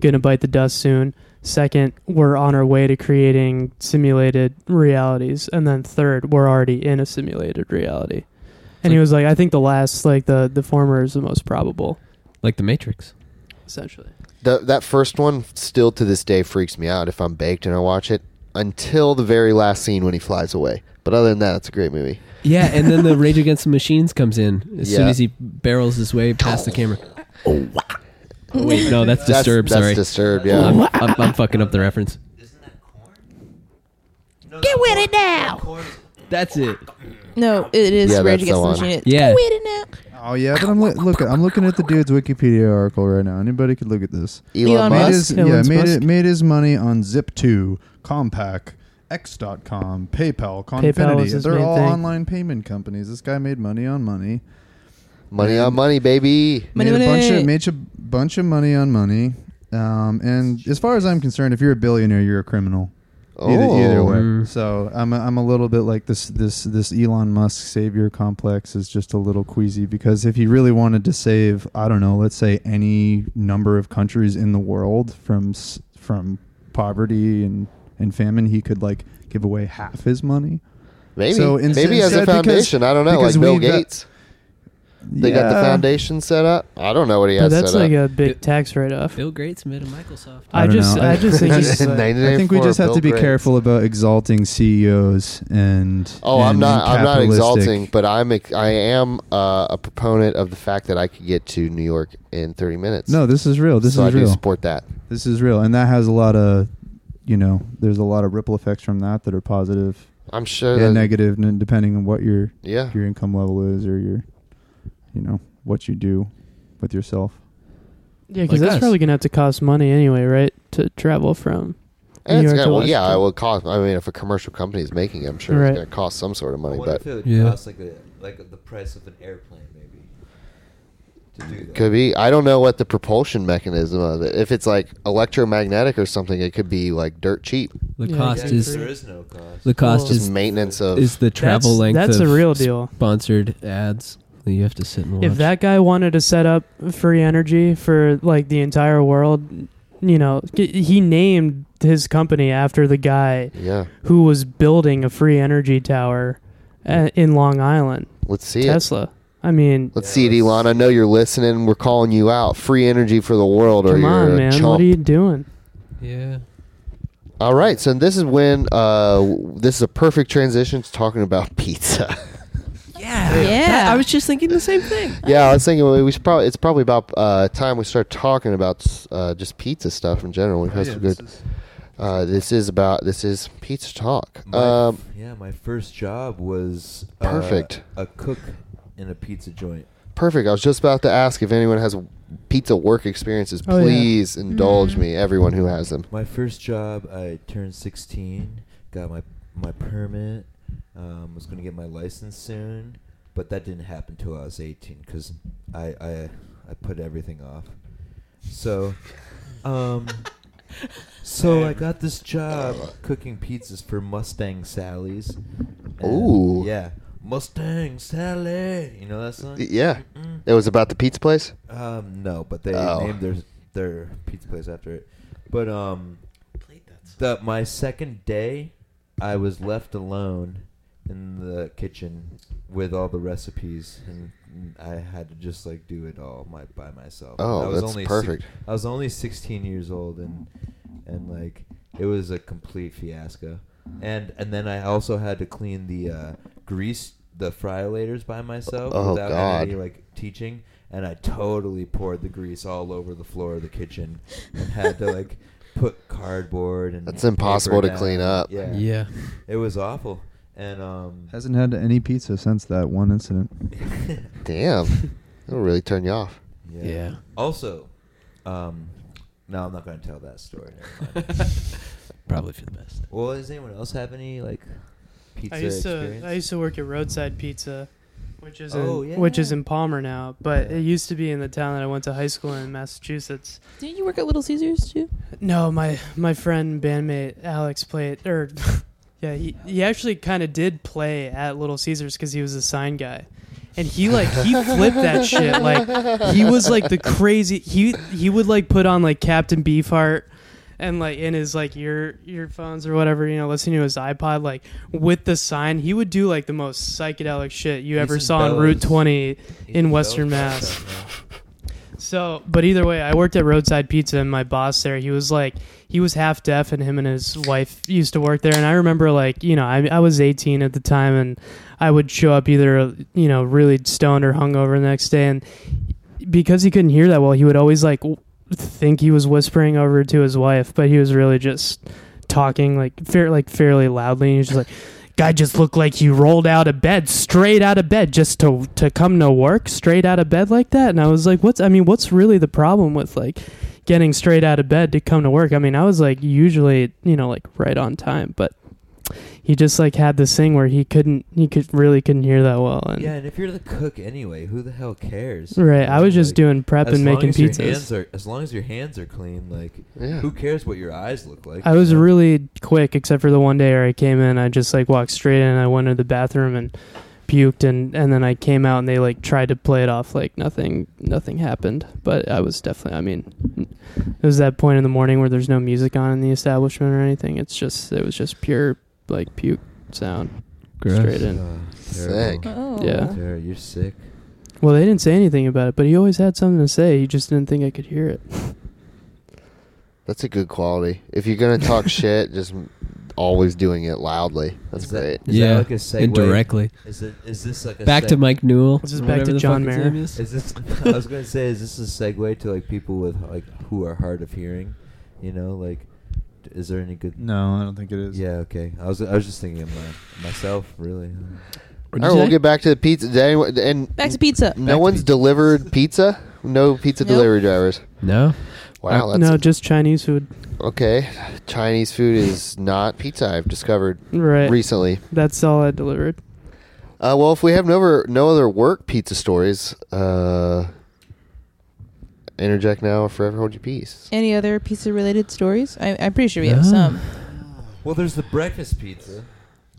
[SPEAKER 9] gonna bite the dust soon. Second, we're on our way to creating simulated realities, and then third, we're already in a simulated reality. And he was like, I think the last, like the the former, is the most probable,
[SPEAKER 6] Like the Matrix.
[SPEAKER 9] essentially.
[SPEAKER 1] The, that first one still to this day freaks me out if I'm baked and I watch it until the very last scene when he flies away. But other than that, it's a great movie.
[SPEAKER 6] Yeah, and then the Rage Against the Machines comes in as soon
[SPEAKER 1] Yeah.
[SPEAKER 6] as he barrels his way past the camera. Oh, wait, no, that's
[SPEAKER 1] That's-
[SPEAKER 6] Disturbed.
[SPEAKER 1] That's
[SPEAKER 6] sorry,
[SPEAKER 1] disturbed. Yeah.
[SPEAKER 6] I'm, I'm, I'm fucking up the reference.
[SPEAKER 10] Isn't that corn? No, Get with it now. Corn is
[SPEAKER 6] That's it.
[SPEAKER 5] No, it is
[SPEAKER 1] Yeah, that's
[SPEAKER 5] Rage
[SPEAKER 1] the
[SPEAKER 5] Against the
[SPEAKER 1] one.
[SPEAKER 5] Machine. It's
[SPEAKER 6] Yeah.
[SPEAKER 5] Wait a minute.
[SPEAKER 4] Oh yeah, but I'm li- look. I'm looking at the dude's Wikipedia article right now. Anybody could look at this.
[SPEAKER 1] Elon,
[SPEAKER 5] Elon
[SPEAKER 4] Made
[SPEAKER 1] Musk.
[SPEAKER 4] his,
[SPEAKER 9] Elon
[SPEAKER 4] yeah, made
[SPEAKER 9] Musk.
[SPEAKER 4] it, made his money on Zip2, Compaq, X.com, PayPal, Confinity.
[SPEAKER 9] is his
[SPEAKER 4] They're
[SPEAKER 9] main
[SPEAKER 4] all
[SPEAKER 9] thing.
[SPEAKER 4] online payment companies. This guy made money on money.
[SPEAKER 1] Money on money, baby.
[SPEAKER 5] Money,
[SPEAKER 4] made a bunch
[SPEAKER 5] money.
[SPEAKER 4] of made a bunch of money on money. Um, and as far as I'm concerned, if you're a billionaire, you're a criminal. Either,
[SPEAKER 1] Oh.
[SPEAKER 4] either way.
[SPEAKER 6] Mm.
[SPEAKER 4] So I'm a, I'm a little bit like this this this Elon Musk savior complex is just a little queasy because if he really wanted to save I don't know let's say any number of countries in the world from s- from poverty and and famine he could like give away half his money.
[SPEAKER 1] Maybe.
[SPEAKER 4] So in-
[SPEAKER 1] maybe as a
[SPEAKER 4] instead- because-
[SPEAKER 1] foundation. I don't know.
[SPEAKER 4] because
[SPEAKER 1] Like Bill
[SPEAKER 4] we've got-
[SPEAKER 1] Gates. They got the
[SPEAKER 4] Yeah.
[SPEAKER 1] foundation set up. I don't know what he
[SPEAKER 9] but
[SPEAKER 1] has
[SPEAKER 9] that's
[SPEAKER 1] set
[SPEAKER 9] like
[SPEAKER 1] up.
[SPEAKER 9] a big
[SPEAKER 6] It-
[SPEAKER 9] tax write off.
[SPEAKER 6] Bill Gates made a Microsoft.
[SPEAKER 9] I,
[SPEAKER 4] don't
[SPEAKER 9] just,
[SPEAKER 4] know.
[SPEAKER 9] I just uh, think he's like,
[SPEAKER 4] I think we
[SPEAKER 1] 1984
[SPEAKER 4] just have
[SPEAKER 1] Bill
[SPEAKER 4] to be
[SPEAKER 1] Gates.
[SPEAKER 4] careful about exalting CEOs and
[SPEAKER 1] Oh, I'm
[SPEAKER 4] and-
[SPEAKER 1] not.
[SPEAKER 4] and
[SPEAKER 1] I'm not
[SPEAKER 4] capitalistic-
[SPEAKER 1] exalting, but I'm. ex- I am uh, a proponent of the fact that I could get to New York in 30 minutes.
[SPEAKER 4] No, this is real. This
[SPEAKER 1] so
[SPEAKER 4] is
[SPEAKER 1] I
[SPEAKER 4] real.
[SPEAKER 1] do support that.
[SPEAKER 4] This is real, and that has a lot of, you know, there's a lot of ripple effects from that that are positive
[SPEAKER 1] I'm sure.
[SPEAKER 4] and
[SPEAKER 1] that,
[SPEAKER 4] negative, and depending on what your
[SPEAKER 1] Yeah.
[SPEAKER 4] your income level is or your, you know, what you do with yourself.
[SPEAKER 9] yeah, because
[SPEAKER 6] Like
[SPEAKER 9] that's
[SPEAKER 6] us.
[SPEAKER 9] probably gonna have to cost money anyway, right? To travel from
[SPEAKER 1] And it's
[SPEAKER 9] New York
[SPEAKER 1] gonna,
[SPEAKER 9] to
[SPEAKER 1] well, yeah, it
[SPEAKER 9] Washington.
[SPEAKER 1] will cost. I mean, if a commercial company is making it, I'm sure
[SPEAKER 9] Right.
[SPEAKER 1] it's going to cost some sort of
[SPEAKER 10] I
[SPEAKER 1] money.
[SPEAKER 10] wonder
[SPEAKER 1] But
[SPEAKER 10] if it would
[SPEAKER 6] Yeah.
[SPEAKER 10] cost like a, like the price of an airplane, maybe. To do that.
[SPEAKER 1] could be. I don't know what the propulsion mechanism of it. If it's like electromagnetic or something, it could be like dirt cheap.
[SPEAKER 6] The
[SPEAKER 9] Yeah,
[SPEAKER 6] cost
[SPEAKER 10] Yeah,
[SPEAKER 9] exactly.
[SPEAKER 6] is
[SPEAKER 10] there is no cost.
[SPEAKER 6] the cost
[SPEAKER 9] Well,
[SPEAKER 1] Just
[SPEAKER 6] is
[SPEAKER 1] maintenance of.
[SPEAKER 6] is the travel
[SPEAKER 9] That's-
[SPEAKER 6] length.
[SPEAKER 9] that's
[SPEAKER 6] of
[SPEAKER 9] a real deal.
[SPEAKER 6] Sponsored ads that you have to sit and watch.
[SPEAKER 9] If that guy wanted to set up free energy for like the entire world, you know, g- he named his company after the guy
[SPEAKER 1] yeah.
[SPEAKER 9] who was building a free energy tower a- in Long Island,
[SPEAKER 1] Let's see it.
[SPEAKER 9] Tesla. I mean,
[SPEAKER 1] Let's
[SPEAKER 10] Yeah,
[SPEAKER 1] see it,
[SPEAKER 10] let's-
[SPEAKER 1] Elon. I know you're listening. We're calling you out. Free energy for the world, or
[SPEAKER 9] come
[SPEAKER 1] you're
[SPEAKER 9] on,
[SPEAKER 1] a
[SPEAKER 9] man.
[SPEAKER 1] chump.
[SPEAKER 9] What are you doing?
[SPEAKER 6] yeah,
[SPEAKER 1] All right, so this is when uh, w- this is a perfect transition to talking about pizza.
[SPEAKER 5] Yeah.
[SPEAKER 6] I was just thinking the same thing.
[SPEAKER 1] yeah, I was thinking we we should probably it's probably about uh, time we start talking about s- uh, just pizza stuff in general. We've had
[SPEAKER 10] Oh,
[SPEAKER 1] some good. uh, this is about this is pizza talk.
[SPEAKER 10] My,
[SPEAKER 1] Um,
[SPEAKER 10] yeah, my first job was uh,
[SPEAKER 1] Perfect.
[SPEAKER 10] a cook in a pizza joint.
[SPEAKER 1] perfect. I was just about to ask if anyone has pizza work experiences.
[SPEAKER 9] Oh, yeah.
[SPEAKER 1] Please indulge
[SPEAKER 5] Mm.
[SPEAKER 1] me, everyone who has them.
[SPEAKER 10] My first job, I turned 16, got my my permit, um, was going to get my license soon, but that didn't happen till I was 18 because I, I I put everything off. So, um,
[SPEAKER 9] uh,
[SPEAKER 10] so I got this job cooking pizzas for Mustang Sally's. And,
[SPEAKER 1] Ooh.
[SPEAKER 10] yeah, Mustang Sally. You know that song?
[SPEAKER 1] Yeah,
[SPEAKER 10] Mm-mm.
[SPEAKER 1] it was about the pizza place.
[SPEAKER 10] Um, no, but they
[SPEAKER 1] Oh.
[SPEAKER 10] named their their pizza place after it. But um, the my second day, I was left alone in the kitchen with all the recipes, and I had to just like do it all my by myself.
[SPEAKER 1] Oh,
[SPEAKER 10] I was
[SPEAKER 1] that's
[SPEAKER 10] only
[SPEAKER 1] perfect.
[SPEAKER 10] Six, I was only 16 years old, and and like It was a complete fiasco. And and then I also had to clean the uh, grease the fryolators by myself
[SPEAKER 1] Oh,
[SPEAKER 10] without
[SPEAKER 1] God.
[SPEAKER 10] any like teaching and I totally poured the grease all over the floor of the kitchen and had to like put cardboard and
[SPEAKER 1] That's impossible to
[SPEAKER 10] paper down.
[SPEAKER 1] clean up.
[SPEAKER 10] Yeah.
[SPEAKER 1] Yeah.
[SPEAKER 10] It was awful. And um
[SPEAKER 4] Hasn't had any pizza since that one incident.
[SPEAKER 1] Damn. That'll really turn you off.
[SPEAKER 10] Yeah. Also, um, no, I'm not going to tell that story. Never mind.
[SPEAKER 6] Probably for the best.
[SPEAKER 10] well, does anyone else have any like pizza
[SPEAKER 9] I used to
[SPEAKER 10] experience?
[SPEAKER 9] I used to work at Roadside Pizza, which is
[SPEAKER 10] Oh,
[SPEAKER 9] in, which is
[SPEAKER 10] yeah.
[SPEAKER 9] in Palmer now, but it used to be in the town that I went to high school in Massachusetts.
[SPEAKER 5] Didn't you work at Little Caesars too?
[SPEAKER 9] No, my my friend bandmate Alex played or yeah, he, he actually kind of did play at Little Caesars cuz he was a sign guy. And he like he flipped that shit like he was like the crazy he he would like put on like Captain Beefheart and like in his like ear earphones or whatever, you know, listening to his iPod like with the sign, he would do like the most psychedelic shit you
[SPEAKER 10] He's
[SPEAKER 9] ever
[SPEAKER 10] in
[SPEAKER 9] saw on
[SPEAKER 10] Bellows.
[SPEAKER 9] Route 20
[SPEAKER 10] He's
[SPEAKER 9] in
[SPEAKER 10] in
[SPEAKER 9] Western
[SPEAKER 10] Bellows.
[SPEAKER 9] Mass. So, but either way, I worked at Roadside Pizza, and my boss there, he was like, he was half deaf, and him and his wife used to work there. And I remember, like, you know, I, I was 18 at the time, and I would show up either, you know, really stoned or hungover the next day. And because he couldn't hear that well, he would always, like, w- think he was whispering over to his wife, but he was really just talking, like, fair, like fairly loudly. And he was just like, Guy just looked like he rolled out of bed, straight out of bed, just to to come to work, straight out of bed like that. And I was like, what's? I mean, what's really the problem with like getting straight out of bed to come to work? I mean, I was like usually, you know, like right on time, but he just like had this thing where he couldn't, he could really couldn't hear that well. And
[SPEAKER 10] Yeah, and if you're the cook anyway, who the hell cares?
[SPEAKER 9] Right, I was just doing prep
[SPEAKER 10] as
[SPEAKER 9] and
[SPEAKER 10] long
[SPEAKER 9] making
[SPEAKER 10] as your
[SPEAKER 9] pizzas.
[SPEAKER 10] hands are- as long as your hands are clean, like
[SPEAKER 1] Yeah.
[SPEAKER 10] who cares what your eyes look like?
[SPEAKER 9] I
[SPEAKER 10] you
[SPEAKER 9] was
[SPEAKER 10] know?
[SPEAKER 9] really quick, except for the one day where I came in. I just like walked straight in. I went to the bathroom and puked, and and then I came out and they like tried to play it off like nothing, nothing happened. But I was definitely. I mean, it was that point in the morning where there's no music on in the establishment or anything. It's just it was just pure like puke sound
[SPEAKER 8] Gross.
[SPEAKER 9] straight in.
[SPEAKER 10] Uh,
[SPEAKER 1] Sick.
[SPEAKER 10] terrible.
[SPEAKER 9] Yeah.
[SPEAKER 10] Tara, you're sick.
[SPEAKER 9] Well, they didn't say anything about it, but he always had something to say. He just didn't think I could hear it.
[SPEAKER 1] That's a good quality. If you're gonna talk shit, just always doing it loudly. That's
[SPEAKER 10] Is that-
[SPEAKER 1] great.
[SPEAKER 10] is that
[SPEAKER 6] Yeah,
[SPEAKER 10] like a segue?
[SPEAKER 6] indirectly.
[SPEAKER 10] Is it? Is this like a
[SPEAKER 6] Back to
[SPEAKER 10] seg-
[SPEAKER 6] Mike Newell.
[SPEAKER 9] This is
[SPEAKER 6] or
[SPEAKER 9] back to
[SPEAKER 6] whatever the
[SPEAKER 9] John
[SPEAKER 6] fuck his
[SPEAKER 9] Mayer.
[SPEAKER 6] name is.
[SPEAKER 10] Is this? I was gonna say, is this a segue to like people with like who are hard of hearing? You know, like, d- is there any good?
[SPEAKER 4] No, I don't think it is.
[SPEAKER 10] Yeah. Okay. I was. I was just thinking of my, myself. Really.
[SPEAKER 1] All
[SPEAKER 6] What'd you
[SPEAKER 1] right, we'll
[SPEAKER 6] say?
[SPEAKER 1] get back to the pizza. Did anyone, and
[SPEAKER 5] Back to pizza.
[SPEAKER 1] No one's delivered pizza. No pizza
[SPEAKER 5] Nope.
[SPEAKER 1] delivery drivers.
[SPEAKER 6] No.
[SPEAKER 1] Wow, that's
[SPEAKER 9] no, just Chinese food.
[SPEAKER 1] okay. Chinese food is not pizza. I've discovered
[SPEAKER 9] Right.
[SPEAKER 1] recently.
[SPEAKER 9] That's all I delivered.
[SPEAKER 1] Uh, well, if we have no other, no other work pizza stories, uh, interject now or forever hold your peace.
[SPEAKER 5] Any other pizza related stories? I, I'm pretty sure we have some.
[SPEAKER 10] Well, there's the breakfast pizza.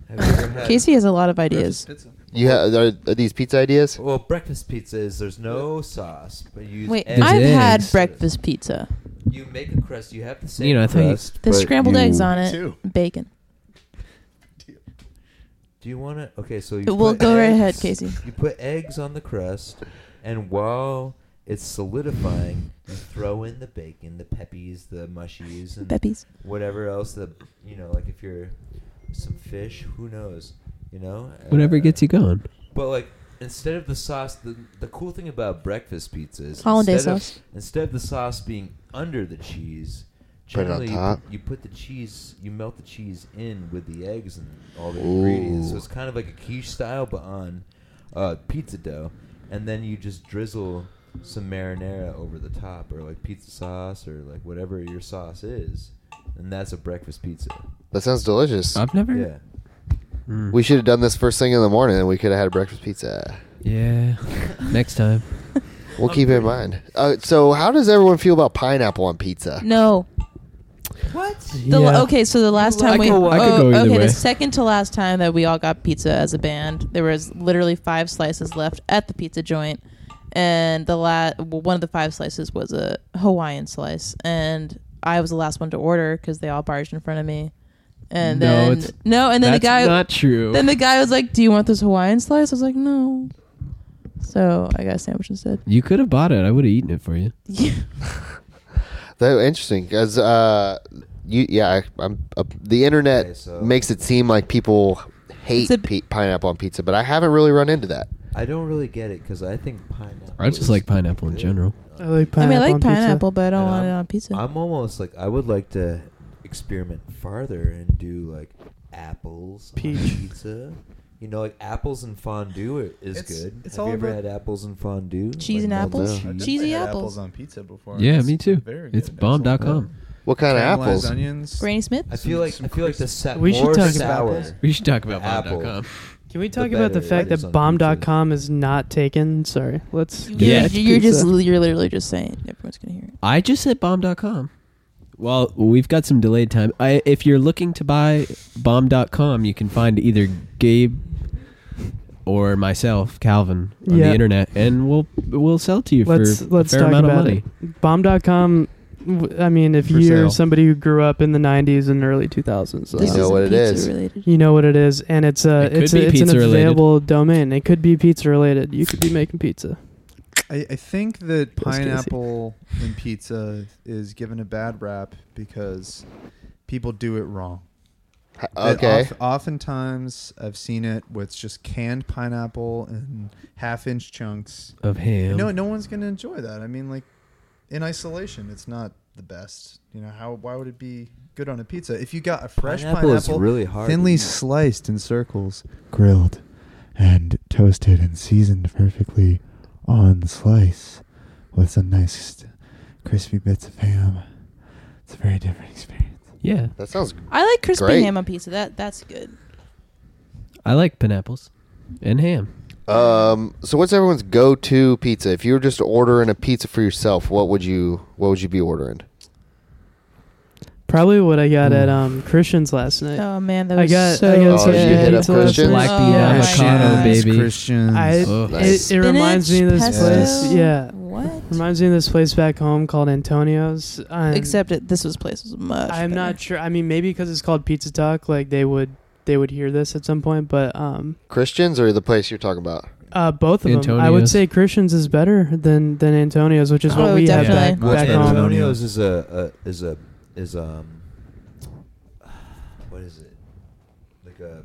[SPEAKER 10] Have you ever had
[SPEAKER 5] Casey has a lot of ideas.
[SPEAKER 1] You have are, are these pizza ideas?
[SPEAKER 10] Well, breakfast pizza is there's no sauce, but you use
[SPEAKER 5] Wait,
[SPEAKER 10] eggs.
[SPEAKER 5] I've
[SPEAKER 6] Eggs.
[SPEAKER 5] had breakfast pizza.
[SPEAKER 10] You make a crust. You have the same
[SPEAKER 6] You know, I think-
[SPEAKER 10] crust.
[SPEAKER 5] The
[SPEAKER 10] but
[SPEAKER 5] scrambled
[SPEAKER 10] you-
[SPEAKER 5] eggs on it,
[SPEAKER 7] too.
[SPEAKER 5] bacon.
[SPEAKER 10] Do you want to? Okay, so you.
[SPEAKER 5] We'll
[SPEAKER 10] put
[SPEAKER 5] go right
[SPEAKER 10] eggs-
[SPEAKER 5] ahead, Casey.
[SPEAKER 10] You put eggs on the crust, and while it's solidifying, you throw in the bacon, the peppies, the mushies, and
[SPEAKER 5] Peppies.
[SPEAKER 10] whatever else the you know, like if you're some fish, who knows, you know. Uh,
[SPEAKER 6] Whatever gets you going.
[SPEAKER 10] But like instead of the sauce, the the cool thing about breakfast pizza is
[SPEAKER 5] Hollandaise
[SPEAKER 10] instead of-
[SPEAKER 5] sauce.
[SPEAKER 10] instead of the sauce being under the cheese.
[SPEAKER 1] Put it on
[SPEAKER 10] Generally, you
[SPEAKER 1] top.
[SPEAKER 10] put- you put the cheese, you melt the cheese in with the eggs and all the
[SPEAKER 1] Ooh.
[SPEAKER 10] ingredients. So it's kind of like a quiche style, but on uh, pizza dough, and then you just drizzle some marinara over the top, or like pizza sauce, or like whatever your sauce is, and that's a breakfast pizza.
[SPEAKER 1] That sounds delicious.
[SPEAKER 6] I've never.
[SPEAKER 10] Yeah,
[SPEAKER 6] Mm.
[SPEAKER 1] we should have done this first thing in the morning, and we could have had a breakfast pizza.
[SPEAKER 6] Yeah. Next time.
[SPEAKER 1] We'll keep it in mind. Uh, so, how does everyone feel about pineapple on pizza?
[SPEAKER 5] No. The la- okay, so the last time
[SPEAKER 6] I
[SPEAKER 5] we
[SPEAKER 6] could- I could
[SPEAKER 5] oh,
[SPEAKER 6] go either
[SPEAKER 5] okay,
[SPEAKER 6] way.
[SPEAKER 5] the second to last time that we all got pizza as a band, there was literally five slices left at the pizza joint, and the la- well, one of the five slices was a Hawaiian slice, and I was the last one to order because they all barged in front of me, and
[SPEAKER 6] No,
[SPEAKER 5] then
[SPEAKER 6] it's-
[SPEAKER 5] no, and then the guy
[SPEAKER 6] That's not true.
[SPEAKER 5] then the guy was like, "Do you want this Hawaiian slice?" I was like, "No," so I got a sandwich instead.
[SPEAKER 6] you could have bought it. I would have eaten it for you.
[SPEAKER 5] Yeah.
[SPEAKER 1] That interesting because uh, you, yeah, I, I'm, uh, the internet
[SPEAKER 10] Okay, so-
[SPEAKER 1] makes it seem like people hate
[SPEAKER 5] It's a-
[SPEAKER 1] pi- pineapple on pizza, but I haven't really run into that.
[SPEAKER 10] I don't really get it because I think pineapple.
[SPEAKER 6] I just
[SPEAKER 10] is
[SPEAKER 6] like pineapple in
[SPEAKER 10] good.
[SPEAKER 6] general.
[SPEAKER 9] I like
[SPEAKER 5] I
[SPEAKER 9] pineapple.
[SPEAKER 5] mean, I like
[SPEAKER 9] on pizza.
[SPEAKER 5] pineapple, but I don't
[SPEAKER 10] And
[SPEAKER 5] want it
[SPEAKER 10] I'm-
[SPEAKER 5] on uh, pizza.
[SPEAKER 10] I'm almost like I would like to experiment farther and do like apples
[SPEAKER 9] Peach.
[SPEAKER 10] on pizza. You know, like apples and fondue i- is
[SPEAKER 4] It's-
[SPEAKER 10] good.
[SPEAKER 4] it's
[SPEAKER 10] Have
[SPEAKER 4] all
[SPEAKER 10] you ever
[SPEAKER 4] about-
[SPEAKER 10] had apples and fondue?
[SPEAKER 5] Cheese
[SPEAKER 10] Like
[SPEAKER 5] and
[SPEAKER 10] melted
[SPEAKER 5] apples?
[SPEAKER 1] I
[SPEAKER 10] cheese?
[SPEAKER 1] definitely
[SPEAKER 5] Cheesy
[SPEAKER 4] had
[SPEAKER 5] apples.
[SPEAKER 4] apples on pizza before.
[SPEAKER 6] Yeah,
[SPEAKER 4] It's
[SPEAKER 6] me too.
[SPEAKER 4] very good.
[SPEAKER 6] It's
[SPEAKER 4] Excellent.
[SPEAKER 6] bomb.com.
[SPEAKER 1] What kind of
[SPEAKER 4] Caramelized
[SPEAKER 1] apples?
[SPEAKER 4] Onions.
[SPEAKER 5] Granny Smith.
[SPEAKER 10] I feel like I
[SPEAKER 4] Some
[SPEAKER 10] feel like the sa-
[SPEAKER 9] We should
[SPEAKER 10] more
[SPEAKER 9] talk about
[SPEAKER 10] sour.
[SPEAKER 4] this.
[SPEAKER 6] We should talk
[SPEAKER 10] about
[SPEAKER 6] about
[SPEAKER 10] Apple.
[SPEAKER 6] bomb.com.
[SPEAKER 9] Can we
[SPEAKER 10] the
[SPEAKER 9] talk about the
[SPEAKER 10] better
[SPEAKER 9] fact
[SPEAKER 10] it is
[SPEAKER 9] that
[SPEAKER 10] on
[SPEAKER 9] bomb.com is not taken? Sorry. Let's
[SPEAKER 5] You're,
[SPEAKER 6] Yeah, it's
[SPEAKER 5] you're just
[SPEAKER 9] pizza.
[SPEAKER 5] you're literally just saying it. everyone's gonna hear it.
[SPEAKER 6] I just said bomb.com. Well, we've got some delayed time. I, if you're looking to buy bomb.com, you can find either Gabe or myself, Calvin, on
[SPEAKER 9] Yeah.
[SPEAKER 6] the internet, and we'll we'll sell to you
[SPEAKER 9] let's
[SPEAKER 6] for
[SPEAKER 9] let's
[SPEAKER 6] a fair
[SPEAKER 9] talk
[SPEAKER 6] amount of
[SPEAKER 9] about
[SPEAKER 6] money.
[SPEAKER 9] it. Bomb.com. w- I mean, if
[SPEAKER 4] For
[SPEAKER 9] you're
[SPEAKER 4] sale.
[SPEAKER 9] somebody who grew up in the '90s and early 2000s,
[SPEAKER 1] This
[SPEAKER 9] uh,
[SPEAKER 1] know is- what it
[SPEAKER 5] pizza
[SPEAKER 1] is.
[SPEAKER 5] Related.
[SPEAKER 9] you know what it is, and it's a
[SPEAKER 6] It could
[SPEAKER 9] it's
[SPEAKER 6] be
[SPEAKER 9] a, it's an
[SPEAKER 6] pizza related.
[SPEAKER 9] available domain. It could be pizza related. You could be making pizza.
[SPEAKER 4] I, I think that
[SPEAKER 9] Goes crazy.
[SPEAKER 4] pineapple in pizza is given a bad rap because people do it wrong.
[SPEAKER 1] Ha-
[SPEAKER 4] That
[SPEAKER 1] Okay.
[SPEAKER 4] oft- oftentimes, I've seen it with just canned pineapple and half-inch chunks.
[SPEAKER 6] Of ham.
[SPEAKER 4] No, no one's gonna enjoy that. I mean, like in isolation, it's not the best. You know how? Why would it be good on a pizza if you got a fresh
[SPEAKER 10] Pineapple
[SPEAKER 4] pineapple,
[SPEAKER 10] is really hard,
[SPEAKER 4] thinly
[SPEAKER 10] isn't it?
[SPEAKER 4] sliced in circles, grilled, and toasted and seasoned perfectly on the slice with some nice crispy bits of ham? It's a very different experience.
[SPEAKER 6] Yeah.
[SPEAKER 1] That sounds
[SPEAKER 5] I like crispy
[SPEAKER 1] Great.
[SPEAKER 5] ham on pizza. That that's good.
[SPEAKER 6] I like pineapples and ham.
[SPEAKER 1] Um, so what's everyone's go-to pizza? If you were just ordering a pizza for yourself, what would you what would you be ordering?
[SPEAKER 9] Probably what I got at
[SPEAKER 6] Ooh.
[SPEAKER 9] um, Christian's last night.
[SPEAKER 5] Oh man, that
[SPEAKER 9] I
[SPEAKER 5] was
[SPEAKER 9] got-
[SPEAKER 5] so
[SPEAKER 9] I got
[SPEAKER 5] good.
[SPEAKER 9] such
[SPEAKER 1] Oh, you hit up Christian's?
[SPEAKER 6] Black
[SPEAKER 5] Oh
[SPEAKER 6] bean
[SPEAKER 5] my
[SPEAKER 6] avocado,
[SPEAKER 5] God.
[SPEAKER 6] baby.
[SPEAKER 4] Christians.
[SPEAKER 9] I,
[SPEAKER 6] Oh.
[SPEAKER 1] Nice.
[SPEAKER 9] it, it reminds me of
[SPEAKER 5] Spinach,
[SPEAKER 9] this
[SPEAKER 5] pesto?
[SPEAKER 9] place. Yeah,
[SPEAKER 5] What?
[SPEAKER 9] reminds me of this place back home called Antonio's. and
[SPEAKER 5] Except it, this was place was much.
[SPEAKER 9] I'm
[SPEAKER 5] better.
[SPEAKER 9] not sure. I mean, maybe because it's called Pizza Talk, like they would they would hear this at some point. But um,
[SPEAKER 1] Christians or the place you're talking about?
[SPEAKER 9] uh, both of them, I would
[SPEAKER 6] Antonio's.
[SPEAKER 9] say Christians is better than than Antonio's, which is what
[SPEAKER 5] Oh,
[SPEAKER 9] we have
[SPEAKER 5] definitely.
[SPEAKER 9] back,
[SPEAKER 10] Well,
[SPEAKER 9] back
[SPEAKER 4] Antonio-
[SPEAKER 9] home.
[SPEAKER 10] Antonio's is a, a is a is um what is it like a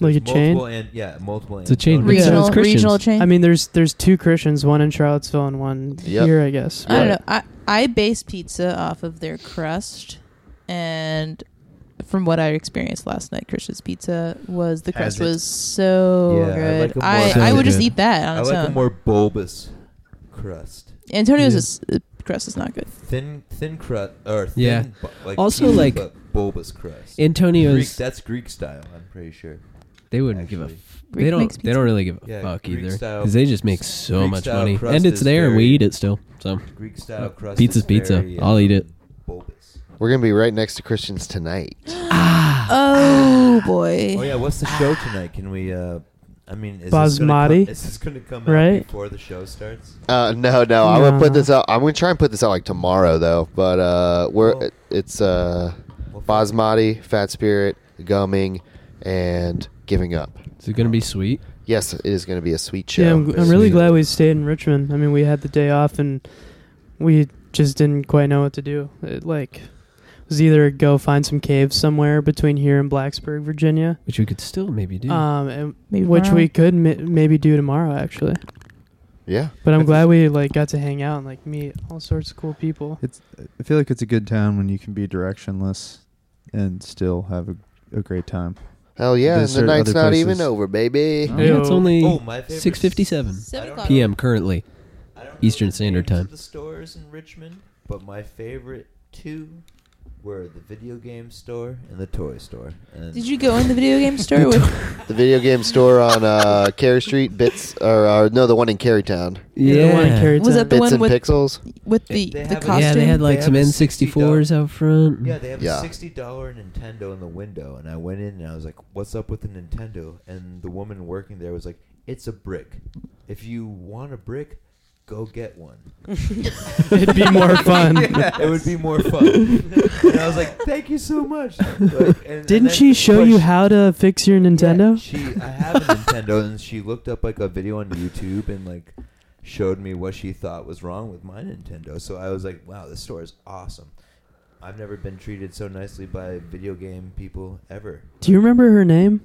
[SPEAKER 9] Like
[SPEAKER 10] there's
[SPEAKER 9] a chain?
[SPEAKER 10] multiple and yeah multiple
[SPEAKER 6] It's a chain.
[SPEAKER 10] Antonios.
[SPEAKER 9] Yeah.
[SPEAKER 5] regional
[SPEAKER 6] It's Christians.
[SPEAKER 5] regional chain.
[SPEAKER 9] I mean, there's there's two Christians, one in Charlottesville and one
[SPEAKER 1] Yep.
[SPEAKER 9] here, I guess.
[SPEAKER 5] I don't
[SPEAKER 1] Right.
[SPEAKER 5] know. I I base pizza off of their crust, and from what I experienced last night, Christian's pizza was the
[SPEAKER 4] Has
[SPEAKER 5] crust
[SPEAKER 4] it.
[SPEAKER 5] was so
[SPEAKER 10] Yeah, I like
[SPEAKER 5] good.
[SPEAKER 10] a more-
[SPEAKER 5] I, I,
[SPEAKER 6] Sounds
[SPEAKER 5] would just
[SPEAKER 6] good.
[SPEAKER 5] eat that on
[SPEAKER 10] I
[SPEAKER 5] its
[SPEAKER 10] like a
[SPEAKER 5] own.
[SPEAKER 10] more bulbous crust.
[SPEAKER 5] Antonio's
[SPEAKER 6] Yeah.
[SPEAKER 5] is, uh, crust is not good.
[SPEAKER 10] Thin thin crust or thin
[SPEAKER 6] Yeah.
[SPEAKER 10] bu- like
[SPEAKER 6] Also,
[SPEAKER 10] cheese,
[SPEAKER 6] like,
[SPEAKER 10] but bulbous crust. Greek,
[SPEAKER 6] Antonio's.
[SPEAKER 10] that's Greek style, I'm pretty sure.
[SPEAKER 6] They wouldn't give a.
[SPEAKER 10] actually.
[SPEAKER 6] F-
[SPEAKER 5] Greek
[SPEAKER 6] they
[SPEAKER 5] makes
[SPEAKER 6] don't. They
[SPEAKER 5] pizza.
[SPEAKER 6] don't really give a
[SPEAKER 10] Yeah,
[SPEAKER 6] fuck
[SPEAKER 10] Greek
[SPEAKER 6] either
[SPEAKER 10] style-
[SPEAKER 6] because they just make so
[SPEAKER 10] Greek
[SPEAKER 6] much
[SPEAKER 10] style
[SPEAKER 6] money,
[SPEAKER 10] crust
[SPEAKER 6] and it's
[SPEAKER 10] is
[SPEAKER 6] there, and we
[SPEAKER 10] very-
[SPEAKER 6] eat it still. So
[SPEAKER 10] Greek style crust.
[SPEAKER 6] Uh, Pizza's
[SPEAKER 10] is
[SPEAKER 6] pizza.
[SPEAKER 10] very,
[SPEAKER 6] I'll eat it.
[SPEAKER 10] um, Bulbous.
[SPEAKER 1] We're gonna be right next to Christians tonight.
[SPEAKER 10] Ah.
[SPEAKER 5] Oh boy.
[SPEAKER 10] Oh yeah, what's the show tonight? Can we? uh I mean, is
[SPEAKER 9] Basmati?
[SPEAKER 10] This gonna come, is this going to come
[SPEAKER 9] Right?
[SPEAKER 10] out before the show starts?
[SPEAKER 1] Uh, no, no, I'm gonna put
[SPEAKER 9] No.
[SPEAKER 1] this out. I'm gonna try and put this out like tomorrow though. But uh, we're
[SPEAKER 10] Well-
[SPEAKER 1] it's uh, basmati, fat spirit, gumming, and giving up.
[SPEAKER 6] is it gonna be sweet?
[SPEAKER 1] Yes, it is gonna be a sweet show.
[SPEAKER 9] Yeah, I'm,
[SPEAKER 1] It's
[SPEAKER 9] I'm really
[SPEAKER 1] gonna-
[SPEAKER 9] glad we stayed in Richmond. I mean, we had the day off and we just didn't quite know what to do. It, like, was either go find some caves somewhere between here and Blacksburg, Virginia,
[SPEAKER 6] Which we could still maybe do.
[SPEAKER 9] um, and,
[SPEAKER 5] Maybe
[SPEAKER 9] which
[SPEAKER 5] tomorrow.
[SPEAKER 9] we could ma- maybe do tomorrow actually.
[SPEAKER 1] Yeah,
[SPEAKER 9] But I'm glad we like got to hang out and like meet all sorts of cool people.
[SPEAKER 4] It's. I feel like it's a good town when you can be directionless and still have a, a great time.
[SPEAKER 1] hell yeah! And
[SPEAKER 4] There's
[SPEAKER 1] the
[SPEAKER 4] certain
[SPEAKER 1] night's
[SPEAKER 4] other
[SPEAKER 1] not
[SPEAKER 4] places.
[SPEAKER 1] even over, baby.
[SPEAKER 9] Oh.
[SPEAKER 6] yeah, it's
[SPEAKER 9] Ew.
[SPEAKER 6] only
[SPEAKER 10] Oh, my favorite-
[SPEAKER 6] six fifty-seven
[SPEAKER 5] Seven
[SPEAKER 10] I don't
[SPEAKER 5] o'clock.
[SPEAKER 6] p.m. currently.
[SPEAKER 10] I don't know
[SPEAKER 6] Eastern
[SPEAKER 10] the
[SPEAKER 6] Standard
[SPEAKER 10] names of
[SPEAKER 6] Time.
[SPEAKER 10] The stores in Richmond, but my favorite two were the video game store and the toy store. And
[SPEAKER 5] Did you go in the video game store with?
[SPEAKER 1] The video game store on uh, Carey Street, Bits or, or no, the one in Carytown,
[SPEAKER 9] Yeah, the one in Carrytown.
[SPEAKER 5] Was it the
[SPEAKER 1] Bits
[SPEAKER 5] one
[SPEAKER 1] and
[SPEAKER 5] with
[SPEAKER 1] Pixels.
[SPEAKER 5] with the
[SPEAKER 10] They
[SPEAKER 5] the
[SPEAKER 10] have a-
[SPEAKER 5] costume?
[SPEAKER 6] Yeah, they had like
[SPEAKER 10] They
[SPEAKER 6] some
[SPEAKER 10] have a
[SPEAKER 6] N64s out front.
[SPEAKER 10] Yeah, they have
[SPEAKER 1] Yeah.
[SPEAKER 10] a sixty dollar Nintendo in the window, and I went in and I was like, "What's up with the Nintendo?" And the woman working there was like, "It's a brick. If you want a brick, go get one.
[SPEAKER 9] It'd be more fun.
[SPEAKER 10] It would be more fun." and I was like, "Thank you so much." Like, and- and
[SPEAKER 9] Didn't
[SPEAKER 10] then-
[SPEAKER 9] she show
[SPEAKER 10] but
[SPEAKER 9] you
[SPEAKER 10] she-
[SPEAKER 9] how to fix your
[SPEAKER 10] Yeah,
[SPEAKER 9] Nintendo?
[SPEAKER 10] she, I have a Nintendo, and she looked up like a video on YouTube and like showed me what she thought was wrong with my Nintendo. So I was like, "Wow, this store is awesome." I've never been treated so nicely by video game people ever.
[SPEAKER 9] Do you remember her name?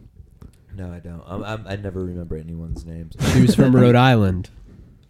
[SPEAKER 10] No, I don't. I'm, I'm, I never remember anyone's names.
[SPEAKER 6] She was from Rhode Island.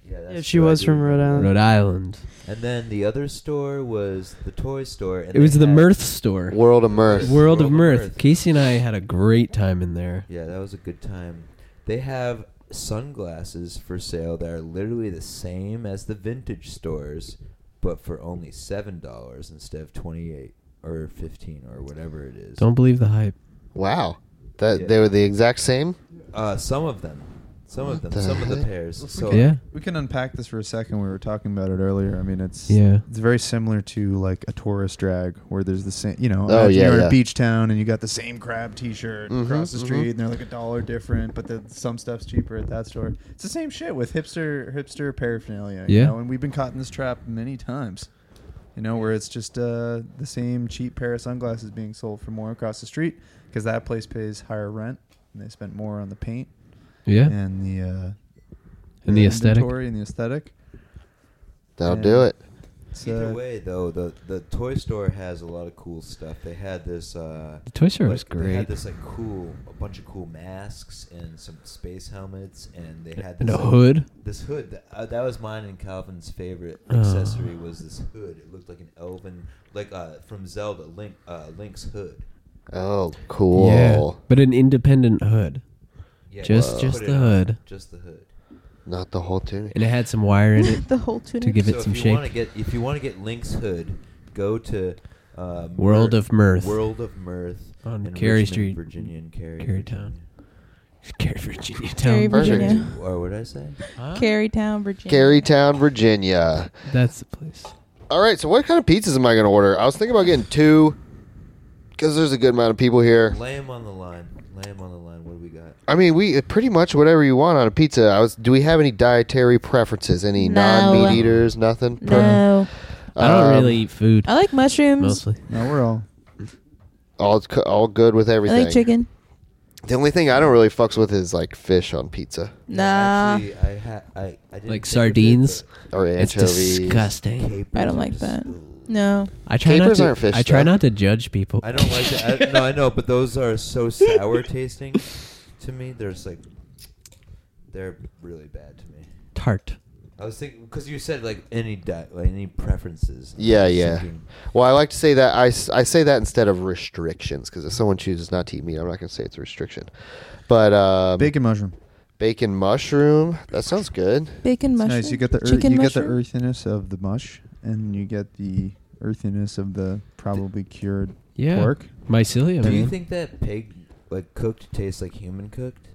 [SPEAKER 10] Yeah, that's
[SPEAKER 9] Yeah, she
[SPEAKER 10] true, I
[SPEAKER 9] was
[SPEAKER 10] do
[SPEAKER 9] from
[SPEAKER 10] remember
[SPEAKER 9] Rhode
[SPEAKER 10] that.
[SPEAKER 9] Island.
[SPEAKER 6] Rhode Island.
[SPEAKER 10] And then the other store was the toy store. And
[SPEAKER 6] It was
[SPEAKER 10] they
[SPEAKER 6] the
[SPEAKER 10] had-
[SPEAKER 6] Mirth store.
[SPEAKER 1] World of Mirth.
[SPEAKER 6] World of
[SPEAKER 10] World of
[SPEAKER 6] Mirth.
[SPEAKER 10] Mirth.
[SPEAKER 6] Casey and I had a great time in there.
[SPEAKER 10] Yeah, that was a good time. They have sunglasses for sale that are literally the same as the vintage stores, but for only seven dollars instead of twenty eight or fifteen or whatever it is.
[SPEAKER 6] Don't believe the hype.
[SPEAKER 1] Wow. That
[SPEAKER 10] Yeah.
[SPEAKER 1] they were the exact same.
[SPEAKER 10] Uh, some of them, some
[SPEAKER 1] What
[SPEAKER 10] of them,
[SPEAKER 1] the
[SPEAKER 10] some of the
[SPEAKER 1] heck?
[SPEAKER 10] pairs. So
[SPEAKER 6] Yeah.
[SPEAKER 4] We can unpack this for a second. We were talking about it earlier. I mean, it's
[SPEAKER 6] Yeah.
[SPEAKER 4] it's very similar to like a tourist drag where there's the same, you know,
[SPEAKER 1] Oh,
[SPEAKER 4] imagine
[SPEAKER 1] yeah,
[SPEAKER 4] you're in
[SPEAKER 1] yeah.
[SPEAKER 4] a beach town and you got the same crab T-shirt
[SPEAKER 1] Mhm,
[SPEAKER 4] across the
[SPEAKER 1] mhm.
[SPEAKER 4] street, and they're like a dollar different, but the, some stuff's cheaper at that store. It's the same shit with hipster hipster paraphernalia. You
[SPEAKER 6] Yeah.
[SPEAKER 4] know? and we've been caught in this trap many times. You know, where it's just uh, the same cheap pair of sunglasses being sold for more across the street because that place pays higher rent and they spent more on the paint
[SPEAKER 6] Yeah.
[SPEAKER 4] and the uh,
[SPEAKER 6] And the aesthetic.
[SPEAKER 4] inventory and the aesthetic. uh,
[SPEAKER 1] That'll
[SPEAKER 4] Yeah.
[SPEAKER 1] do it.
[SPEAKER 10] either
[SPEAKER 4] So-
[SPEAKER 10] way, though, the the toy store has a lot of cool stuff. They had this. Uh,
[SPEAKER 6] The toy store
[SPEAKER 10] like,
[SPEAKER 6] was
[SPEAKER 10] They had
[SPEAKER 6] great.
[SPEAKER 10] this like cool, a bunch of cool masks and some space helmets, and they had
[SPEAKER 6] And
[SPEAKER 10] this,
[SPEAKER 6] a
[SPEAKER 10] like,
[SPEAKER 6] hood.
[SPEAKER 10] This hood that, uh, that was mine and Calvin's favorite
[SPEAKER 6] Oh.
[SPEAKER 10] accessory was this hood. It looked like an elven, like uh, from Zelda Link, uh, Link's hood.
[SPEAKER 1] Oh, cool.
[SPEAKER 6] But an independent hood.
[SPEAKER 10] Yeah,
[SPEAKER 6] Just-
[SPEAKER 10] put
[SPEAKER 6] just
[SPEAKER 10] it
[SPEAKER 6] the
[SPEAKER 10] on,
[SPEAKER 6] hood.
[SPEAKER 10] Just the hood.
[SPEAKER 1] Not the whole tunic.
[SPEAKER 6] And it had some wire in it.
[SPEAKER 5] the whole tunic.
[SPEAKER 6] to give it
[SPEAKER 10] so
[SPEAKER 6] some
[SPEAKER 10] if you
[SPEAKER 6] shape.
[SPEAKER 10] want to get if you want to get Link's hood, go to uh,
[SPEAKER 6] World of Mirth.
[SPEAKER 10] World of Mirth
[SPEAKER 6] On
[SPEAKER 10] in
[SPEAKER 6] Cary
[SPEAKER 10] Richmond,
[SPEAKER 6] Street,
[SPEAKER 10] Virginia, and Cary,
[SPEAKER 6] Carytown. Carrie Virginia
[SPEAKER 1] Virginia.
[SPEAKER 5] Cary,
[SPEAKER 6] Town.
[SPEAKER 5] Virginia.
[SPEAKER 10] Virginia. Or what did I say?
[SPEAKER 6] Huh?
[SPEAKER 5] Carytown, Virginia.
[SPEAKER 1] Carytown, Virginia.
[SPEAKER 6] That's the place.
[SPEAKER 1] All right. So, what kind of pizzas am I going to order? I was thinking about getting two because there's a good amount of people here.
[SPEAKER 10] Lay him on the line. Lay him on the line. What do we got?
[SPEAKER 1] I mean, we pretty much whatever you want on a pizza. I was. Do we have any dietary preferences? Any
[SPEAKER 5] No.
[SPEAKER 1] non-meat eaters? Nothing.
[SPEAKER 5] No,
[SPEAKER 6] I don't
[SPEAKER 1] Um,
[SPEAKER 6] really eat food
[SPEAKER 5] I like mushrooms.
[SPEAKER 6] mostly.
[SPEAKER 4] No, we're all
[SPEAKER 1] All c- all good with everything.
[SPEAKER 5] I like chicken.
[SPEAKER 1] The only thing I don't really fucks with is like fish on pizza
[SPEAKER 5] Nah,
[SPEAKER 10] Actually, I ha- I, I didn't think of it,
[SPEAKER 6] Like
[SPEAKER 10] but
[SPEAKER 6] sardines.
[SPEAKER 1] or
[SPEAKER 6] It's
[SPEAKER 1] anchovies.
[SPEAKER 6] disgusting.
[SPEAKER 10] capers
[SPEAKER 5] I don't
[SPEAKER 10] are
[SPEAKER 5] like
[SPEAKER 10] just-
[SPEAKER 5] that.
[SPEAKER 10] ugh.
[SPEAKER 5] No,
[SPEAKER 6] I try
[SPEAKER 1] Capers
[SPEAKER 6] not to.
[SPEAKER 1] aren't fish,
[SPEAKER 6] I try
[SPEAKER 1] though.
[SPEAKER 6] not to judge people.
[SPEAKER 10] I don't like that. I, no, I know, but those are so sour tasting to me. They're just like they're really bad to me.
[SPEAKER 6] tart.
[SPEAKER 10] I was thinking because you said like any diet, like any preferences. I
[SPEAKER 1] Yeah,
[SPEAKER 10] was
[SPEAKER 1] yeah.
[SPEAKER 10] thinking-
[SPEAKER 1] Well, I like to say that I, s- I say that instead of restrictions because if someone chooses not to eat meat, I'm not going to say it's a restriction. But um,
[SPEAKER 4] bacon mushroom.
[SPEAKER 1] bacon mushroom, that sounds good.
[SPEAKER 5] bacon
[SPEAKER 4] It's
[SPEAKER 5] mushroom.
[SPEAKER 4] nice. You get the ear-
[SPEAKER 5] chicken
[SPEAKER 4] you get the
[SPEAKER 5] mushroom.
[SPEAKER 4] earthiness of the mush, and you get the earthiness of the probably cured
[SPEAKER 6] Yeah.
[SPEAKER 4] pork.
[SPEAKER 6] Mycelium.
[SPEAKER 10] Do you
[SPEAKER 6] man.
[SPEAKER 10] think that pig like cooked tastes like human cooked?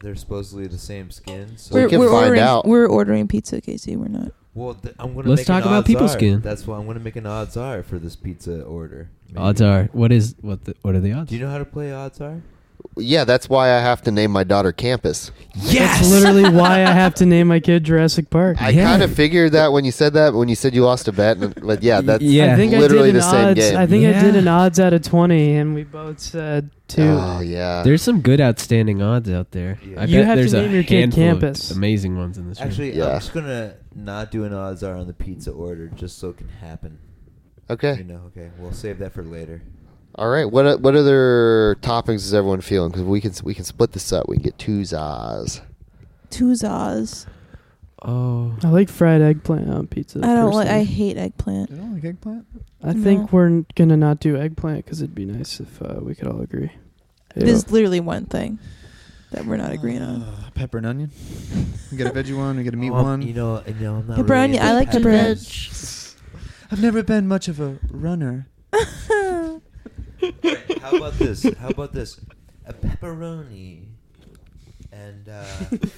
[SPEAKER 10] They're supposedly the same skin. So
[SPEAKER 1] We can find
[SPEAKER 5] ordering,
[SPEAKER 1] out.
[SPEAKER 5] We're ordering pizza, Casey. We're not.
[SPEAKER 10] well, th- I'm gonna
[SPEAKER 6] Let's
[SPEAKER 10] make an
[SPEAKER 6] talk about
[SPEAKER 10] odds
[SPEAKER 6] people
[SPEAKER 10] are.
[SPEAKER 6] skin.
[SPEAKER 10] That's why I'm gonna make an odds are for this pizza order. maybe.
[SPEAKER 6] Odds are what is what? The, what are the odds?
[SPEAKER 10] Do you know how to play odds are?
[SPEAKER 1] Yeah, that's why I have to name my daughter Campus.
[SPEAKER 9] That's literally why I have to name my kid Jurassic Park.
[SPEAKER 1] I
[SPEAKER 6] Yeah.
[SPEAKER 1] kind of figured that when you said that, when you said you lost a bet, and, but yeah, that's
[SPEAKER 6] Yeah.
[SPEAKER 9] I think
[SPEAKER 1] literally
[SPEAKER 9] I did
[SPEAKER 1] the
[SPEAKER 9] an
[SPEAKER 1] same
[SPEAKER 9] odds.
[SPEAKER 1] game.
[SPEAKER 9] I think I
[SPEAKER 6] Yeah.
[SPEAKER 9] did an odds out of twenty, and we both said two.
[SPEAKER 1] Oh yeah,
[SPEAKER 6] There's some good outstanding odds out there.
[SPEAKER 10] Uh, Yeah.
[SPEAKER 6] I
[SPEAKER 10] You
[SPEAKER 6] bet
[SPEAKER 9] have to
[SPEAKER 6] there's a
[SPEAKER 9] name your kid
[SPEAKER 6] handful of
[SPEAKER 9] Campus.
[SPEAKER 6] amazing ones in this room.
[SPEAKER 10] Actually,
[SPEAKER 1] Yeah.
[SPEAKER 10] I'm just gonna not do an odds are on the pizza order just so it can happen. You
[SPEAKER 1] okay.
[SPEAKER 10] know, okay, we'll save that for later.
[SPEAKER 1] All right. What o- what other toppings is everyone feeling? Because we can s- we can split this up. We can get two zas.
[SPEAKER 5] Two zaws.
[SPEAKER 6] oh,
[SPEAKER 9] I like fried eggplant on pizza.
[SPEAKER 5] I don't like.
[SPEAKER 9] personally.
[SPEAKER 5] I hate eggplant.
[SPEAKER 4] You don't like eggplant?
[SPEAKER 9] I
[SPEAKER 5] No.
[SPEAKER 9] think we're n- gonna not do eggplant because it'd be nice if uh, we could all agree.
[SPEAKER 5] There's literally one thing that we're not agreeing on.
[SPEAKER 4] Uh, pepper and onion. We get a veggie one. We get a meat
[SPEAKER 10] Um,
[SPEAKER 4] one.
[SPEAKER 10] You know, you know, I'm not
[SPEAKER 5] Pepper
[SPEAKER 10] really
[SPEAKER 5] onion-
[SPEAKER 10] into
[SPEAKER 5] I like pepper
[SPEAKER 10] peppers.
[SPEAKER 4] I've never been much of a runner.
[SPEAKER 10] Alright, how about this? How about this? A pepperoni and uh,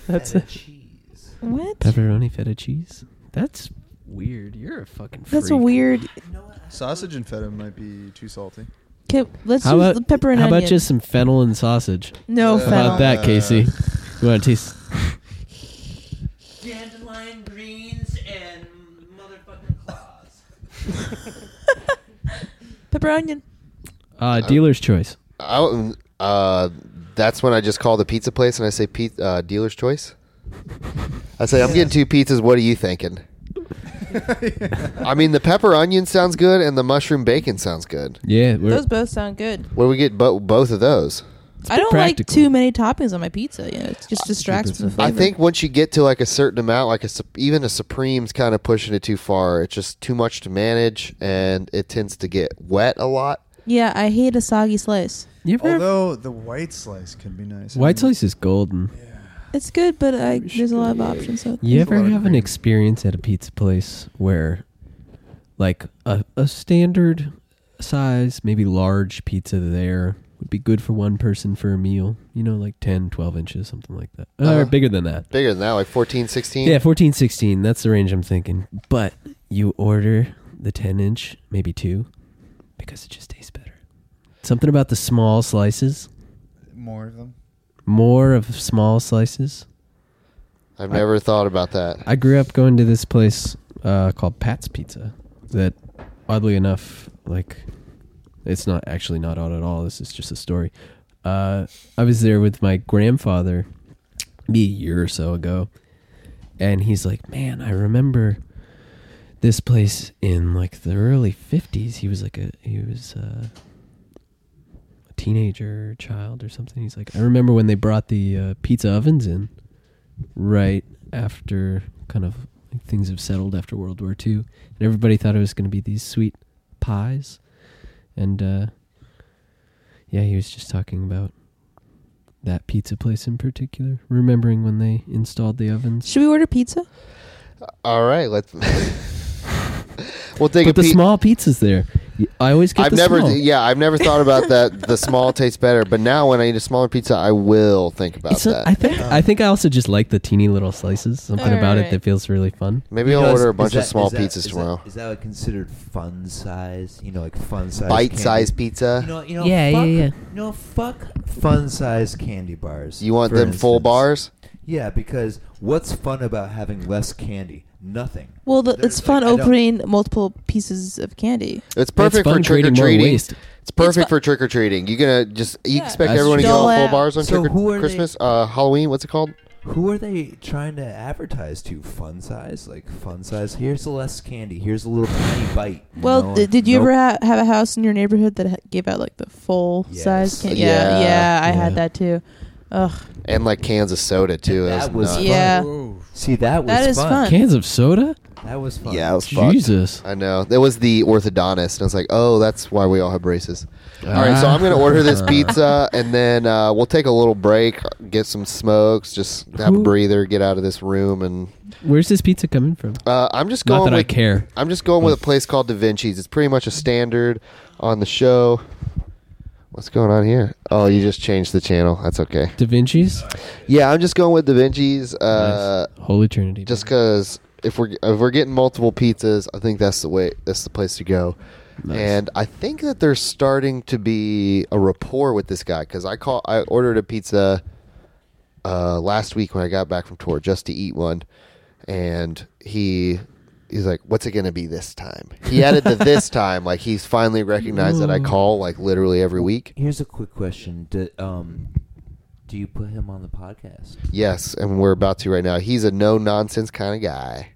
[SPEAKER 9] That's
[SPEAKER 10] and a
[SPEAKER 9] it.
[SPEAKER 10] cheese.
[SPEAKER 5] what?
[SPEAKER 6] pepperoni feta cheese. That's weird. You're a fucking. Freak.
[SPEAKER 5] That's a weird.
[SPEAKER 10] You know what? I-
[SPEAKER 4] Sausage and feta might be too salty.
[SPEAKER 5] Can, let's
[SPEAKER 6] How
[SPEAKER 5] use
[SPEAKER 6] about
[SPEAKER 5] the pepper and
[SPEAKER 6] how
[SPEAKER 5] onion.
[SPEAKER 6] about just some fennel and sausage?
[SPEAKER 5] no
[SPEAKER 4] How
[SPEAKER 6] How about
[SPEAKER 5] fennel.
[SPEAKER 4] uh,
[SPEAKER 6] that, Casey? You want to taste?
[SPEAKER 10] Dandelion greens and motherfucking claws.
[SPEAKER 5] Pepper onion.
[SPEAKER 6] Uh, dealer's choice.
[SPEAKER 1] I don't- uh, that's when I just call the pizza place and I say pe- uh, dealer's choice. I say I'm getting two pizzas. What are you thinking? I mean, the pepper onion sounds good, and the mushroom bacon sounds good.
[SPEAKER 8] Yeah,
[SPEAKER 5] Those both sound good.
[SPEAKER 1] Where we get bo- both of those.
[SPEAKER 5] I don't
[SPEAKER 8] practical.
[SPEAKER 5] like too many toppings on my pizza. You know, it just distracts from the flavor.
[SPEAKER 1] I think once you get to like a certain amount, like a sup- even a Supreme's kind of pushing it too far. It's just too much to manage, and it tends to get wet a lot.
[SPEAKER 5] Yeah, I hate a soggy slice.
[SPEAKER 8] You ever
[SPEAKER 4] Although the white slice can be nice.
[SPEAKER 6] White slice is golden.
[SPEAKER 5] It's good, but I, there's a lot of options. So
[SPEAKER 6] You ever
[SPEAKER 4] lot of
[SPEAKER 6] have an
[SPEAKER 4] cream.
[SPEAKER 6] experience at a pizza place where, like, a, a standard size, maybe large pizza there would be good for one person for a meal? You know, like 10, 12 inches, something like that.
[SPEAKER 1] Uh-huh.
[SPEAKER 6] Or bigger than that.
[SPEAKER 1] Bigger than that, like 14, 16.
[SPEAKER 6] Yeah, 14, 16. That's the range I'm thinking. But you order the 10 inch, maybe two, because it just tastes better. Something about the small slices,
[SPEAKER 4] More of them.
[SPEAKER 6] more of small slices.
[SPEAKER 1] I've never thought about that.
[SPEAKER 6] I grew up going to this place uh, called Pat's Pizza. That, oddly enough, like, it's not actually not odd at all. This is just a story. Uh, I was there with my grandfather, maybe a year or so ago, and he's like, "Man, I remember this place in like the early '50s. He was like a he was uh, a teenager, child, or something. He's like, I remember when they brought the uh, pizza ovens in." right after kind of like, things have settled after World War II, and everybody thought it was going to be these sweet pies, and uh, yeah, he was just talking about that pizza place in particular, remembering when they installed the ovens.
[SPEAKER 5] Should we order pizza?
[SPEAKER 1] All right, let's. we'll take a
[SPEAKER 6] But the
[SPEAKER 1] pe-
[SPEAKER 6] small pizzas there, Y- I always get
[SPEAKER 1] I've
[SPEAKER 6] the
[SPEAKER 1] never,
[SPEAKER 6] small.
[SPEAKER 1] yeah, I've never thought about that. The small tastes better, but now when I eat a smaller pizza, I will think about
[SPEAKER 6] It's a,
[SPEAKER 1] that. Um,
[SPEAKER 6] I think I think I also just like the teeny little slices. Something about it
[SPEAKER 5] Alright.
[SPEAKER 6] that feels really fun.
[SPEAKER 1] Maybe I'll
[SPEAKER 10] You know,
[SPEAKER 1] order a
[SPEAKER 10] is-
[SPEAKER 1] bunch
[SPEAKER 10] is that-
[SPEAKER 1] of small
[SPEAKER 10] is that-
[SPEAKER 1] pizzas
[SPEAKER 10] is that-
[SPEAKER 1] tomorrow.
[SPEAKER 10] Is that like considered fun size? You know, like fun size.
[SPEAKER 1] Bite sized
[SPEAKER 10] candy-
[SPEAKER 1] pizza.
[SPEAKER 10] You know, you know,
[SPEAKER 6] Yeah,
[SPEAKER 10] fuck,
[SPEAKER 6] yeah, yeah.
[SPEAKER 10] No, fuck fun size candy bars.
[SPEAKER 1] You want
[SPEAKER 10] for
[SPEAKER 1] them full
[SPEAKER 10] instance.
[SPEAKER 1] bars?
[SPEAKER 10] Yeah, because what's fun about having less candy? Nothing.
[SPEAKER 5] Well, the,
[SPEAKER 10] There's
[SPEAKER 5] it's fun
[SPEAKER 10] like- I don't-
[SPEAKER 5] opening multiple pieces of candy.
[SPEAKER 1] It's perfect for
[SPEAKER 6] fun
[SPEAKER 1] trick or
[SPEAKER 6] creating more
[SPEAKER 1] treating.
[SPEAKER 6] waste.
[SPEAKER 1] It's perfect
[SPEAKER 5] It's fu-
[SPEAKER 1] for trick or treating. You gonna just you
[SPEAKER 5] Yeah.
[SPEAKER 1] expect
[SPEAKER 6] That's
[SPEAKER 1] everyone to
[SPEAKER 5] true.
[SPEAKER 1] get on
[SPEAKER 5] Dole
[SPEAKER 1] full
[SPEAKER 5] out.
[SPEAKER 1] bars on
[SPEAKER 10] So
[SPEAKER 1] trick
[SPEAKER 10] who are
[SPEAKER 1] or
[SPEAKER 10] they-
[SPEAKER 1] Christmas, uh, Halloween. What's it called?
[SPEAKER 10] Who are they trying to advertise to? Fun size, like fun size. Here's less candy. Here's a little tiny bite. you
[SPEAKER 5] Well,
[SPEAKER 10] know?
[SPEAKER 5] d- did you ever
[SPEAKER 10] Nope.
[SPEAKER 5] ha- have a house in your neighborhood that ha- gave out like the full size
[SPEAKER 10] Yes.
[SPEAKER 5] candy? Yeah,
[SPEAKER 1] Yeah.
[SPEAKER 5] yeah, I had
[SPEAKER 6] Yeah.
[SPEAKER 5] that too. Ugh,
[SPEAKER 1] And like cans of soda too.
[SPEAKER 10] That
[SPEAKER 1] That
[SPEAKER 10] was
[SPEAKER 1] was nuts.
[SPEAKER 10] fun.
[SPEAKER 5] yeah.
[SPEAKER 10] See, that was
[SPEAKER 5] That is fun.
[SPEAKER 6] Cans of soda?
[SPEAKER 10] That was fun.
[SPEAKER 1] yeah, it was fucked.
[SPEAKER 6] Jesus.
[SPEAKER 1] I know. That was the orthodontist. And I was like, oh, that's why we all have braces. all right, so
[SPEAKER 6] Ah.
[SPEAKER 1] I'm going to order this pizza and then uh, we'll take a little break, get some smokes, just have a
[SPEAKER 6] Who-
[SPEAKER 1] breather, get out of this room. And
[SPEAKER 6] Where's this pizza coming from?
[SPEAKER 1] uh, I'm just going
[SPEAKER 6] Not that
[SPEAKER 1] with,
[SPEAKER 6] I care.
[SPEAKER 1] I'm just going with a place called Da Vinci's. It's pretty much a standard on the show. What's going on here? Oh, you just changed the channel. That's okay.
[SPEAKER 6] Da Vinci's?
[SPEAKER 1] Yeah, I'm just going with Da Vinci's. Uh,
[SPEAKER 6] Nice. Holy Trinity.
[SPEAKER 1] just because if we're if we're getting multiple pizzas, I think that's the way that's the place to go.
[SPEAKER 6] Nice.
[SPEAKER 1] And I think that there's starting to be a rapport with this guy because I call I ordered a pizza uh, last week when I got back from tour just to eat one, and he he's like, "What's it gonna be this time?" He added the this time, like he's finally recognized that I
[SPEAKER 6] Ooh.
[SPEAKER 1] call like literally every week.
[SPEAKER 10] Here's a quick question. Do, um, do you put him on the podcast?
[SPEAKER 1] Yes, and we're about to right now. He's a no nonsense kind of guy.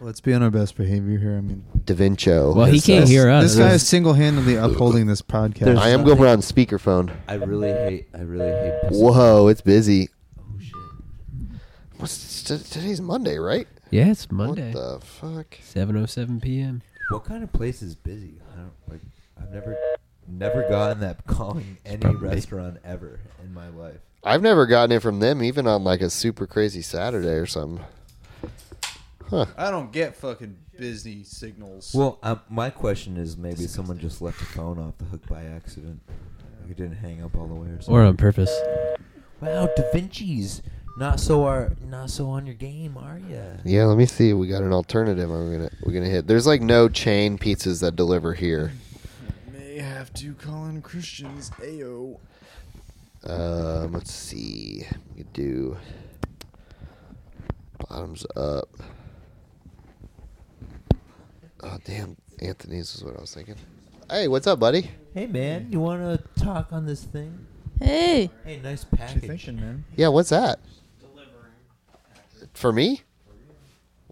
[SPEAKER 4] Let's be on our best behavior here. I mean,
[SPEAKER 1] Da Vincio.
[SPEAKER 6] Well, Oh, he
[SPEAKER 1] is,
[SPEAKER 6] can't
[SPEAKER 1] uh,
[SPEAKER 4] this,
[SPEAKER 6] hear us.
[SPEAKER 4] This guy is single-handedly upholding this podcast.
[SPEAKER 10] There's-
[SPEAKER 1] I am
[SPEAKER 10] nothing-
[SPEAKER 1] going on speakerphone.
[SPEAKER 10] I really hate. I really hate. pussy.
[SPEAKER 1] Whoa, it's busy.
[SPEAKER 10] Oh shit.
[SPEAKER 1] What's t- today's Monday, right?
[SPEAKER 6] Yeah, it's Monday.
[SPEAKER 1] What the fuck?
[SPEAKER 6] 7:07 p.m.
[SPEAKER 10] What kind of place is busy? I don't like. I've never, never gotten that calling any
[SPEAKER 6] probably-
[SPEAKER 10] restaurant ever in my life.
[SPEAKER 1] I've never gotten it from them, even on like a super crazy Saturday or something. Huh?
[SPEAKER 4] I don't get fucking busy signals.
[SPEAKER 10] Well, um, my question is maybe someone just left the phone off the hook by accident. Like it didn't hang up all the way or something.
[SPEAKER 6] Or on purpose.
[SPEAKER 10] wow, Da Vinci's not so are not so on your game, are ya?
[SPEAKER 1] Yeah. Let me see. We got an alternative. I'm gonna we're gonna hit. There's like no chain pizzas that deliver here.
[SPEAKER 4] may have to call in Christians. Ayo.
[SPEAKER 1] Um, let's see. We could do bottoms up. Oh damn, Anthony's is what I was thinking. Hey, what's up, buddy?
[SPEAKER 10] Hey man, you want to talk on this thing?
[SPEAKER 5] Hey,
[SPEAKER 10] Hey, nice
[SPEAKER 4] What you
[SPEAKER 10] package.
[SPEAKER 4] thinking, man?
[SPEAKER 1] Yeah, what's that? For me?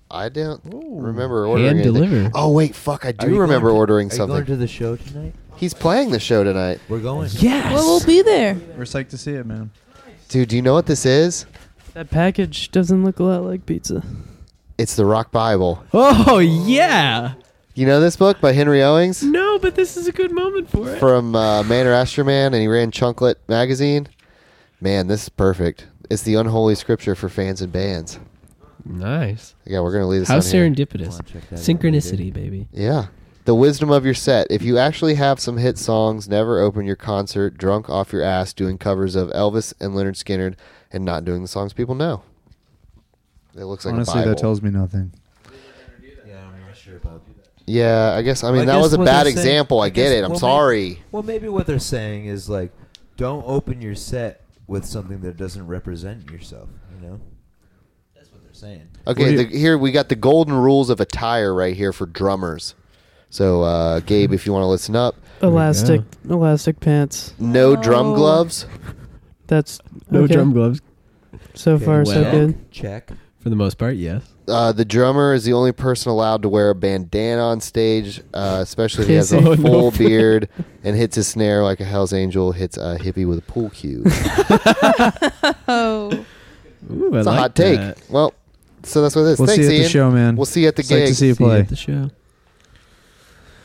[SPEAKER 1] I don't remember ordering
[SPEAKER 10] Hand
[SPEAKER 1] anything.
[SPEAKER 10] deliver.
[SPEAKER 1] Oh wait, fuck! I
[SPEAKER 10] Are you
[SPEAKER 1] do
[SPEAKER 10] going
[SPEAKER 1] remember
[SPEAKER 10] to-
[SPEAKER 1] ordering
[SPEAKER 10] are you
[SPEAKER 1] something.
[SPEAKER 10] going to the show tonight?
[SPEAKER 1] He's playing the show tonight.
[SPEAKER 10] We're going.
[SPEAKER 9] Yes.
[SPEAKER 5] Well, we'll be there.
[SPEAKER 4] We're psyched to see it, man.
[SPEAKER 1] Dude, do you know what this is?
[SPEAKER 9] That package doesn't look a lot like pizza.
[SPEAKER 1] It's the Rock Bible.
[SPEAKER 6] Oh yeah.
[SPEAKER 1] You know this book by Henry Owings
[SPEAKER 9] No, but this is a good moment for it.
[SPEAKER 1] from uh, Man or Astroman, and he ran Chunklet magazine. Man, this is perfect. It's the unholy scripture for fans and bands.
[SPEAKER 6] Nice.
[SPEAKER 1] Yeah, we're gonna leave this.
[SPEAKER 6] How
[SPEAKER 1] on here.
[SPEAKER 6] serendipitous.
[SPEAKER 10] Wanna check that out when we do.
[SPEAKER 6] Synchronicity, baby.
[SPEAKER 1] Yeah. The wisdom of your set. If you actually have some hit songs, never open your concert drunk off your ass doing covers of Elvis and Leonard Skinner and not doing the songs people know. It looks like a
[SPEAKER 4] Honestly,
[SPEAKER 1] Bible.
[SPEAKER 4] that tells me nothing.
[SPEAKER 10] Yeah, I'm not sure about
[SPEAKER 1] yeah, I guess. I mean,
[SPEAKER 10] I
[SPEAKER 1] that
[SPEAKER 10] guess
[SPEAKER 1] was a
[SPEAKER 10] what
[SPEAKER 1] bad
[SPEAKER 10] they're saying-
[SPEAKER 1] example. I, get
[SPEAKER 10] guess-
[SPEAKER 1] it. I'm
[SPEAKER 10] well, may-
[SPEAKER 1] sorry.
[SPEAKER 10] well, maybe what they're saying is like, don't open your set with something that doesn't represent yourself. You know, that's what they're saying.
[SPEAKER 1] Okay, the, here we got the golden rules of attire right here for drummers. So, uh, Gabe, if you want to listen up,
[SPEAKER 9] Elastic, elastic pants.
[SPEAKER 1] no drum
[SPEAKER 5] Oh.
[SPEAKER 1] gloves.
[SPEAKER 9] That's
[SPEAKER 6] No
[SPEAKER 9] okay.
[SPEAKER 6] drum gloves.
[SPEAKER 9] So
[SPEAKER 10] Okay,
[SPEAKER 9] far, so
[SPEAKER 6] well.
[SPEAKER 9] good.
[SPEAKER 10] Check.
[SPEAKER 6] For the most part, yes.
[SPEAKER 1] Uh, the drummer is the only person allowed to wear a bandana on stage, uh, especially if he has a
[SPEAKER 6] Oh, no.
[SPEAKER 1] full beard and hits his snare like a Hell's Angel hits a hippie with a pool cue. It's
[SPEAKER 5] Oh,
[SPEAKER 6] Ooh, I
[SPEAKER 1] a
[SPEAKER 6] like
[SPEAKER 1] hot take.
[SPEAKER 6] that.
[SPEAKER 1] Well, so that's what it is.
[SPEAKER 4] We'll
[SPEAKER 1] Thanks,
[SPEAKER 4] see you at
[SPEAKER 1] Ian.
[SPEAKER 4] the show, man.
[SPEAKER 1] We'll see you at the
[SPEAKER 4] Psyched to
[SPEAKER 1] gig.
[SPEAKER 4] see you
[SPEAKER 6] See you
[SPEAKER 4] play.
[SPEAKER 6] at the show.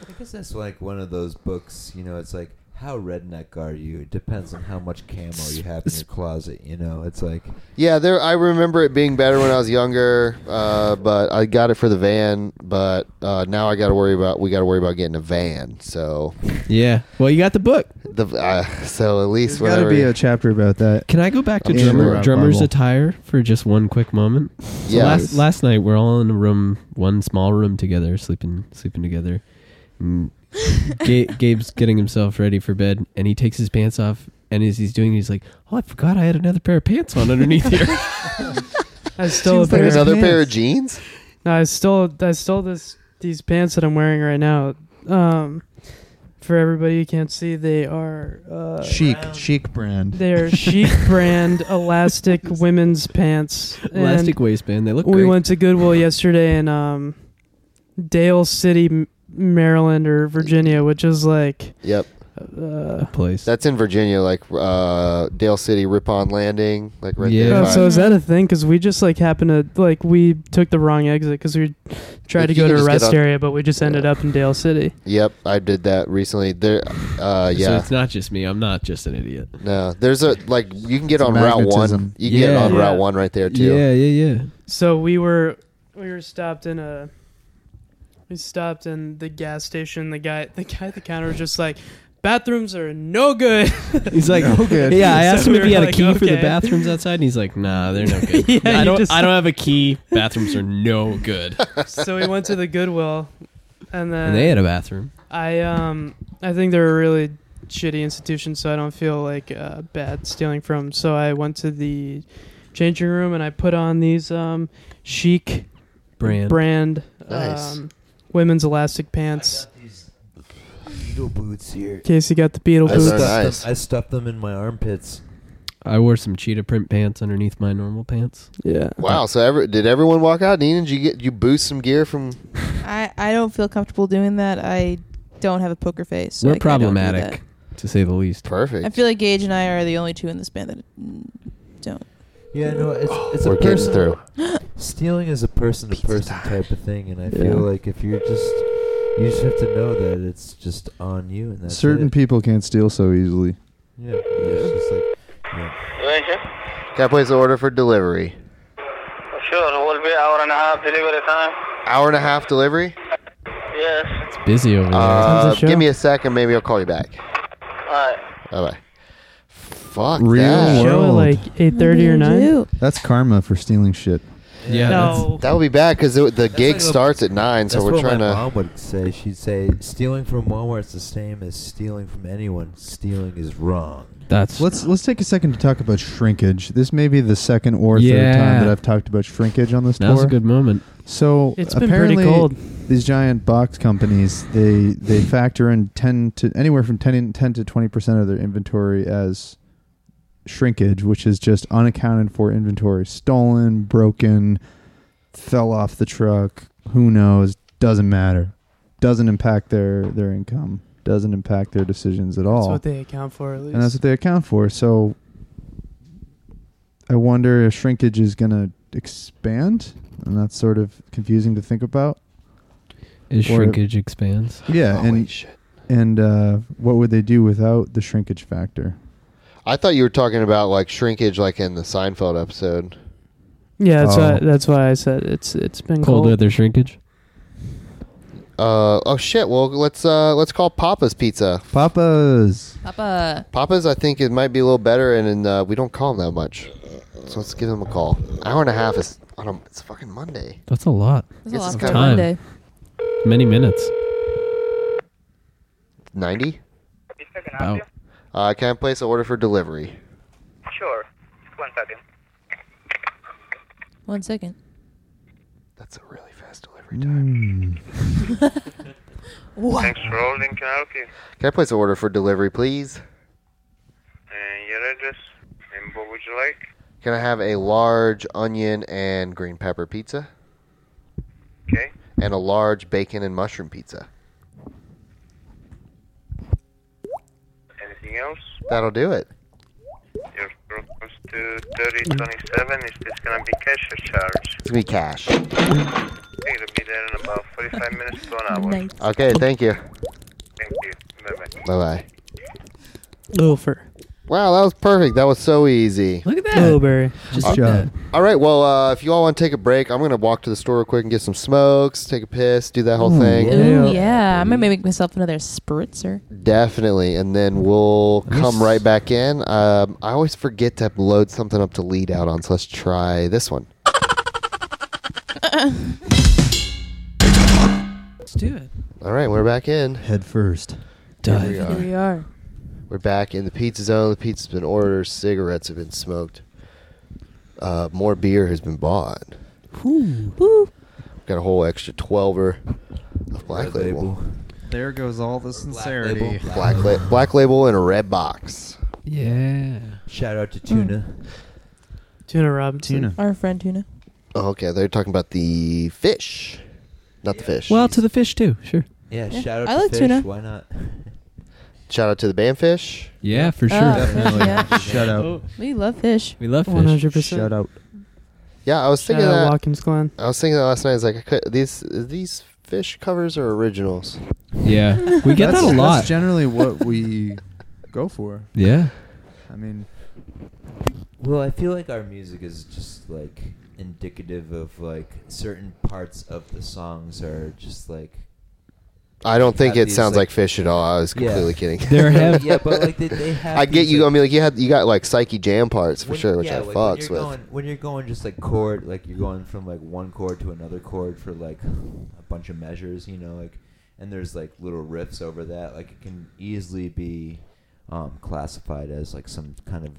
[SPEAKER 10] I guess that's like one of those books. You know, it's like how redneck are you? It depends on how much camo you have in your closet. You know, it's like
[SPEAKER 1] yeah, there. I remember it being better when I was younger, uh, but I got it for the van. But uh, now I got to worry about we got to worry about getting a van. So
[SPEAKER 6] Yeah. Well, you got the book.
[SPEAKER 1] the uh, so at least
[SPEAKER 4] There's got to
[SPEAKER 1] whenever-
[SPEAKER 4] be a chapter about that.
[SPEAKER 6] Can I go back to
[SPEAKER 1] I'm
[SPEAKER 6] drummer,
[SPEAKER 1] sure.
[SPEAKER 6] drummer's
[SPEAKER 4] Bible.
[SPEAKER 6] attire for just one quick moment? So
[SPEAKER 1] Yeah.
[SPEAKER 6] Last, last night we're all in a room, one small room together, sleeping sleeping together. And Ga- Gabe's getting himself ready for bed, and he takes his pants off. And as he's doing, it, he's like, "Oh, I forgot I had another pair of pants on underneath here."
[SPEAKER 9] I still a
[SPEAKER 4] Seems like
[SPEAKER 9] pair.
[SPEAKER 4] it's-
[SPEAKER 1] another
[SPEAKER 4] pants.
[SPEAKER 1] pair of jeans.
[SPEAKER 9] No, I stole I stole this these pants that I'm wearing right now. Um, for everybody who can't see, they are uh,
[SPEAKER 4] chic, chic brand.
[SPEAKER 9] they are chic brand elastic women's pants. And
[SPEAKER 6] Elastic waistband. They look
[SPEAKER 9] we
[SPEAKER 6] great.
[SPEAKER 9] went to Goodwill yesterday in um, Dale City, M- Maryland or Virginia, which is like
[SPEAKER 1] Yep.
[SPEAKER 9] uh,
[SPEAKER 6] place.
[SPEAKER 1] That's in Virginia, like uh, Dale City, Ripon Landing, like right
[SPEAKER 6] Yeah.
[SPEAKER 1] there.
[SPEAKER 9] Oh,
[SPEAKER 1] by-
[SPEAKER 9] so is that a thing? Because we just like happened to like we took the wrong exit because we tried to
[SPEAKER 1] You
[SPEAKER 9] go
[SPEAKER 1] can
[SPEAKER 9] to a
[SPEAKER 1] just get
[SPEAKER 9] rest
[SPEAKER 1] on-
[SPEAKER 9] area, but we just ended up in Dale City.
[SPEAKER 1] Yep, I did that recently. There, uh,
[SPEAKER 6] So
[SPEAKER 1] yeah,
[SPEAKER 6] it's not just me. I'm not just an idiot.
[SPEAKER 1] no, there's a like you can get
[SPEAKER 4] It's
[SPEAKER 1] on Route One.
[SPEAKER 4] magnetism.
[SPEAKER 1] You can get
[SPEAKER 6] Yeah.
[SPEAKER 1] on
[SPEAKER 9] Yeah.
[SPEAKER 1] Route One right there too.
[SPEAKER 6] Yeah, yeah, yeah.
[SPEAKER 9] So we were we were stopped in a we stopped in the gas station. The guy the guy at the counter was just like, bathrooms are no good.
[SPEAKER 6] He's like,
[SPEAKER 4] No good.
[SPEAKER 6] yeah. I
[SPEAKER 9] So
[SPEAKER 6] asked him
[SPEAKER 9] we
[SPEAKER 6] if
[SPEAKER 9] were
[SPEAKER 6] he had a
[SPEAKER 9] like,
[SPEAKER 6] key for the
[SPEAKER 9] okay.
[SPEAKER 6] bathrooms outside, and he's like, nah, they're no good.
[SPEAKER 9] Yeah,
[SPEAKER 6] I
[SPEAKER 9] you
[SPEAKER 6] don't.
[SPEAKER 9] just-
[SPEAKER 6] I don't have a key. Bathrooms are no good.
[SPEAKER 9] so we went to the Goodwill, and then
[SPEAKER 6] and they had a bathroom.
[SPEAKER 9] I um I think they're a really shitty institution, so I don't feel like uh, bad stealing from. So I went to the changing room and I put on these um chic
[SPEAKER 6] Brand.
[SPEAKER 9] brand
[SPEAKER 1] Nice.
[SPEAKER 9] um, women's elastic pants.
[SPEAKER 10] beetle boots here.
[SPEAKER 9] Casey got the beetle
[SPEAKER 1] Those are
[SPEAKER 9] boots.
[SPEAKER 1] nice.
[SPEAKER 10] I stuffed them in my armpits.
[SPEAKER 6] I wore some cheetah print pants underneath my normal pants.
[SPEAKER 9] Yeah.
[SPEAKER 1] Wow. So every, did everyone walk out? Nina, did you get you boost some gear from?
[SPEAKER 5] I I don't feel comfortable doing that. I don't have a poker face. so
[SPEAKER 6] We're
[SPEAKER 5] like, I don't do
[SPEAKER 6] problematic, to say the least.
[SPEAKER 1] Perfect.
[SPEAKER 5] that. I feel like Gage and I are the only two in this band that mm, don't.
[SPEAKER 10] Yeah, no, it's it's
[SPEAKER 1] we're
[SPEAKER 10] a
[SPEAKER 1] getting
[SPEAKER 10] person
[SPEAKER 1] through.
[SPEAKER 10] stealing is a person to person type of thing, and I feel like if you're just you just have to know that it's just on you, and that's
[SPEAKER 4] Certain
[SPEAKER 10] it.
[SPEAKER 4] people can't steal so easily.
[SPEAKER 10] Yeah, it's just like yeah.
[SPEAKER 1] Can I place an order for delivery?
[SPEAKER 14] Sure, will be hour and a half delivery time.
[SPEAKER 1] Hour and a half delivery.
[SPEAKER 14] Yes.
[SPEAKER 6] It's busy over there.
[SPEAKER 1] Uh,
[SPEAKER 9] Sounds like
[SPEAKER 1] give
[SPEAKER 9] show.
[SPEAKER 1] me a second. Maybe I'll call you back.
[SPEAKER 14] Alright.
[SPEAKER 1] Bye bye. Fuck
[SPEAKER 4] Real
[SPEAKER 1] that.
[SPEAKER 4] world.
[SPEAKER 9] Show at like eight thirty or nine.
[SPEAKER 4] That's karma for stealing shit.
[SPEAKER 6] yeah. that's-
[SPEAKER 9] No.
[SPEAKER 1] That would be bad because the, the gig
[SPEAKER 10] like a-
[SPEAKER 1] starts at nine, so
[SPEAKER 10] that's
[SPEAKER 1] we're
[SPEAKER 10] what
[SPEAKER 1] trying
[SPEAKER 10] my
[SPEAKER 1] to.
[SPEAKER 10] mom would say. She'd say stealing from Walmart's the same as stealing from anyone. Stealing is wrong.
[SPEAKER 6] That's
[SPEAKER 4] Let's let's take a second to talk about shrinkage. This may be the second or
[SPEAKER 6] Yeah.
[SPEAKER 4] third time that I've talked about shrinkage on this
[SPEAKER 6] that was
[SPEAKER 4] tour.
[SPEAKER 6] a good moment.
[SPEAKER 4] So
[SPEAKER 9] It's been pretty
[SPEAKER 4] apparently,
[SPEAKER 9] cold.
[SPEAKER 4] these giant box companies they they factor in ten to anywhere from 10, in- 10 to twenty percent of their inventory as shrinkage, which is just unaccounted for inventory, stolen, broken, fell off the truck. Who knows? Doesn't matter. Doesn't impact their their income. Doesn't impact their decisions at all.
[SPEAKER 9] That's what they account for, at
[SPEAKER 4] Oh.
[SPEAKER 9] least.
[SPEAKER 4] And that's what they account for. So I wonder if shrinkage is going to expand, and that's sort of confusing to think about.
[SPEAKER 15] Is
[SPEAKER 4] Or-
[SPEAKER 15] shrinkage expands?
[SPEAKER 4] Yeah, and and uh, what would they do without the shrinkage factor?
[SPEAKER 1] I thought you were talking about like shrinkage, like in the Seinfeld episode.
[SPEAKER 9] Yeah, that's
[SPEAKER 4] Oh.
[SPEAKER 9] why. That's why I said it's it's been
[SPEAKER 15] Cold
[SPEAKER 9] cold.
[SPEAKER 15] weather shrinkage.
[SPEAKER 1] Uh, oh shit! Well, let's uh, let's call Papa's Pizza.
[SPEAKER 4] Papa's.
[SPEAKER 5] Papa.
[SPEAKER 1] Papa's, I think it might be a little better, and, and uh, we don't call him that much, so let's give him a call. Hour and a half is on a, it's fucking Monday.
[SPEAKER 15] That's a lot.
[SPEAKER 5] That's a
[SPEAKER 1] It's
[SPEAKER 5] lot for
[SPEAKER 1] kind
[SPEAKER 5] a
[SPEAKER 1] of-
[SPEAKER 5] Monday.
[SPEAKER 15] Many minutes.
[SPEAKER 1] Ninety.
[SPEAKER 15] Wow.
[SPEAKER 1] Uh, can I place an order for delivery?
[SPEAKER 14] Sure. One second.
[SPEAKER 5] One second.
[SPEAKER 1] That's a really fast delivery.
[SPEAKER 4] Mm.
[SPEAKER 15] Hmm.
[SPEAKER 14] Thanks for holding. Can I help you?
[SPEAKER 1] Can I place an order for delivery, please?
[SPEAKER 14] And your address? And what would you like?
[SPEAKER 1] Can I have a large onion and green pepper pizza?
[SPEAKER 14] Okay.
[SPEAKER 1] And a large bacon and mushroom pizza.
[SPEAKER 14] Anything else?
[SPEAKER 1] That'll do it.
[SPEAKER 14] Your growth comes to 3027. Is this going to be cash or charge?
[SPEAKER 1] It's me cash.
[SPEAKER 14] I think it'll be there in about 45 minutes to an hour.
[SPEAKER 1] Okay, thank you.
[SPEAKER 14] Thank you. Bye-bye.
[SPEAKER 1] Bye bye.
[SPEAKER 9] Loafer.
[SPEAKER 1] Wow, that was perfect. That was so easy.
[SPEAKER 9] Look at that. Blueberry.
[SPEAKER 4] Oh, Just Good job.
[SPEAKER 1] All right. Well, uh, if you all want to take a break, I'm gonna walk to the store real quick and get some smokes, take a piss, do that whole thing.
[SPEAKER 5] Ooh, yeah. I'm going to make myself another spritzer.
[SPEAKER 1] Definitely, and then we'll come right back in. Um, I always forget to load something up to lead out on, so let's try this one.
[SPEAKER 9] Let's do it.
[SPEAKER 1] All right, we're back in.
[SPEAKER 10] Head first.
[SPEAKER 1] Here we
[SPEAKER 5] Here we
[SPEAKER 1] are.
[SPEAKER 5] are.
[SPEAKER 1] We're back in the pizza zone. The pizza's been ordered. Cigarettes have been smoked. Uh, more beer has been bought. Got a whole extra twelver of Black
[SPEAKER 10] Red
[SPEAKER 1] Label.
[SPEAKER 4] There goes all the sincerity.
[SPEAKER 1] Black, la- black Label in a red box.
[SPEAKER 15] Yeah.
[SPEAKER 10] Shout out to Tuna.
[SPEAKER 9] Tuna Robinson.
[SPEAKER 4] Tuna.
[SPEAKER 5] Our friend Tuna.
[SPEAKER 1] Oh, Okay, they're talking about the fish, not the fish.
[SPEAKER 15] Well, to the fish too. Sure.
[SPEAKER 10] Yeah,
[SPEAKER 5] Yeah,
[SPEAKER 10] shout out
[SPEAKER 5] I
[SPEAKER 10] to
[SPEAKER 5] like
[SPEAKER 10] Fish.
[SPEAKER 5] tuna.
[SPEAKER 10] Why not?
[SPEAKER 1] Shout out to the Banfish.
[SPEAKER 15] Yeah, for sure.
[SPEAKER 5] Ah,
[SPEAKER 4] Definitely.
[SPEAKER 5] yeah.
[SPEAKER 4] Shout out.
[SPEAKER 5] We love fish.
[SPEAKER 15] We love
[SPEAKER 9] One
[SPEAKER 15] fish.
[SPEAKER 9] hundred
[SPEAKER 4] Shout
[SPEAKER 9] percent.
[SPEAKER 4] out.
[SPEAKER 1] Yeah, I was
[SPEAKER 9] Shout
[SPEAKER 1] thinking
[SPEAKER 9] out
[SPEAKER 1] that.
[SPEAKER 9] Watkins Glen.
[SPEAKER 1] I was thinking that last night. I was like, I could, these these fish covers are originals.
[SPEAKER 15] Yeah, we get that
[SPEAKER 4] That's-
[SPEAKER 15] a lot.
[SPEAKER 4] That's generally what we go for.
[SPEAKER 15] yeah.
[SPEAKER 4] I mean,
[SPEAKER 10] Well, I feel like our music is just like indicative of like certain parts of the songs are just like
[SPEAKER 1] I don't think
[SPEAKER 10] Have
[SPEAKER 1] it
[SPEAKER 10] these,
[SPEAKER 1] sounds
[SPEAKER 10] like-
[SPEAKER 1] like, fish at all. I was
[SPEAKER 10] Yeah.
[SPEAKER 1] completely kidding.
[SPEAKER 15] There have-
[SPEAKER 10] Yeah, but, like, they- they have
[SPEAKER 1] I get
[SPEAKER 10] these,
[SPEAKER 1] you.
[SPEAKER 10] like-
[SPEAKER 1] I mean, like you had you got like Psyche Jam parts for
[SPEAKER 10] When-
[SPEAKER 1] sure, which I
[SPEAKER 10] yeah, like, when
[SPEAKER 1] fucks
[SPEAKER 10] you're
[SPEAKER 1] with.
[SPEAKER 10] Going, when you're going just like chord, like you're going from like one chord to another chord for like a bunch of measures, you know, like, and there's like little riffs over that. Like it can easily be um, classified as like some kind of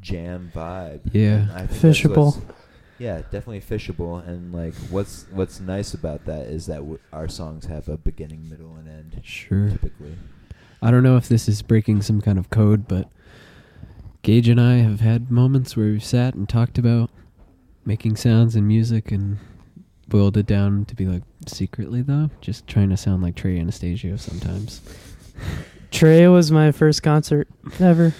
[SPEAKER 10] jam vibe.
[SPEAKER 15] Yeah.
[SPEAKER 10] And I think that's
[SPEAKER 9] Fishable.
[SPEAKER 10] what's- Yeah, definitely fishable. And like, what's what's nice about that is that w- our songs have a beginning, middle, and end.
[SPEAKER 15] Sure.
[SPEAKER 10] Typically.
[SPEAKER 15] I don't know if this is breaking some kind of code, but Gage and I have had moments where we've sat and talked about making sounds and music and boiled it down to be like secretly though, just trying to sound like Trey Anastasio sometimes.
[SPEAKER 9] Trey was my first concert ever.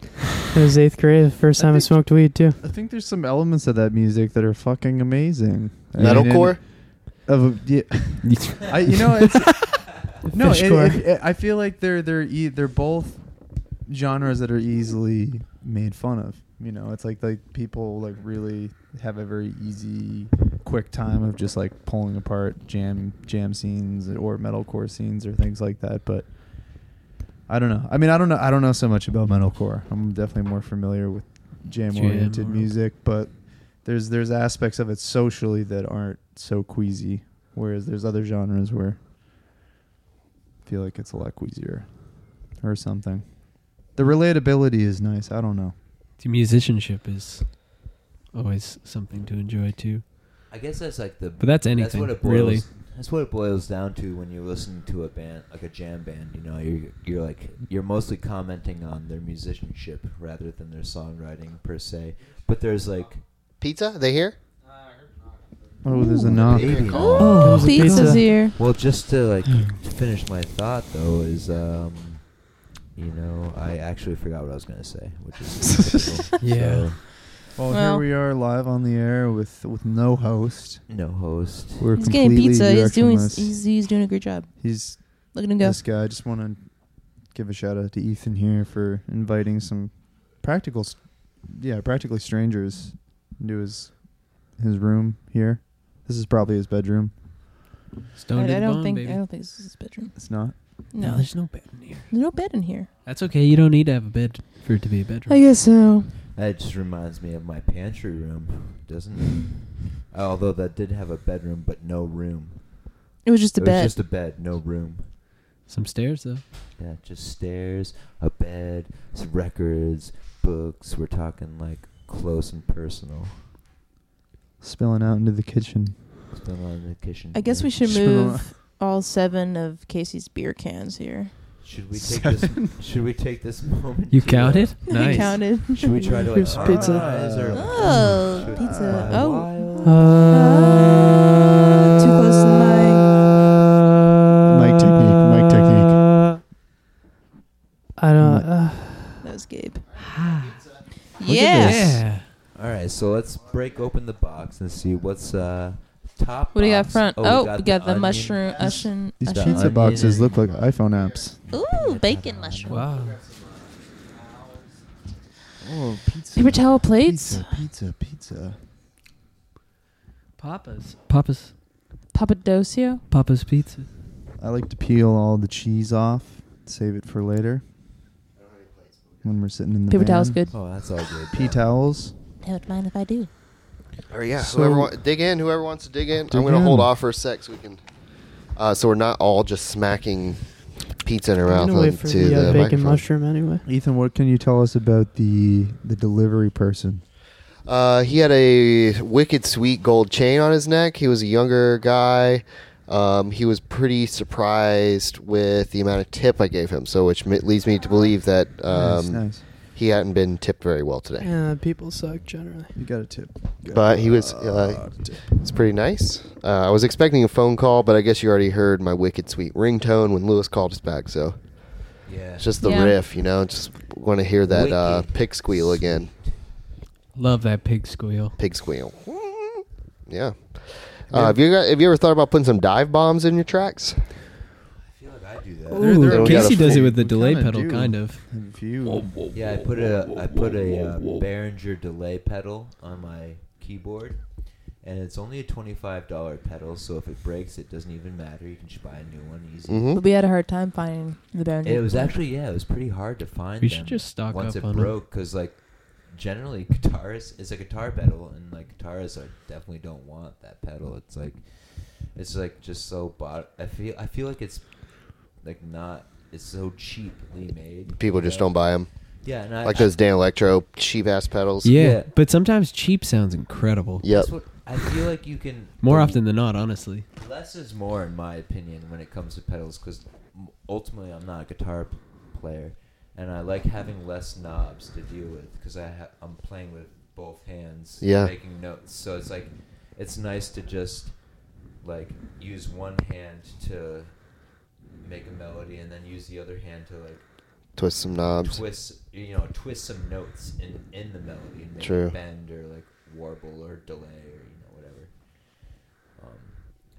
[SPEAKER 9] It was eighth grade. The first
[SPEAKER 4] I
[SPEAKER 9] time I
[SPEAKER 4] think-
[SPEAKER 9] smoked weed too.
[SPEAKER 4] I think there's some elements of that music that are fucking amazing. I mean, and-
[SPEAKER 1] Metalcore.
[SPEAKER 4] Of yeah, I, you know, it's, no, it,
[SPEAKER 9] Fishcore.
[SPEAKER 4] it- it- I feel like they're they're e- they're both genres that are easily made fun of. You know, it's like like people like really have a very easy, quick time of just like pulling apart jam jam scenes or metalcore scenes or things like that. But I don't know. I mean, I don't know. I don't know so much about metalcore. I'm definitely more familiar with jam oriented
[SPEAKER 15] Jam-oriented.
[SPEAKER 4] music, but there's there's aspects of it socially that aren't so queasy, whereas there's other genres where I feel like it's a lot queasier or something. The relatability is nice. I don't know.
[SPEAKER 15] The musicianship is always something to enjoy too.
[SPEAKER 10] I guess that's like the.
[SPEAKER 15] But that's anything,
[SPEAKER 10] what it boils,
[SPEAKER 15] really.
[SPEAKER 10] That's what it boils down to when you listen to a band, like a jam band. You know, you're you're like you're mostly commenting on their musicianship rather than their songwriting per se. But there's like,
[SPEAKER 1] Pizza? They here?
[SPEAKER 4] Oh, there's a
[SPEAKER 10] Ooh,
[SPEAKER 4] knock.
[SPEAKER 10] baby.
[SPEAKER 4] Oh, There was a pizza's pizza. here.
[SPEAKER 10] Well, just to like to finish my thought though is, um, you know, I actually forgot what I was gonna say, which is typical.
[SPEAKER 4] Yeah.
[SPEAKER 10] So,
[SPEAKER 4] Well, here
[SPEAKER 5] Well-
[SPEAKER 4] we are live on the air with with no host.
[SPEAKER 10] No host.
[SPEAKER 4] We're
[SPEAKER 5] He's getting
[SPEAKER 4] completely
[SPEAKER 5] pizza. He's doing.
[SPEAKER 4] directionless.
[SPEAKER 5] He's, he's doing a great job.
[SPEAKER 4] He's
[SPEAKER 5] Look at him go.
[SPEAKER 4] This guy. I just want to give a shout out to Ethan here for inviting some practical, s yeah, practically strangers into his his room here. This is probably his bedroom.
[SPEAKER 15] Stone
[SPEAKER 5] I, I
[SPEAKER 15] did
[SPEAKER 5] don't
[SPEAKER 15] bomb,
[SPEAKER 5] think.
[SPEAKER 15] baby.
[SPEAKER 5] I don't think this is his bedroom.
[SPEAKER 4] It's not.
[SPEAKER 5] No,
[SPEAKER 15] there's no bed in here.
[SPEAKER 5] There's no bed in here.
[SPEAKER 15] That's okay. You don't need to have a bed for it to be a bedroom.
[SPEAKER 5] I guess so.
[SPEAKER 10] That just reminds me of my pantry room, doesn't it? Although that did have a bedroom, but no room.
[SPEAKER 5] It was just a
[SPEAKER 10] it
[SPEAKER 5] bed.
[SPEAKER 10] Was just a bed, no room.
[SPEAKER 15] Some stairs though.
[SPEAKER 10] Yeah, just stairs, a bed, some records, books. We're talking like close and personal.
[SPEAKER 4] Spilling out into the kitchen.
[SPEAKER 10] It's been on the kitchen.
[SPEAKER 5] I guess we should
[SPEAKER 4] Just been a
[SPEAKER 5] move all seven of Casey's beer cans here.
[SPEAKER 10] Should we take this? Should we take this moment?
[SPEAKER 15] You
[SPEAKER 10] to, uh,
[SPEAKER 15] counted?
[SPEAKER 5] I Nice. counted.
[SPEAKER 10] Should we try to like ah,
[SPEAKER 15] Here's pizza.
[SPEAKER 10] harmonize or-
[SPEAKER 5] Oh,
[SPEAKER 10] should-
[SPEAKER 5] pizza.
[SPEAKER 10] uh,
[SPEAKER 5] Oh,
[SPEAKER 9] Uh,
[SPEAKER 5] too close to the
[SPEAKER 4] Mic technique. Mic technique.
[SPEAKER 9] I don't. Uh,
[SPEAKER 5] mic. That was Gabe.
[SPEAKER 10] Look at this.
[SPEAKER 5] yeah.
[SPEAKER 10] All right, so let's break open the box and see what's uh top.
[SPEAKER 5] What do you got
[SPEAKER 10] box.
[SPEAKER 5] front? Oh, we got, the,
[SPEAKER 10] onion.
[SPEAKER 5] mushroom. Ushin,
[SPEAKER 4] These
[SPEAKER 10] The
[SPEAKER 5] ushin.
[SPEAKER 4] pizza
[SPEAKER 10] onion
[SPEAKER 4] boxes look
[SPEAKER 10] and-
[SPEAKER 4] like iPhone apps.
[SPEAKER 5] Ooh, bacon mushroom.
[SPEAKER 15] Wow.
[SPEAKER 4] Oh, pizza.
[SPEAKER 5] Paper towel plates.
[SPEAKER 4] Pizza, pizza.
[SPEAKER 15] Papa's. Papa's.
[SPEAKER 5] Papadocio.
[SPEAKER 15] Papa's pizza.
[SPEAKER 4] I like to peel all the cheese off, save it for later. When we're sitting in the
[SPEAKER 5] Paper
[SPEAKER 4] van.
[SPEAKER 5] towel's good.
[SPEAKER 10] Oh, that's all good.
[SPEAKER 4] Pea towels.
[SPEAKER 5] Don't mind if I do.
[SPEAKER 1] Or yeah,
[SPEAKER 4] So-
[SPEAKER 1] whoever wa- dig in, whoever wants to dig in.
[SPEAKER 4] Dig
[SPEAKER 1] I'm gonna hold
[SPEAKER 4] in.
[SPEAKER 1] off for a sec so we can, uh, so we're not all just smacking pizza in our
[SPEAKER 9] I'm
[SPEAKER 1] mouth
[SPEAKER 9] gonna wait
[SPEAKER 1] onto
[SPEAKER 9] for
[SPEAKER 1] the,
[SPEAKER 9] the, uh, bacon
[SPEAKER 1] microphone.
[SPEAKER 9] mushroom anyway.
[SPEAKER 4] Ethan, what can you tell us about the the delivery person?
[SPEAKER 1] Uh, he had a wicked sweet gold chain on his neck. He was a younger guy. Um, he was pretty surprised with the amount of tip I gave him, so which mi- leads me to believe that
[SPEAKER 4] Nice,
[SPEAKER 1] um,
[SPEAKER 4] nice.
[SPEAKER 1] he hadn't been tipped very well today.
[SPEAKER 9] Yeah, people suck generally.
[SPEAKER 4] You got a tip.
[SPEAKER 1] But he was uh,
[SPEAKER 10] Ah,
[SPEAKER 1] it's pretty nice. Uh, I was expecting a phone call, but I guess you already heard my wicked sweet ringtone when Lewis called us back. So
[SPEAKER 10] Yeah.
[SPEAKER 1] it's just the
[SPEAKER 5] Yeah.
[SPEAKER 1] riff, you know. Just want to hear that uh,
[SPEAKER 10] Wicked
[SPEAKER 1] pig squeal again.
[SPEAKER 15] Love that pig squeal.
[SPEAKER 1] Pig squeal. Yeah. Uh, have you got, have you ever thought about putting some dive bombs in your tracks?
[SPEAKER 10] I feel like I do that.
[SPEAKER 1] Ooh, there we got
[SPEAKER 15] Casey
[SPEAKER 1] a
[SPEAKER 15] does it
[SPEAKER 1] full-
[SPEAKER 15] with the
[SPEAKER 4] We
[SPEAKER 15] delay
[SPEAKER 4] kinda
[SPEAKER 15] pedal,
[SPEAKER 4] do.
[SPEAKER 15] kind of.
[SPEAKER 4] If you
[SPEAKER 10] Yeah, I put a I put a uh, Behringer delay pedal on my keyboard, and it's only a twenty five dollar pedal. So if it breaks, it doesn't even matter. You can just buy a new one easy.
[SPEAKER 1] Mm-hmm.
[SPEAKER 5] But we had a hard time finding the boundary.
[SPEAKER 10] It was actually yeah, it was pretty hard to find.
[SPEAKER 15] We should
[SPEAKER 10] them
[SPEAKER 15] just stock
[SPEAKER 10] once
[SPEAKER 15] up
[SPEAKER 10] it
[SPEAKER 15] on 'em.
[SPEAKER 10] broke because like generally guitarists it's a guitar pedal and like guitarists are definitely don't want that pedal. It's like it's like just so bot. I feel I feel like it's like not. It's so cheaply made.
[SPEAKER 1] People
[SPEAKER 10] you
[SPEAKER 1] just
[SPEAKER 10] know?
[SPEAKER 1] don't buy them.
[SPEAKER 10] Yeah, and I,
[SPEAKER 1] Like
[SPEAKER 10] I-
[SPEAKER 1] those Dan Electro cheap ass pedals.
[SPEAKER 15] Yeah,
[SPEAKER 10] Yeah.
[SPEAKER 15] but sometimes cheap sounds incredible.
[SPEAKER 1] Yep.
[SPEAKER 10] That's what I feel like you can
[SPEAKER 15] More
[SPEAKER 10] the
[SPEAKER 15] often than not, honestly.
[SPEAKER 10] Less is more, in my opinion, when it comes to pedals, because ultimately I'm not a guitar p- player, and I like having less knobs to deal with because I ha- I'm playing with both hands,
[SPEAKER 1] Yeah.
[SPEAKER 10] making notes. So it's like it's nice to just like use one hand to make a melody, and then use the other hand to like
[SPEAKER 1] Twist some knobs.
[SPEAKER 10] twist you know twist some notes in in the melody and make
[SPEAKER 1] True.
[SPEAKER 10] it bend or like warble or delay or you know whatever um,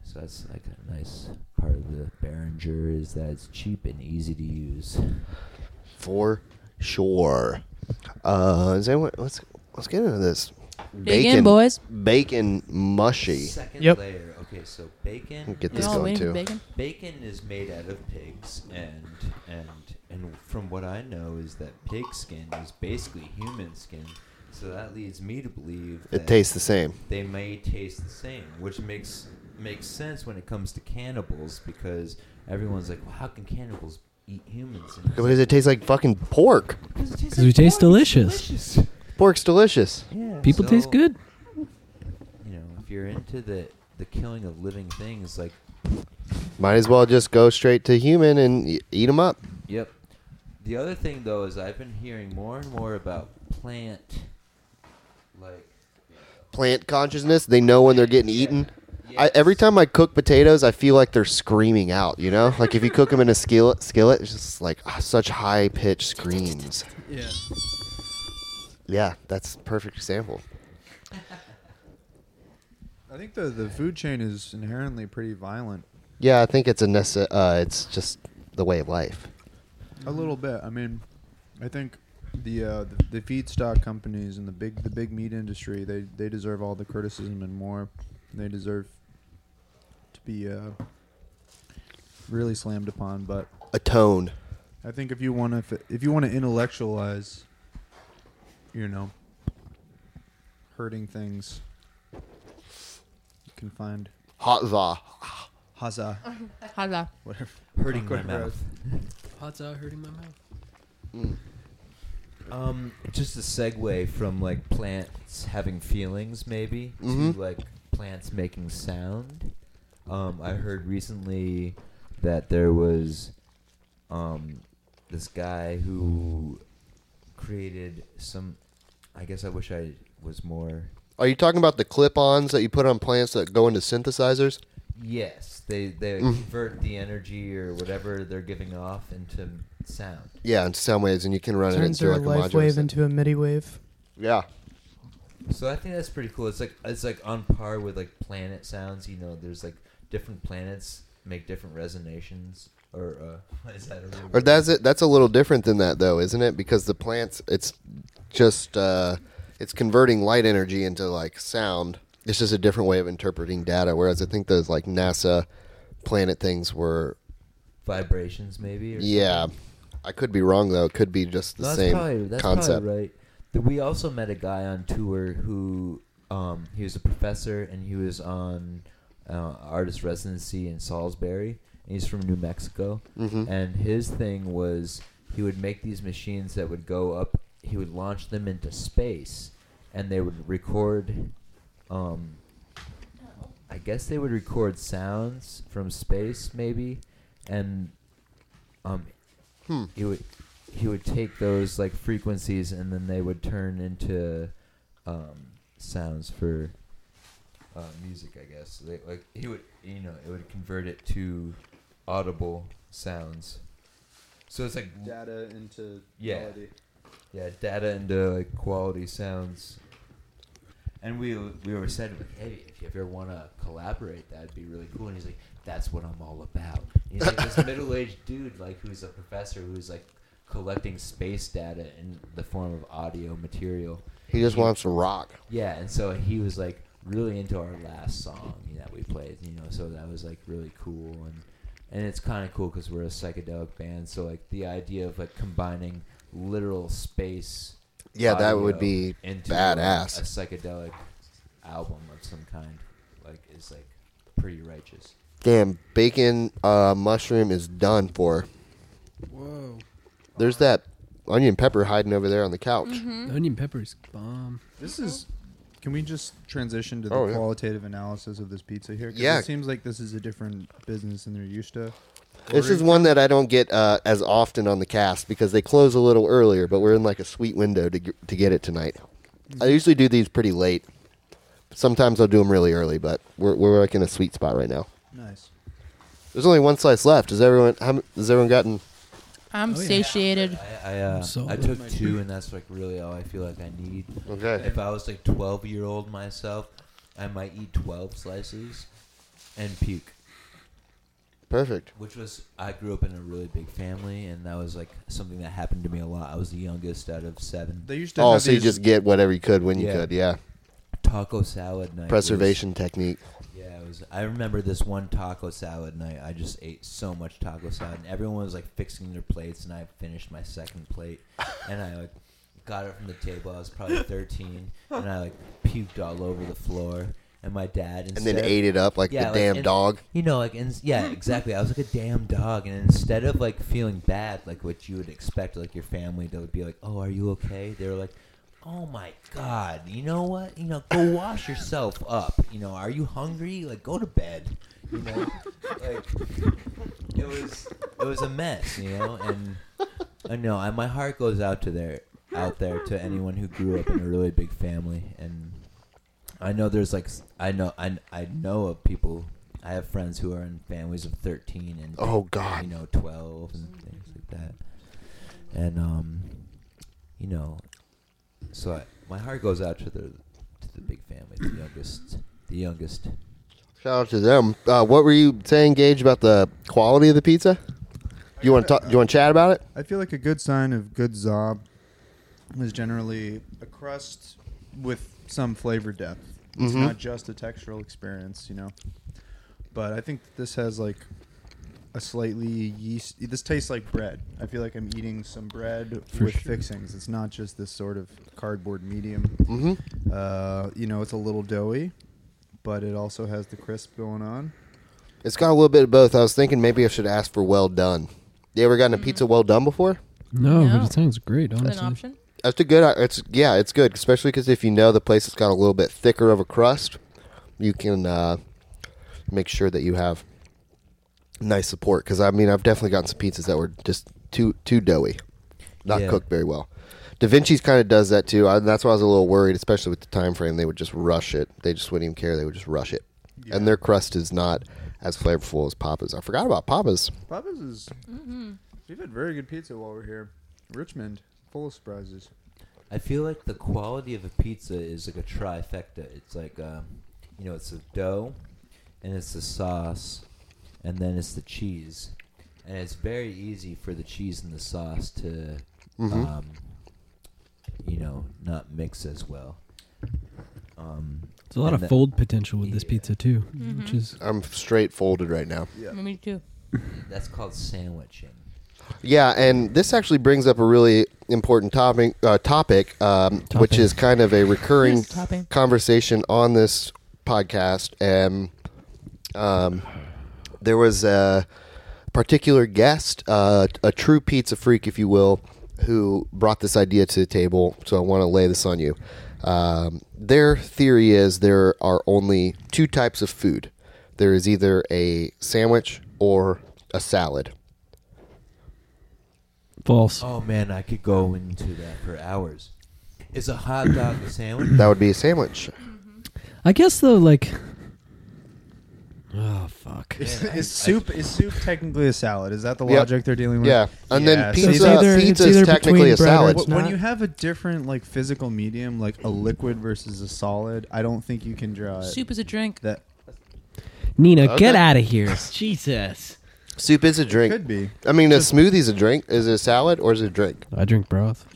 [SPEAKER 10] so that's like a nice part of the Behringer is that it's cheap and easy to use
[SPEAKER 1] For sure. Uh, is anyone, let's let's get into this. Bacon,
[SPEAKER 5] in, boys.
[SPEAKER 1] Bacon mushy.
[SPEAKER 10] second
[SPEAKER 9] Yep.
[SPEAKER 10] layer okay so bacon
[SPEAKER 1] Get
[SPEAKER 5] We're
[SPEAKER 1] this
[SPEAKER 5] all
[SPEAKER 1] going
[SPEAKER 5] waiting for
[SPEAKER 1] too.
[SPEAKER 5] bacon.
[SPEAKER 10] Bacon is made out of pigs, and and and from what I know is that pig skin is basically human skin, so that leads me to believe
[SPEAKER 1] It
[SPEAKER 10] that
[SPEAKER 1] tastes the same.
[SPEAKER 10] They may taste the same, which makes makes sense when it comes to cannibals because everyone's like, well, how can cannibals eat humans? And it's
[SPEAKER 1] What does it taste like? Fucking pork.
[SPEAKER 10] Because it tastes
[SPEAKER 15] 'Cause we
[SPEAKER 10] like
[SPEAKER 15] taste
[SPEAKER 10] pork, it's
[SPEAKER 15] delicious."
[SPEAKER 10] delicious."
[SPEAKER 1] Pork's delicious.
[SPEAKER 10] Yeah,
[SPEAKER 15] People
[SPEAKER 10] so-
[SPEAKER 15] taste good.
[SPEAKER 10] You know, if you're into the the killing of living things, like
[SPEAKER 1] Might as well just go straight to human and y- eat them up.
[SPEAKER 10] Yep. The other thing though is I've been hearing more and more about plant like
[SPEAKER 1] plant consciousness. They know when they're getting eaten. I, every time I cook potatoes, I feel like they're screaming out. You know, like if you cook them in a skillet, skillet, it's just like ah, such high pitched screams.
[SPEAKER 2] Yeah.
[SPEAKER 1] Yeah, that's a perfect example.
[SPEAKER 4] I think the the food chain is inherently pretty violent.
[SPEAKER 1] Yeah, I think it's a nece- uh, It's just the way of life.
[SPEAKER 4] A little bit. I mean, I think the, uh, the the feedstock companies and the big the big meat industry they they deserve all the criticism and more. They deserve to be uh, really slammed upon. But
[SPEAKER 1] Atone.
[SPEAKER 4] I think if you want to if you want to intellectualize, you know, hurting things, you can find
[SPEAKER 1] Hotza.
[SPEAKER 4] Haza.
[SPEAKER 5] Haza.
[SPEAKER 4] Whatever.
[SPEAKER 10] Hurting my
[SPEAKER 4] Awkward
[SPEAKER 10] mouth.
[SPEAKER 15] Hot's out hurting my mouth.
[SPEAKER 1] Mm.
[SPEAKER 10] Um, just a segue from like plants having feelings, maybe
[SPEAKER 1] Mhm.
[SPEAKER 10] to like plants making sound. Um, I heard recently that there was um, this guy who created some. I guess I wish I was more.
[SPEAKER 1] Are you talking about the clip-ons that you put on plants that go into synthesizers?
[SPEAKER 10] Yes, they they
[SPEAKER 1] Mm.
[SPEAKER 10] convert the energy or whatever they're giving off into sound.
[SPEAKER 1] Yeah, and sound waves, and you can run it
[SPEAKER 9] Turns
[SPEAKER 1] into
[SPEAKER 9] their
[SPEAKER 1] like a
[SPEAKER 9] life
[SPEAKER 1] modulator.
[SPEAKER 9] wave into a MIDI wave.
[SPEAKER 1] Yeah.
[SPEAKER 10] So I think that's pretty cool. It's like it's like on par with like planet sounds. You know, there's like different planets make different resonations. Or uh, what is that? A real
[SPEAKER 1] Or
[SPEAKER 10] word?
[SPEAKER 1] that's it. That's a little different than that, though, isn't it? Because the plants, it's just uh, it's converting light energy into like sound. It's just a different way of interpreting data. Whereas I think those like NASA planet things were,
[SPEAKER 10] vibrations, maybe. Or
[SPEAKER 1] yeah. I could be wrong though. It could be just the
[SPEAKER 10] No, that's
[SPEAKER 1] same
[SPEAKER 10] probably, that's
[SPEAKER 1] concept.
[SPEAKER 10] Probably right. Th- We also met a guy on tour who um, he was a professor and he was on uh, artist residency in Salisbury. And he's from New Mexico,
[SPEAKER 1] Mhm.
[SPEAKER 10] and his thing was he would make these machines that would go up. He would launch them into space, and they would record. Um, I guess they would record sounds from space, maybe, and um,
[SPEAKER 1] Hmm.
[SPEAKER 10] he would he would take those like frequencies and then they would turn into um, sounds for uh, music, I guess. They, like he would, you know, it would convert it to audible sounds. So it's like
[SPEAKER 4] Data into
[SPEAKER 10] Yeah.
[SPEAKER 4] Quality.
[SPEAKER 10] yeah, data into like quality sounds. And we we were said like, hey, if you ever want to collaborate, that'd be really cool. And he's like, that's what I'm all about. And he's like this middle aged dude, like who's a professor, who's like collecting space data in the form of audio material.
[SPEAKER 1] He just wants to rock.
[SPEAKER 10] Yeah, and so he was like really into our last song that we played, you know. So that was like really cool, and and it's kind of cool because we're a psychedelic band. So like the idea of like combining literal space,
[SPEAKER 1] Yeah, that would
[SPEAKER 10] audio
[SPEAKER 1] be
[SPEAKER 10] into
[SPEAKER 1] badass.
[SPEAKER 10] A psychedelic album of some kind, like is like pretty righteous.
[SPEAKER 1] Damn, bacon uh, mushroom is done for.
[SPEAKER 15] Whoa.
[SPEAKER 1] There's that onion pepper hiding over there on the couch.
[SPEAKER 6] Mm-hmm.
[SPEAKER 5] Hmm?
[SPEAKER 15] Onion peppers bomb.
[SPEAKER 4] This is. Can we just transition to the
[SPEAKER 1] Oh, yeah.
[SPEAKER 4] qualitative analysis of this pizza here? 'Cause
[SPEAKER 1] Yeah.
[SPEAKER 4] It seems like this is a different business than they're used to.
[SPEAKER 1] This is one that I don't get uh, as often on the cast because they close a little earlier, but we're in like a sweet window to, g- to get it tonight. I usually do these pretty late. Sometimes I'll do them really early, but we're, we're like in a sweet spot right now.
[SPEAKER 4] Nice.
[SPEAKER 1] There's only one slice left. Has everyone how, m- has everyone gotten?
[SPEAKER 5] I'm satiated.
[SPEAKER 10] I I, uh,
[SPEAKER 15] So
[SPEAKER 10] I
[SPEAKER 15] good.
[SPEAKER 10] took two, and that's like really all I feel like I need.
[SPEAKER 1] Okay.
[SPEAKER 10] If I was like twelve year old myself, I might eat twelve slices and puke.
[SPEAKER 1] Perfect.
[SPEAKER 10] Which was I grew up in a really big family, and that was like something that happened to me a lot. I was the youngest out of seven.
[SPEAKER 4] They used to
[SPEAKER 1] Oh,
[SPEAKER 4] have
[SPEAKER 1] so you
[SPEAKER 4] these-
[SPEAKER 1] just get whatever you could when you
[SPEAKER 10] Yeah.
[SPEAKER 1] could. Yeah.
[SPEAKER 10] Taco salad night.
[SPEAKER 1] Preservation technique.
[SPEAKER 10] was- yeah, it was. I remember this one taco salad night. I just ate so much taco salad, and everyone was like fixing their plates, and I finished my second plate, and I like got it from the table. I was probably thirteen, and I like puked all over the floor. And my dad
[SPEAKER 1] then
[SPEAKER 10] instead,
[SPEAKER 1] ate it up like the damn
[SPEAKER 10] and-
[SPEAKER 1] dog.
[SPEAKER 10] You know, like and yeah, exactly. I was like a damn dog, and instead of like feeling bad, like what you would expect, like your family to be like, "Oh, are you okay?" They were like, "Oh my god, you know what? You know, go wash yourself up. You know, are you hungry? Like, go to bed. You know, like it was it was a mess. You know, and uh, I know, and my heart goes out to their out there to anyone who grew up in a really big family and I know there's like s- I know I I know of people. I have friends who are in families of thirteen and
[SPEAKER 1] Oh, God.
[SPEAKER 10] you know twelve and things like that, and um, you know, so I, my heart goes out to the to the big family, the youngest, the youngest.
[SPEAKER 1] Shout out to them. Uh, what were you saying, Gage, about the quality of the pizza? You want to talk? You want to chat about it?
[SPEAKER 4] I feel like a good sign of good zob is generally a crust with some flavor depth. It's
[SPEAKER 7] Mm-hmm.
[SPEAKER 1] Mhm.
[SPEAKER 4] not just a textural experience, you know. But I think that this has like a slightly yeast. This tastes like bread. I feel like I'm eating some bread
[SPEAKER 7] For
[SPEAKER 4] with
[SPEAKER 7] sure.
[SPEAKER 4] fixings. It's not just this sort of cardboard medium.
[SPEAKER 1] Mhm.
[SPEAKER 4] Uh, you know, it's a little doughy, but it also has the crisp going on.
[SPEAKER 1] It's got a little bit of both. I was thinking maybe I should ask for well done. You ever gotten a pizza well done before?
[SPEAKER 15] No, but it sounds great.
[SPEAKER 5] Is that
[SPEAKER 15] Honestly,
[SPEAKER 5] an option?
[SPEAKER 1] That's a good. It's yeah, it's good, especially because if you know the place has got a little bit thicker of a crust, you can uh, make sure that you have nice support. Because I mean, I've definitely gotten some pizzas that were just too too doughy, not
[SPEAKER 10] Yeah.
[SPEAKER 1] cooked very well. Da Vinci's kind of does that too. I, that's why I was a little worried, especially with the time frame. They would just rush it. They just wouldn't even care. They would just rush it, and their crust is not as flavorful as Papa's. I forgot about Papa's.
[SPEAKER 4] Papa's is.
[SPEAKER 5] Mm-hmm.
[SPEAKER 4] We've had very good pizza while we're here. Richmond, full of surprises.
[SPEAKER 10] I feel like the quality of a pizza is like a trifecta. It's like, um, you know, it's the dough, and it's the sauce, and then it's the cheese, and it's very easy for the cheese and the sauce to,
[SPEAKER 1] Mhm.
[SPEAKER 10] um, you know, not mix as well. Um,
[SPEAKER 15] there's a lot
[SPEAKER 10] and
[SPEAKER 15] of
[SPEAKER 10] the-
[SPEAKER 15] fold potential with this pizza too,
[SPEAKER 5] Mm-hmm.
[SPEAKER 15] which is
[SPEAKER 1] I'm straight folded right now.
[SPEAKER 5] Me too.
[SPEAKER 10] That's called sandwiching.
[SPEAKER 1] Yeah, and this actually brings up a really important topic, uh, topic, um, which is kind of a recurring
[SPEAKER 5] Topping.
[SPEAKER 1] conversation on this podcast. And um, there was a particular guest, uh, a true pizza freak, if you will, who brought this idea to the table. So I want to lay this on you. Um, their theory is there are only two types of food. There is either a sandwich or a salad.
[SPEAKER 15] false.
[SPEAKER 10] Oh man, I could go into that for hours. Is a hot dog a sandwich?
[SPEAKER 1] That would be a sandwich.
[SPEAKER 15] I guess though, like, oh fuck,
[SPEAKER 4] Is, is soup is soup technically a salad? Is that the
[SPEAKER 1] Yep.
[SPEAKER 4] logic they're dealing with?
[SPEAKER 1] Yeah. And then
[SPEAKER 4] Mm-hmm. so
[SPEAKER 1] pizza- It's either- pizza it's is either technically between a bread or salad. it's
[SPEAKER 4] Wh- When
[SPEAKER 1] not.
[SPEAKER 4] you have a different like physical medium, like a liquid versus a solid, I don't think you can draw it.
[SPEAKER 5] Soup is a drink.
[SPEAKER 4] That
[SPEAKER 15] Nina,
[SPEAKER 1] Okay.
[SPEAKER 15] get out of here, Jesus.
[SPEAKER 1] Soup is a drink.
[SPEAKER 4] could be.
[SPEAKER 1] I mean, a smoothie's a drink. Is it a salad or is it a drink?
[SPEAKER 15] I drink broth.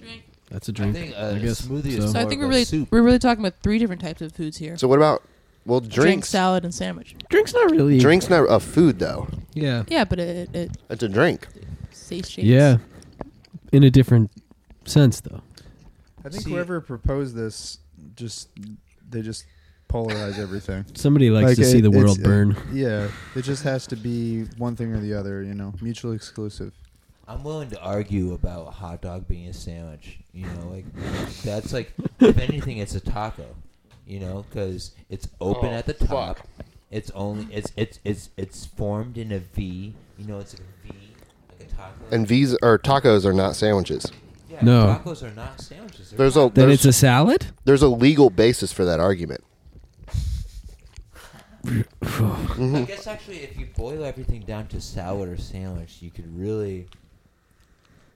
[SPEAKER 15] That's a drink.
[SPEAKER 10] think, uh,
[SPEAKER 15] I guess
[SPEAKER 10] smoothie
[SPEAKER 15] so.
[SPEAKER 10] is
[SPEAKER 5] So I
[SPEAKER 10] More
[SPEAKER 5] think
[SPEAKER 10] of
[SPEAKER 5] we're
[SPEAKER 10] a
[SPEAKER 5] really
[SPEAKER 10] soup.
[SPEAKER 5] we're really talking about three different types of foods here.
[SPEAKER 1] So what about well
[SPEAKER 5] drink,
[SPEAKER 1] drinks?
[SPEAKER 5] salad, and sandwich.
[SPEAKER 15] Drink's not really.
[SPEAKER 1] Drinks not a food though.
[SPEAKER 15] Yeah.
[SPEAKER 5] Yeah, but it, it
[SPEAKER 1] It's a drink.
[SPEAKER 5] satiates.
[SPEAKER 15] Yeah. In a different sense, though.
[SPEAKER 4] I think
[SPEAKER 10] See-
[SPEAKER 4] whoever proposed this just they just polarize everything.
[SPEAKER 15] Somebody likes to
[SPEAKER 4] Like,
[SPEAKER 15] see
[SPEAKER 4] it-
[SPEAKER 15] the world
[SPEAKER 1] uh,
[SPEAKER 4] it's-
[SPEAKER 15] burn.
[SPEAKER 4] yeah, it just has to be one thing or the other. You know, mutually exclusive.
[SPEAKER 10] I'm willing to argue about a hot dog being a sandwich. You know, like that's like if anything, it's a taco. You know, because it's open
[SPEAKER 1] Oh,
[SPEAKER 10] at the top. It's only it's it's it's it's formed in a V. You know, it's like a V, like a taco.
[SPEAKER 1] And V's or tacos are not sandwiches.
[SPEAKER 10] yeah,
[SPEAKER 15] No.
[SPEAKER 10] tacos are not sandwiches. They're
[SPEAKER 1] There's a
[SPEAKER 15] Then
[SPEAKER 1] there's,
[SPEAKER 15] it's a salad?
[SPEAKER 1] there's a legal basis for that argument. Mm-hmm.
[SPEAKER 10] I guess actually, if you boil everything down to salad or sandwich, you could really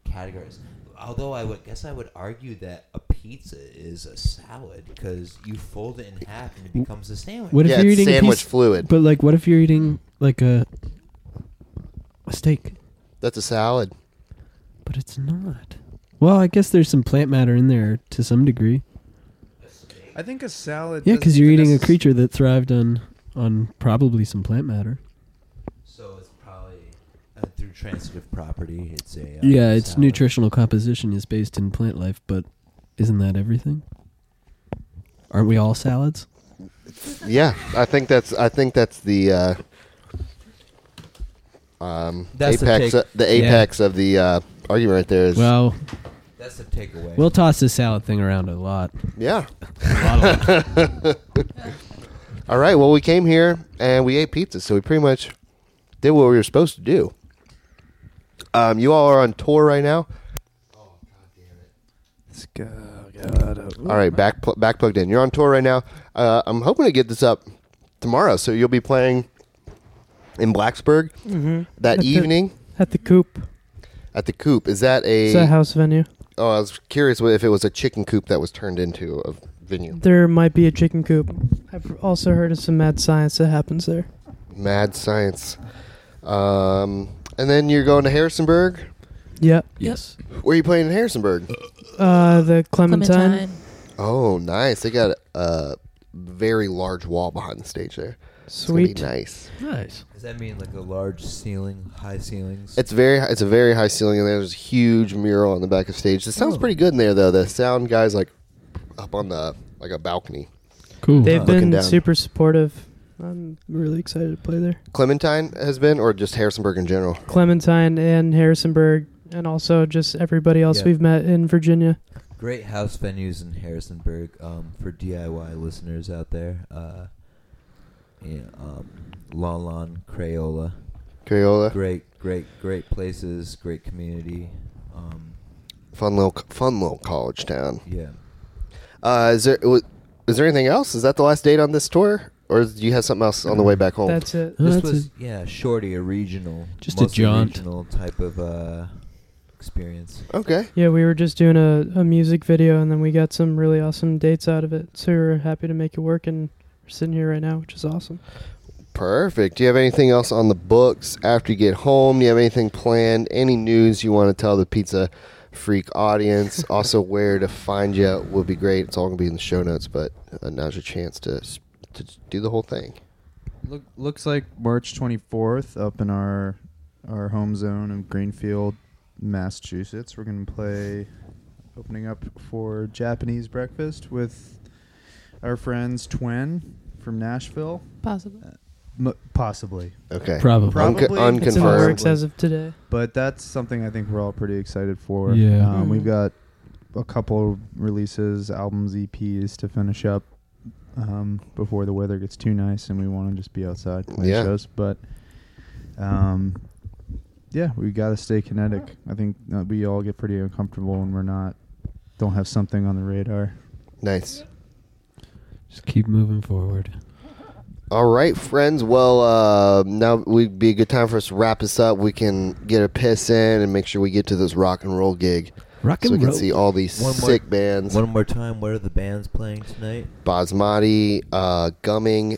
[SPEAKER 10] categorize. Although I would guess I would argue that a pizza is a salad because you fold it in half and it becomes a sandwich.
[SPEAKER 15] What if
[SPEAKER 1] Yeah,
[SPEAKER 15] you're
[SPEAKER 1] it's
[SPEAKER 15] eating a
[SPEAKER 1] sandwich
[SPEAKER 15] piece-
[SPEAKER 1] fluid.
[SPEAKER 15] But like, what if you're eating like a a steak?
[SPEAKER 1] That's a salad.
[SPEAKER 15] But it's not. Well, I guess there's some plant matter in there to some degree.
[SPEAKER 4] I think a salad.
[SPEAKER 15] Yeah, because
[SPEAKER 4] doesn't
[SPEAKER 15] you're
[SPEAKER 4] even
[SPEAKER 15] eating a
[SPEAKER 4] necess-
[SPEAKER 15] creature that thrived on on probably some plant matter.
[SPEAKER 10] So it's probably uh, through transitive property. It's a uh,
[SPEAKER 15] yeah, its
[SPEAKER 10] salad.
[SPEAKER 15] nutritional composition is based in plant life, but isn't that everything? Aren't we all salads?
[SPEAKER 1] Yeah, I think that's I think that's the uh, um,
[SPEAKER 10] That's the
[SPEAKER 1] apex
[SPEAKER 10] take.
[SPEAKER 1] the, apex of the uh, argument right there is
[SPEAKER 15] Well,
[SPEAKER 10] That's the takeaway.
[SPEAKER 15] we'll toss this salad thing around a lot.
[SPEAKER 1] yeah. All right. Well, we came here and we ate pizza, so we pretty much did what we were supposed to do. Um, you all are on tour right now.
[SPEAKER 4] Let's go, Shut up.
[SPEAKER 1] All right, back pl- back plugged in. You're on tour right now. Uh, I'm hoping to get this up tomorrow, so you'll be playing in Blacksburg
[SPEAKER 5] Mm-hmm.
[SPEAKER 9] Mhm.
[SPEAKER 1] that
[SPEAKER 9] At the-
[SPEAKER 1] evening
[SPEAKER 9] at the coop.
[SPEAKER 1] at the coop. Is that a
[SPEAKER 9] Is that a house venue?
[SPEAKER 1] Oh, I was curious wh- if it was a chicken coop that was turned into a venue.
[SPEAKER 9] There might be a chicken coop. I've also heard of some mad science that happens there.
[SPEAKER 1] Mad science. Um, and then you're going to Harrisonburg.
[SPEAKER 9] Yep.
[SPEAKER 1] Yes. Where are you playing in Harrisonburg?
[SPEAKER 9] Uh, the Clementine.
[SPEAKER 1] Oh, nice. They got a very large wall behind the stage there. It's gonna be
[SPEAKER 9] Sweet.
[SPEAKER 1] nice.
[SPEAKER 10] Nice. Does that mean like a large ceiling, high ceilings?
[SPEAKER 1] It's very. It's a very high ceiling, and there's a huge mural on the back of stage. It
[SPEAKER 9] Oh.
[SPEAKER 1] sounds pretty good in there, though. The sound guys like up on the like a balcony.
[SPEAKER 15] Cool.
[SPEAKER 9] They've
[SPEAKER 1] Looking
[SPEAKER 9] been
[SPEAKER 1] down.
[SPEAKER 9] super supportive. I'm really excited to play there.
[SPEAKER 1] Clementine has been, or just Harrisonburg in general.
[SPEAKER 9] Clementine and Harrisonburg, and also just everybody else
[SPEAKER 10] Yeah.
[SPEAKER 9] we've met in Virginia.
[SPEAKER 10] Great house venues in Harrisonburg um, for DIY listeners out there. Uh, yeah, um, La Lon Crayola.
[SPEAKER 1] Crayola.
[SPEAKER 10] Great, great, great places. Great community. Um,
[SPEAKER 1] Fun little, fun little college town.
[SPEAKER 10] yeah.
[SPEAKER 1] Uh, is there wa- is there anything else? Is that the last date on this tour, or do you have something else on the way back home?
[SPEAKER 9] Mm. That's it.
[SPEAKER 15] Oh,
[SPEAKER 10] this
[SPEAKER 15] that's
[SPEAKER 10] was
[SPEAKER 15] it.
[SPEAKER 10] yeah, shorty, a regional,
[SPEAKER 15] Just a
[SPEAKER 10] mostly
[SPEAKER 15] jaunt.
[SPEAKER 10] regional type of uh, experience.
[SPEAKER 1] Okay.
[SPEAKER 9] Yeah, we were just doing a, a music video, and then we got some really awesome dates out of it. So we were happy to make it work, and we're sitting here right now, which is awesome.
[SPEAKER 1] Perfect. Do you have anything else on the books after you get home? Do you have anything planned? Any news you want to tell the pizza freak audience? also, where to find you would be great. It's all gonna be in the show notes, but uh, now's your chance to s- to do the whole thing.
[SPEAKER 4] Look, looks like March 24th up in our our home zone of Greenfield, Massachusetts. We're gonna play opening up for Japanese breakfast with our friends Twin from Nashville,
[SPEAKER 5] Possibly.
[SPEAKER 4] M- possibly.
[SPEAKER 1] Okay.
[SPEAKER 15] Probably.
[SPEAKER 4] Probably.
[SPEAKER 1] Unco- unconfirmed.
[SPEAKER 9] It's in the works as of today.
[SPEAKER 4] But that's something I think we're all pretty excited for.
[SPEAKER 15] Yeah.
[SPEAKER 4] Um,
[SPEAKER 9] Mhm.
[SPEAKER 4] We've got a couple releases, albums, EPs to finish up um, before the weather gets too nice and we want to just be outside playing
[SPEAKER 1] Yeah.
[SPEAKER 4] shows. But um, yeah, we got to stay kinetic. I think uh, we all get pretty uncomfortable when we're not, don't have something on the radar.
[SPEAKER 1] Nice.
[SPEAKER 15] Just keep moving forward.
[SPEAKER 1] All right, friends. Well, uh, now would be a good time for us to wrap this up. We can get a piss in and make sure we get to this rock and roll gig.
[SPEAKER 15] Rock
[SPEAKER 1] so we
[SPEAKER 15] and
[SPEAKER 1] can
[SPEAKER 15] roll.
[SPEAKER 1] see all these
[SPEAKER 10] One more-
[SPEAKER 1] sick bands.
[SPEAKER 10] One more time, what are the bands playing tonight?
[SPEAKER 1] Basmati, uh, Gumming,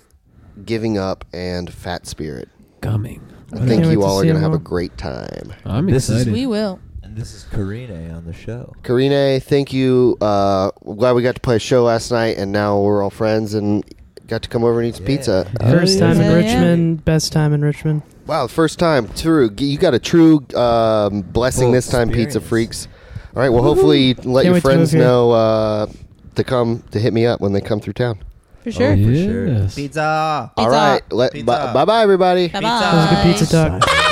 [SPEAKER 1] Giving Up, and Fat Spirit.
[SPEAKER 15] Gumming.
[SPEAKER 1] I think
[SPEAKER 9] Can't
[SPEAKER 1] you
[SPEAKER 9] wait to
[SPEAKER 1] all are
[SPEAKER 9] see
[SPEAKER 1] going to
[SPEAKER 9] them
[SPEAKER 1] have a
[SPEAKER 9] all.
[SPEAKER 1] great time.
[SPEAKER 15] I'm
[SPEAKER 10] This is-
[SPEAKER 15] excited.
[SPEAKER 5] We will.
[SPEAKER 10] And this is Karine on the show.
[SPEAKER 1] Karine, thank you. Uh, I'm glad we got to play a show last night, and now we're all friends and got to come over and eat some
[SPEAKER 10] Yeah.
[SPEAKER 1] pizza. Uh,
[SPEAKER 9] First time in
[SPEAKER 5] Yeah.
[SPEAKER 9] Richmond, best time in Richmond.
[SPEAKER 1] wow, first time. True. G- You got a true um, blessing
[SPEAKER 10] Full
[SPEAKER 1] this time, pizza
[SPEAKER 10] experience.
[SPEAKER 1] freaks. All right, well, hopefully, you let
[SPEAKER 9] Can't
[SPEAKER 1] your
[SPEAKER 9] wait to
[SPEAKER 1] friends
[SPEAKER 9] move here.
[SPEAKER 1] know uh, to come to hit me up when they come through town.
[SPEAKER 5] For sure.
[SPEAKER 10] Oh, for sure.
[SPEAKER 15] Yes.
[SPEAKER 4] Pizza!
[SPEAKER 1] All right. Let,
[SPEAKER 4] Pizza.
[SPEAKER 1] bye bye, everybody.
[SPEAKER 5] Bye
[SPEAKER 9] That was
[SPEAKER 5] bye.
[SPEAKER 9] good pizza talk.
[SPEAKER 10] Então tá.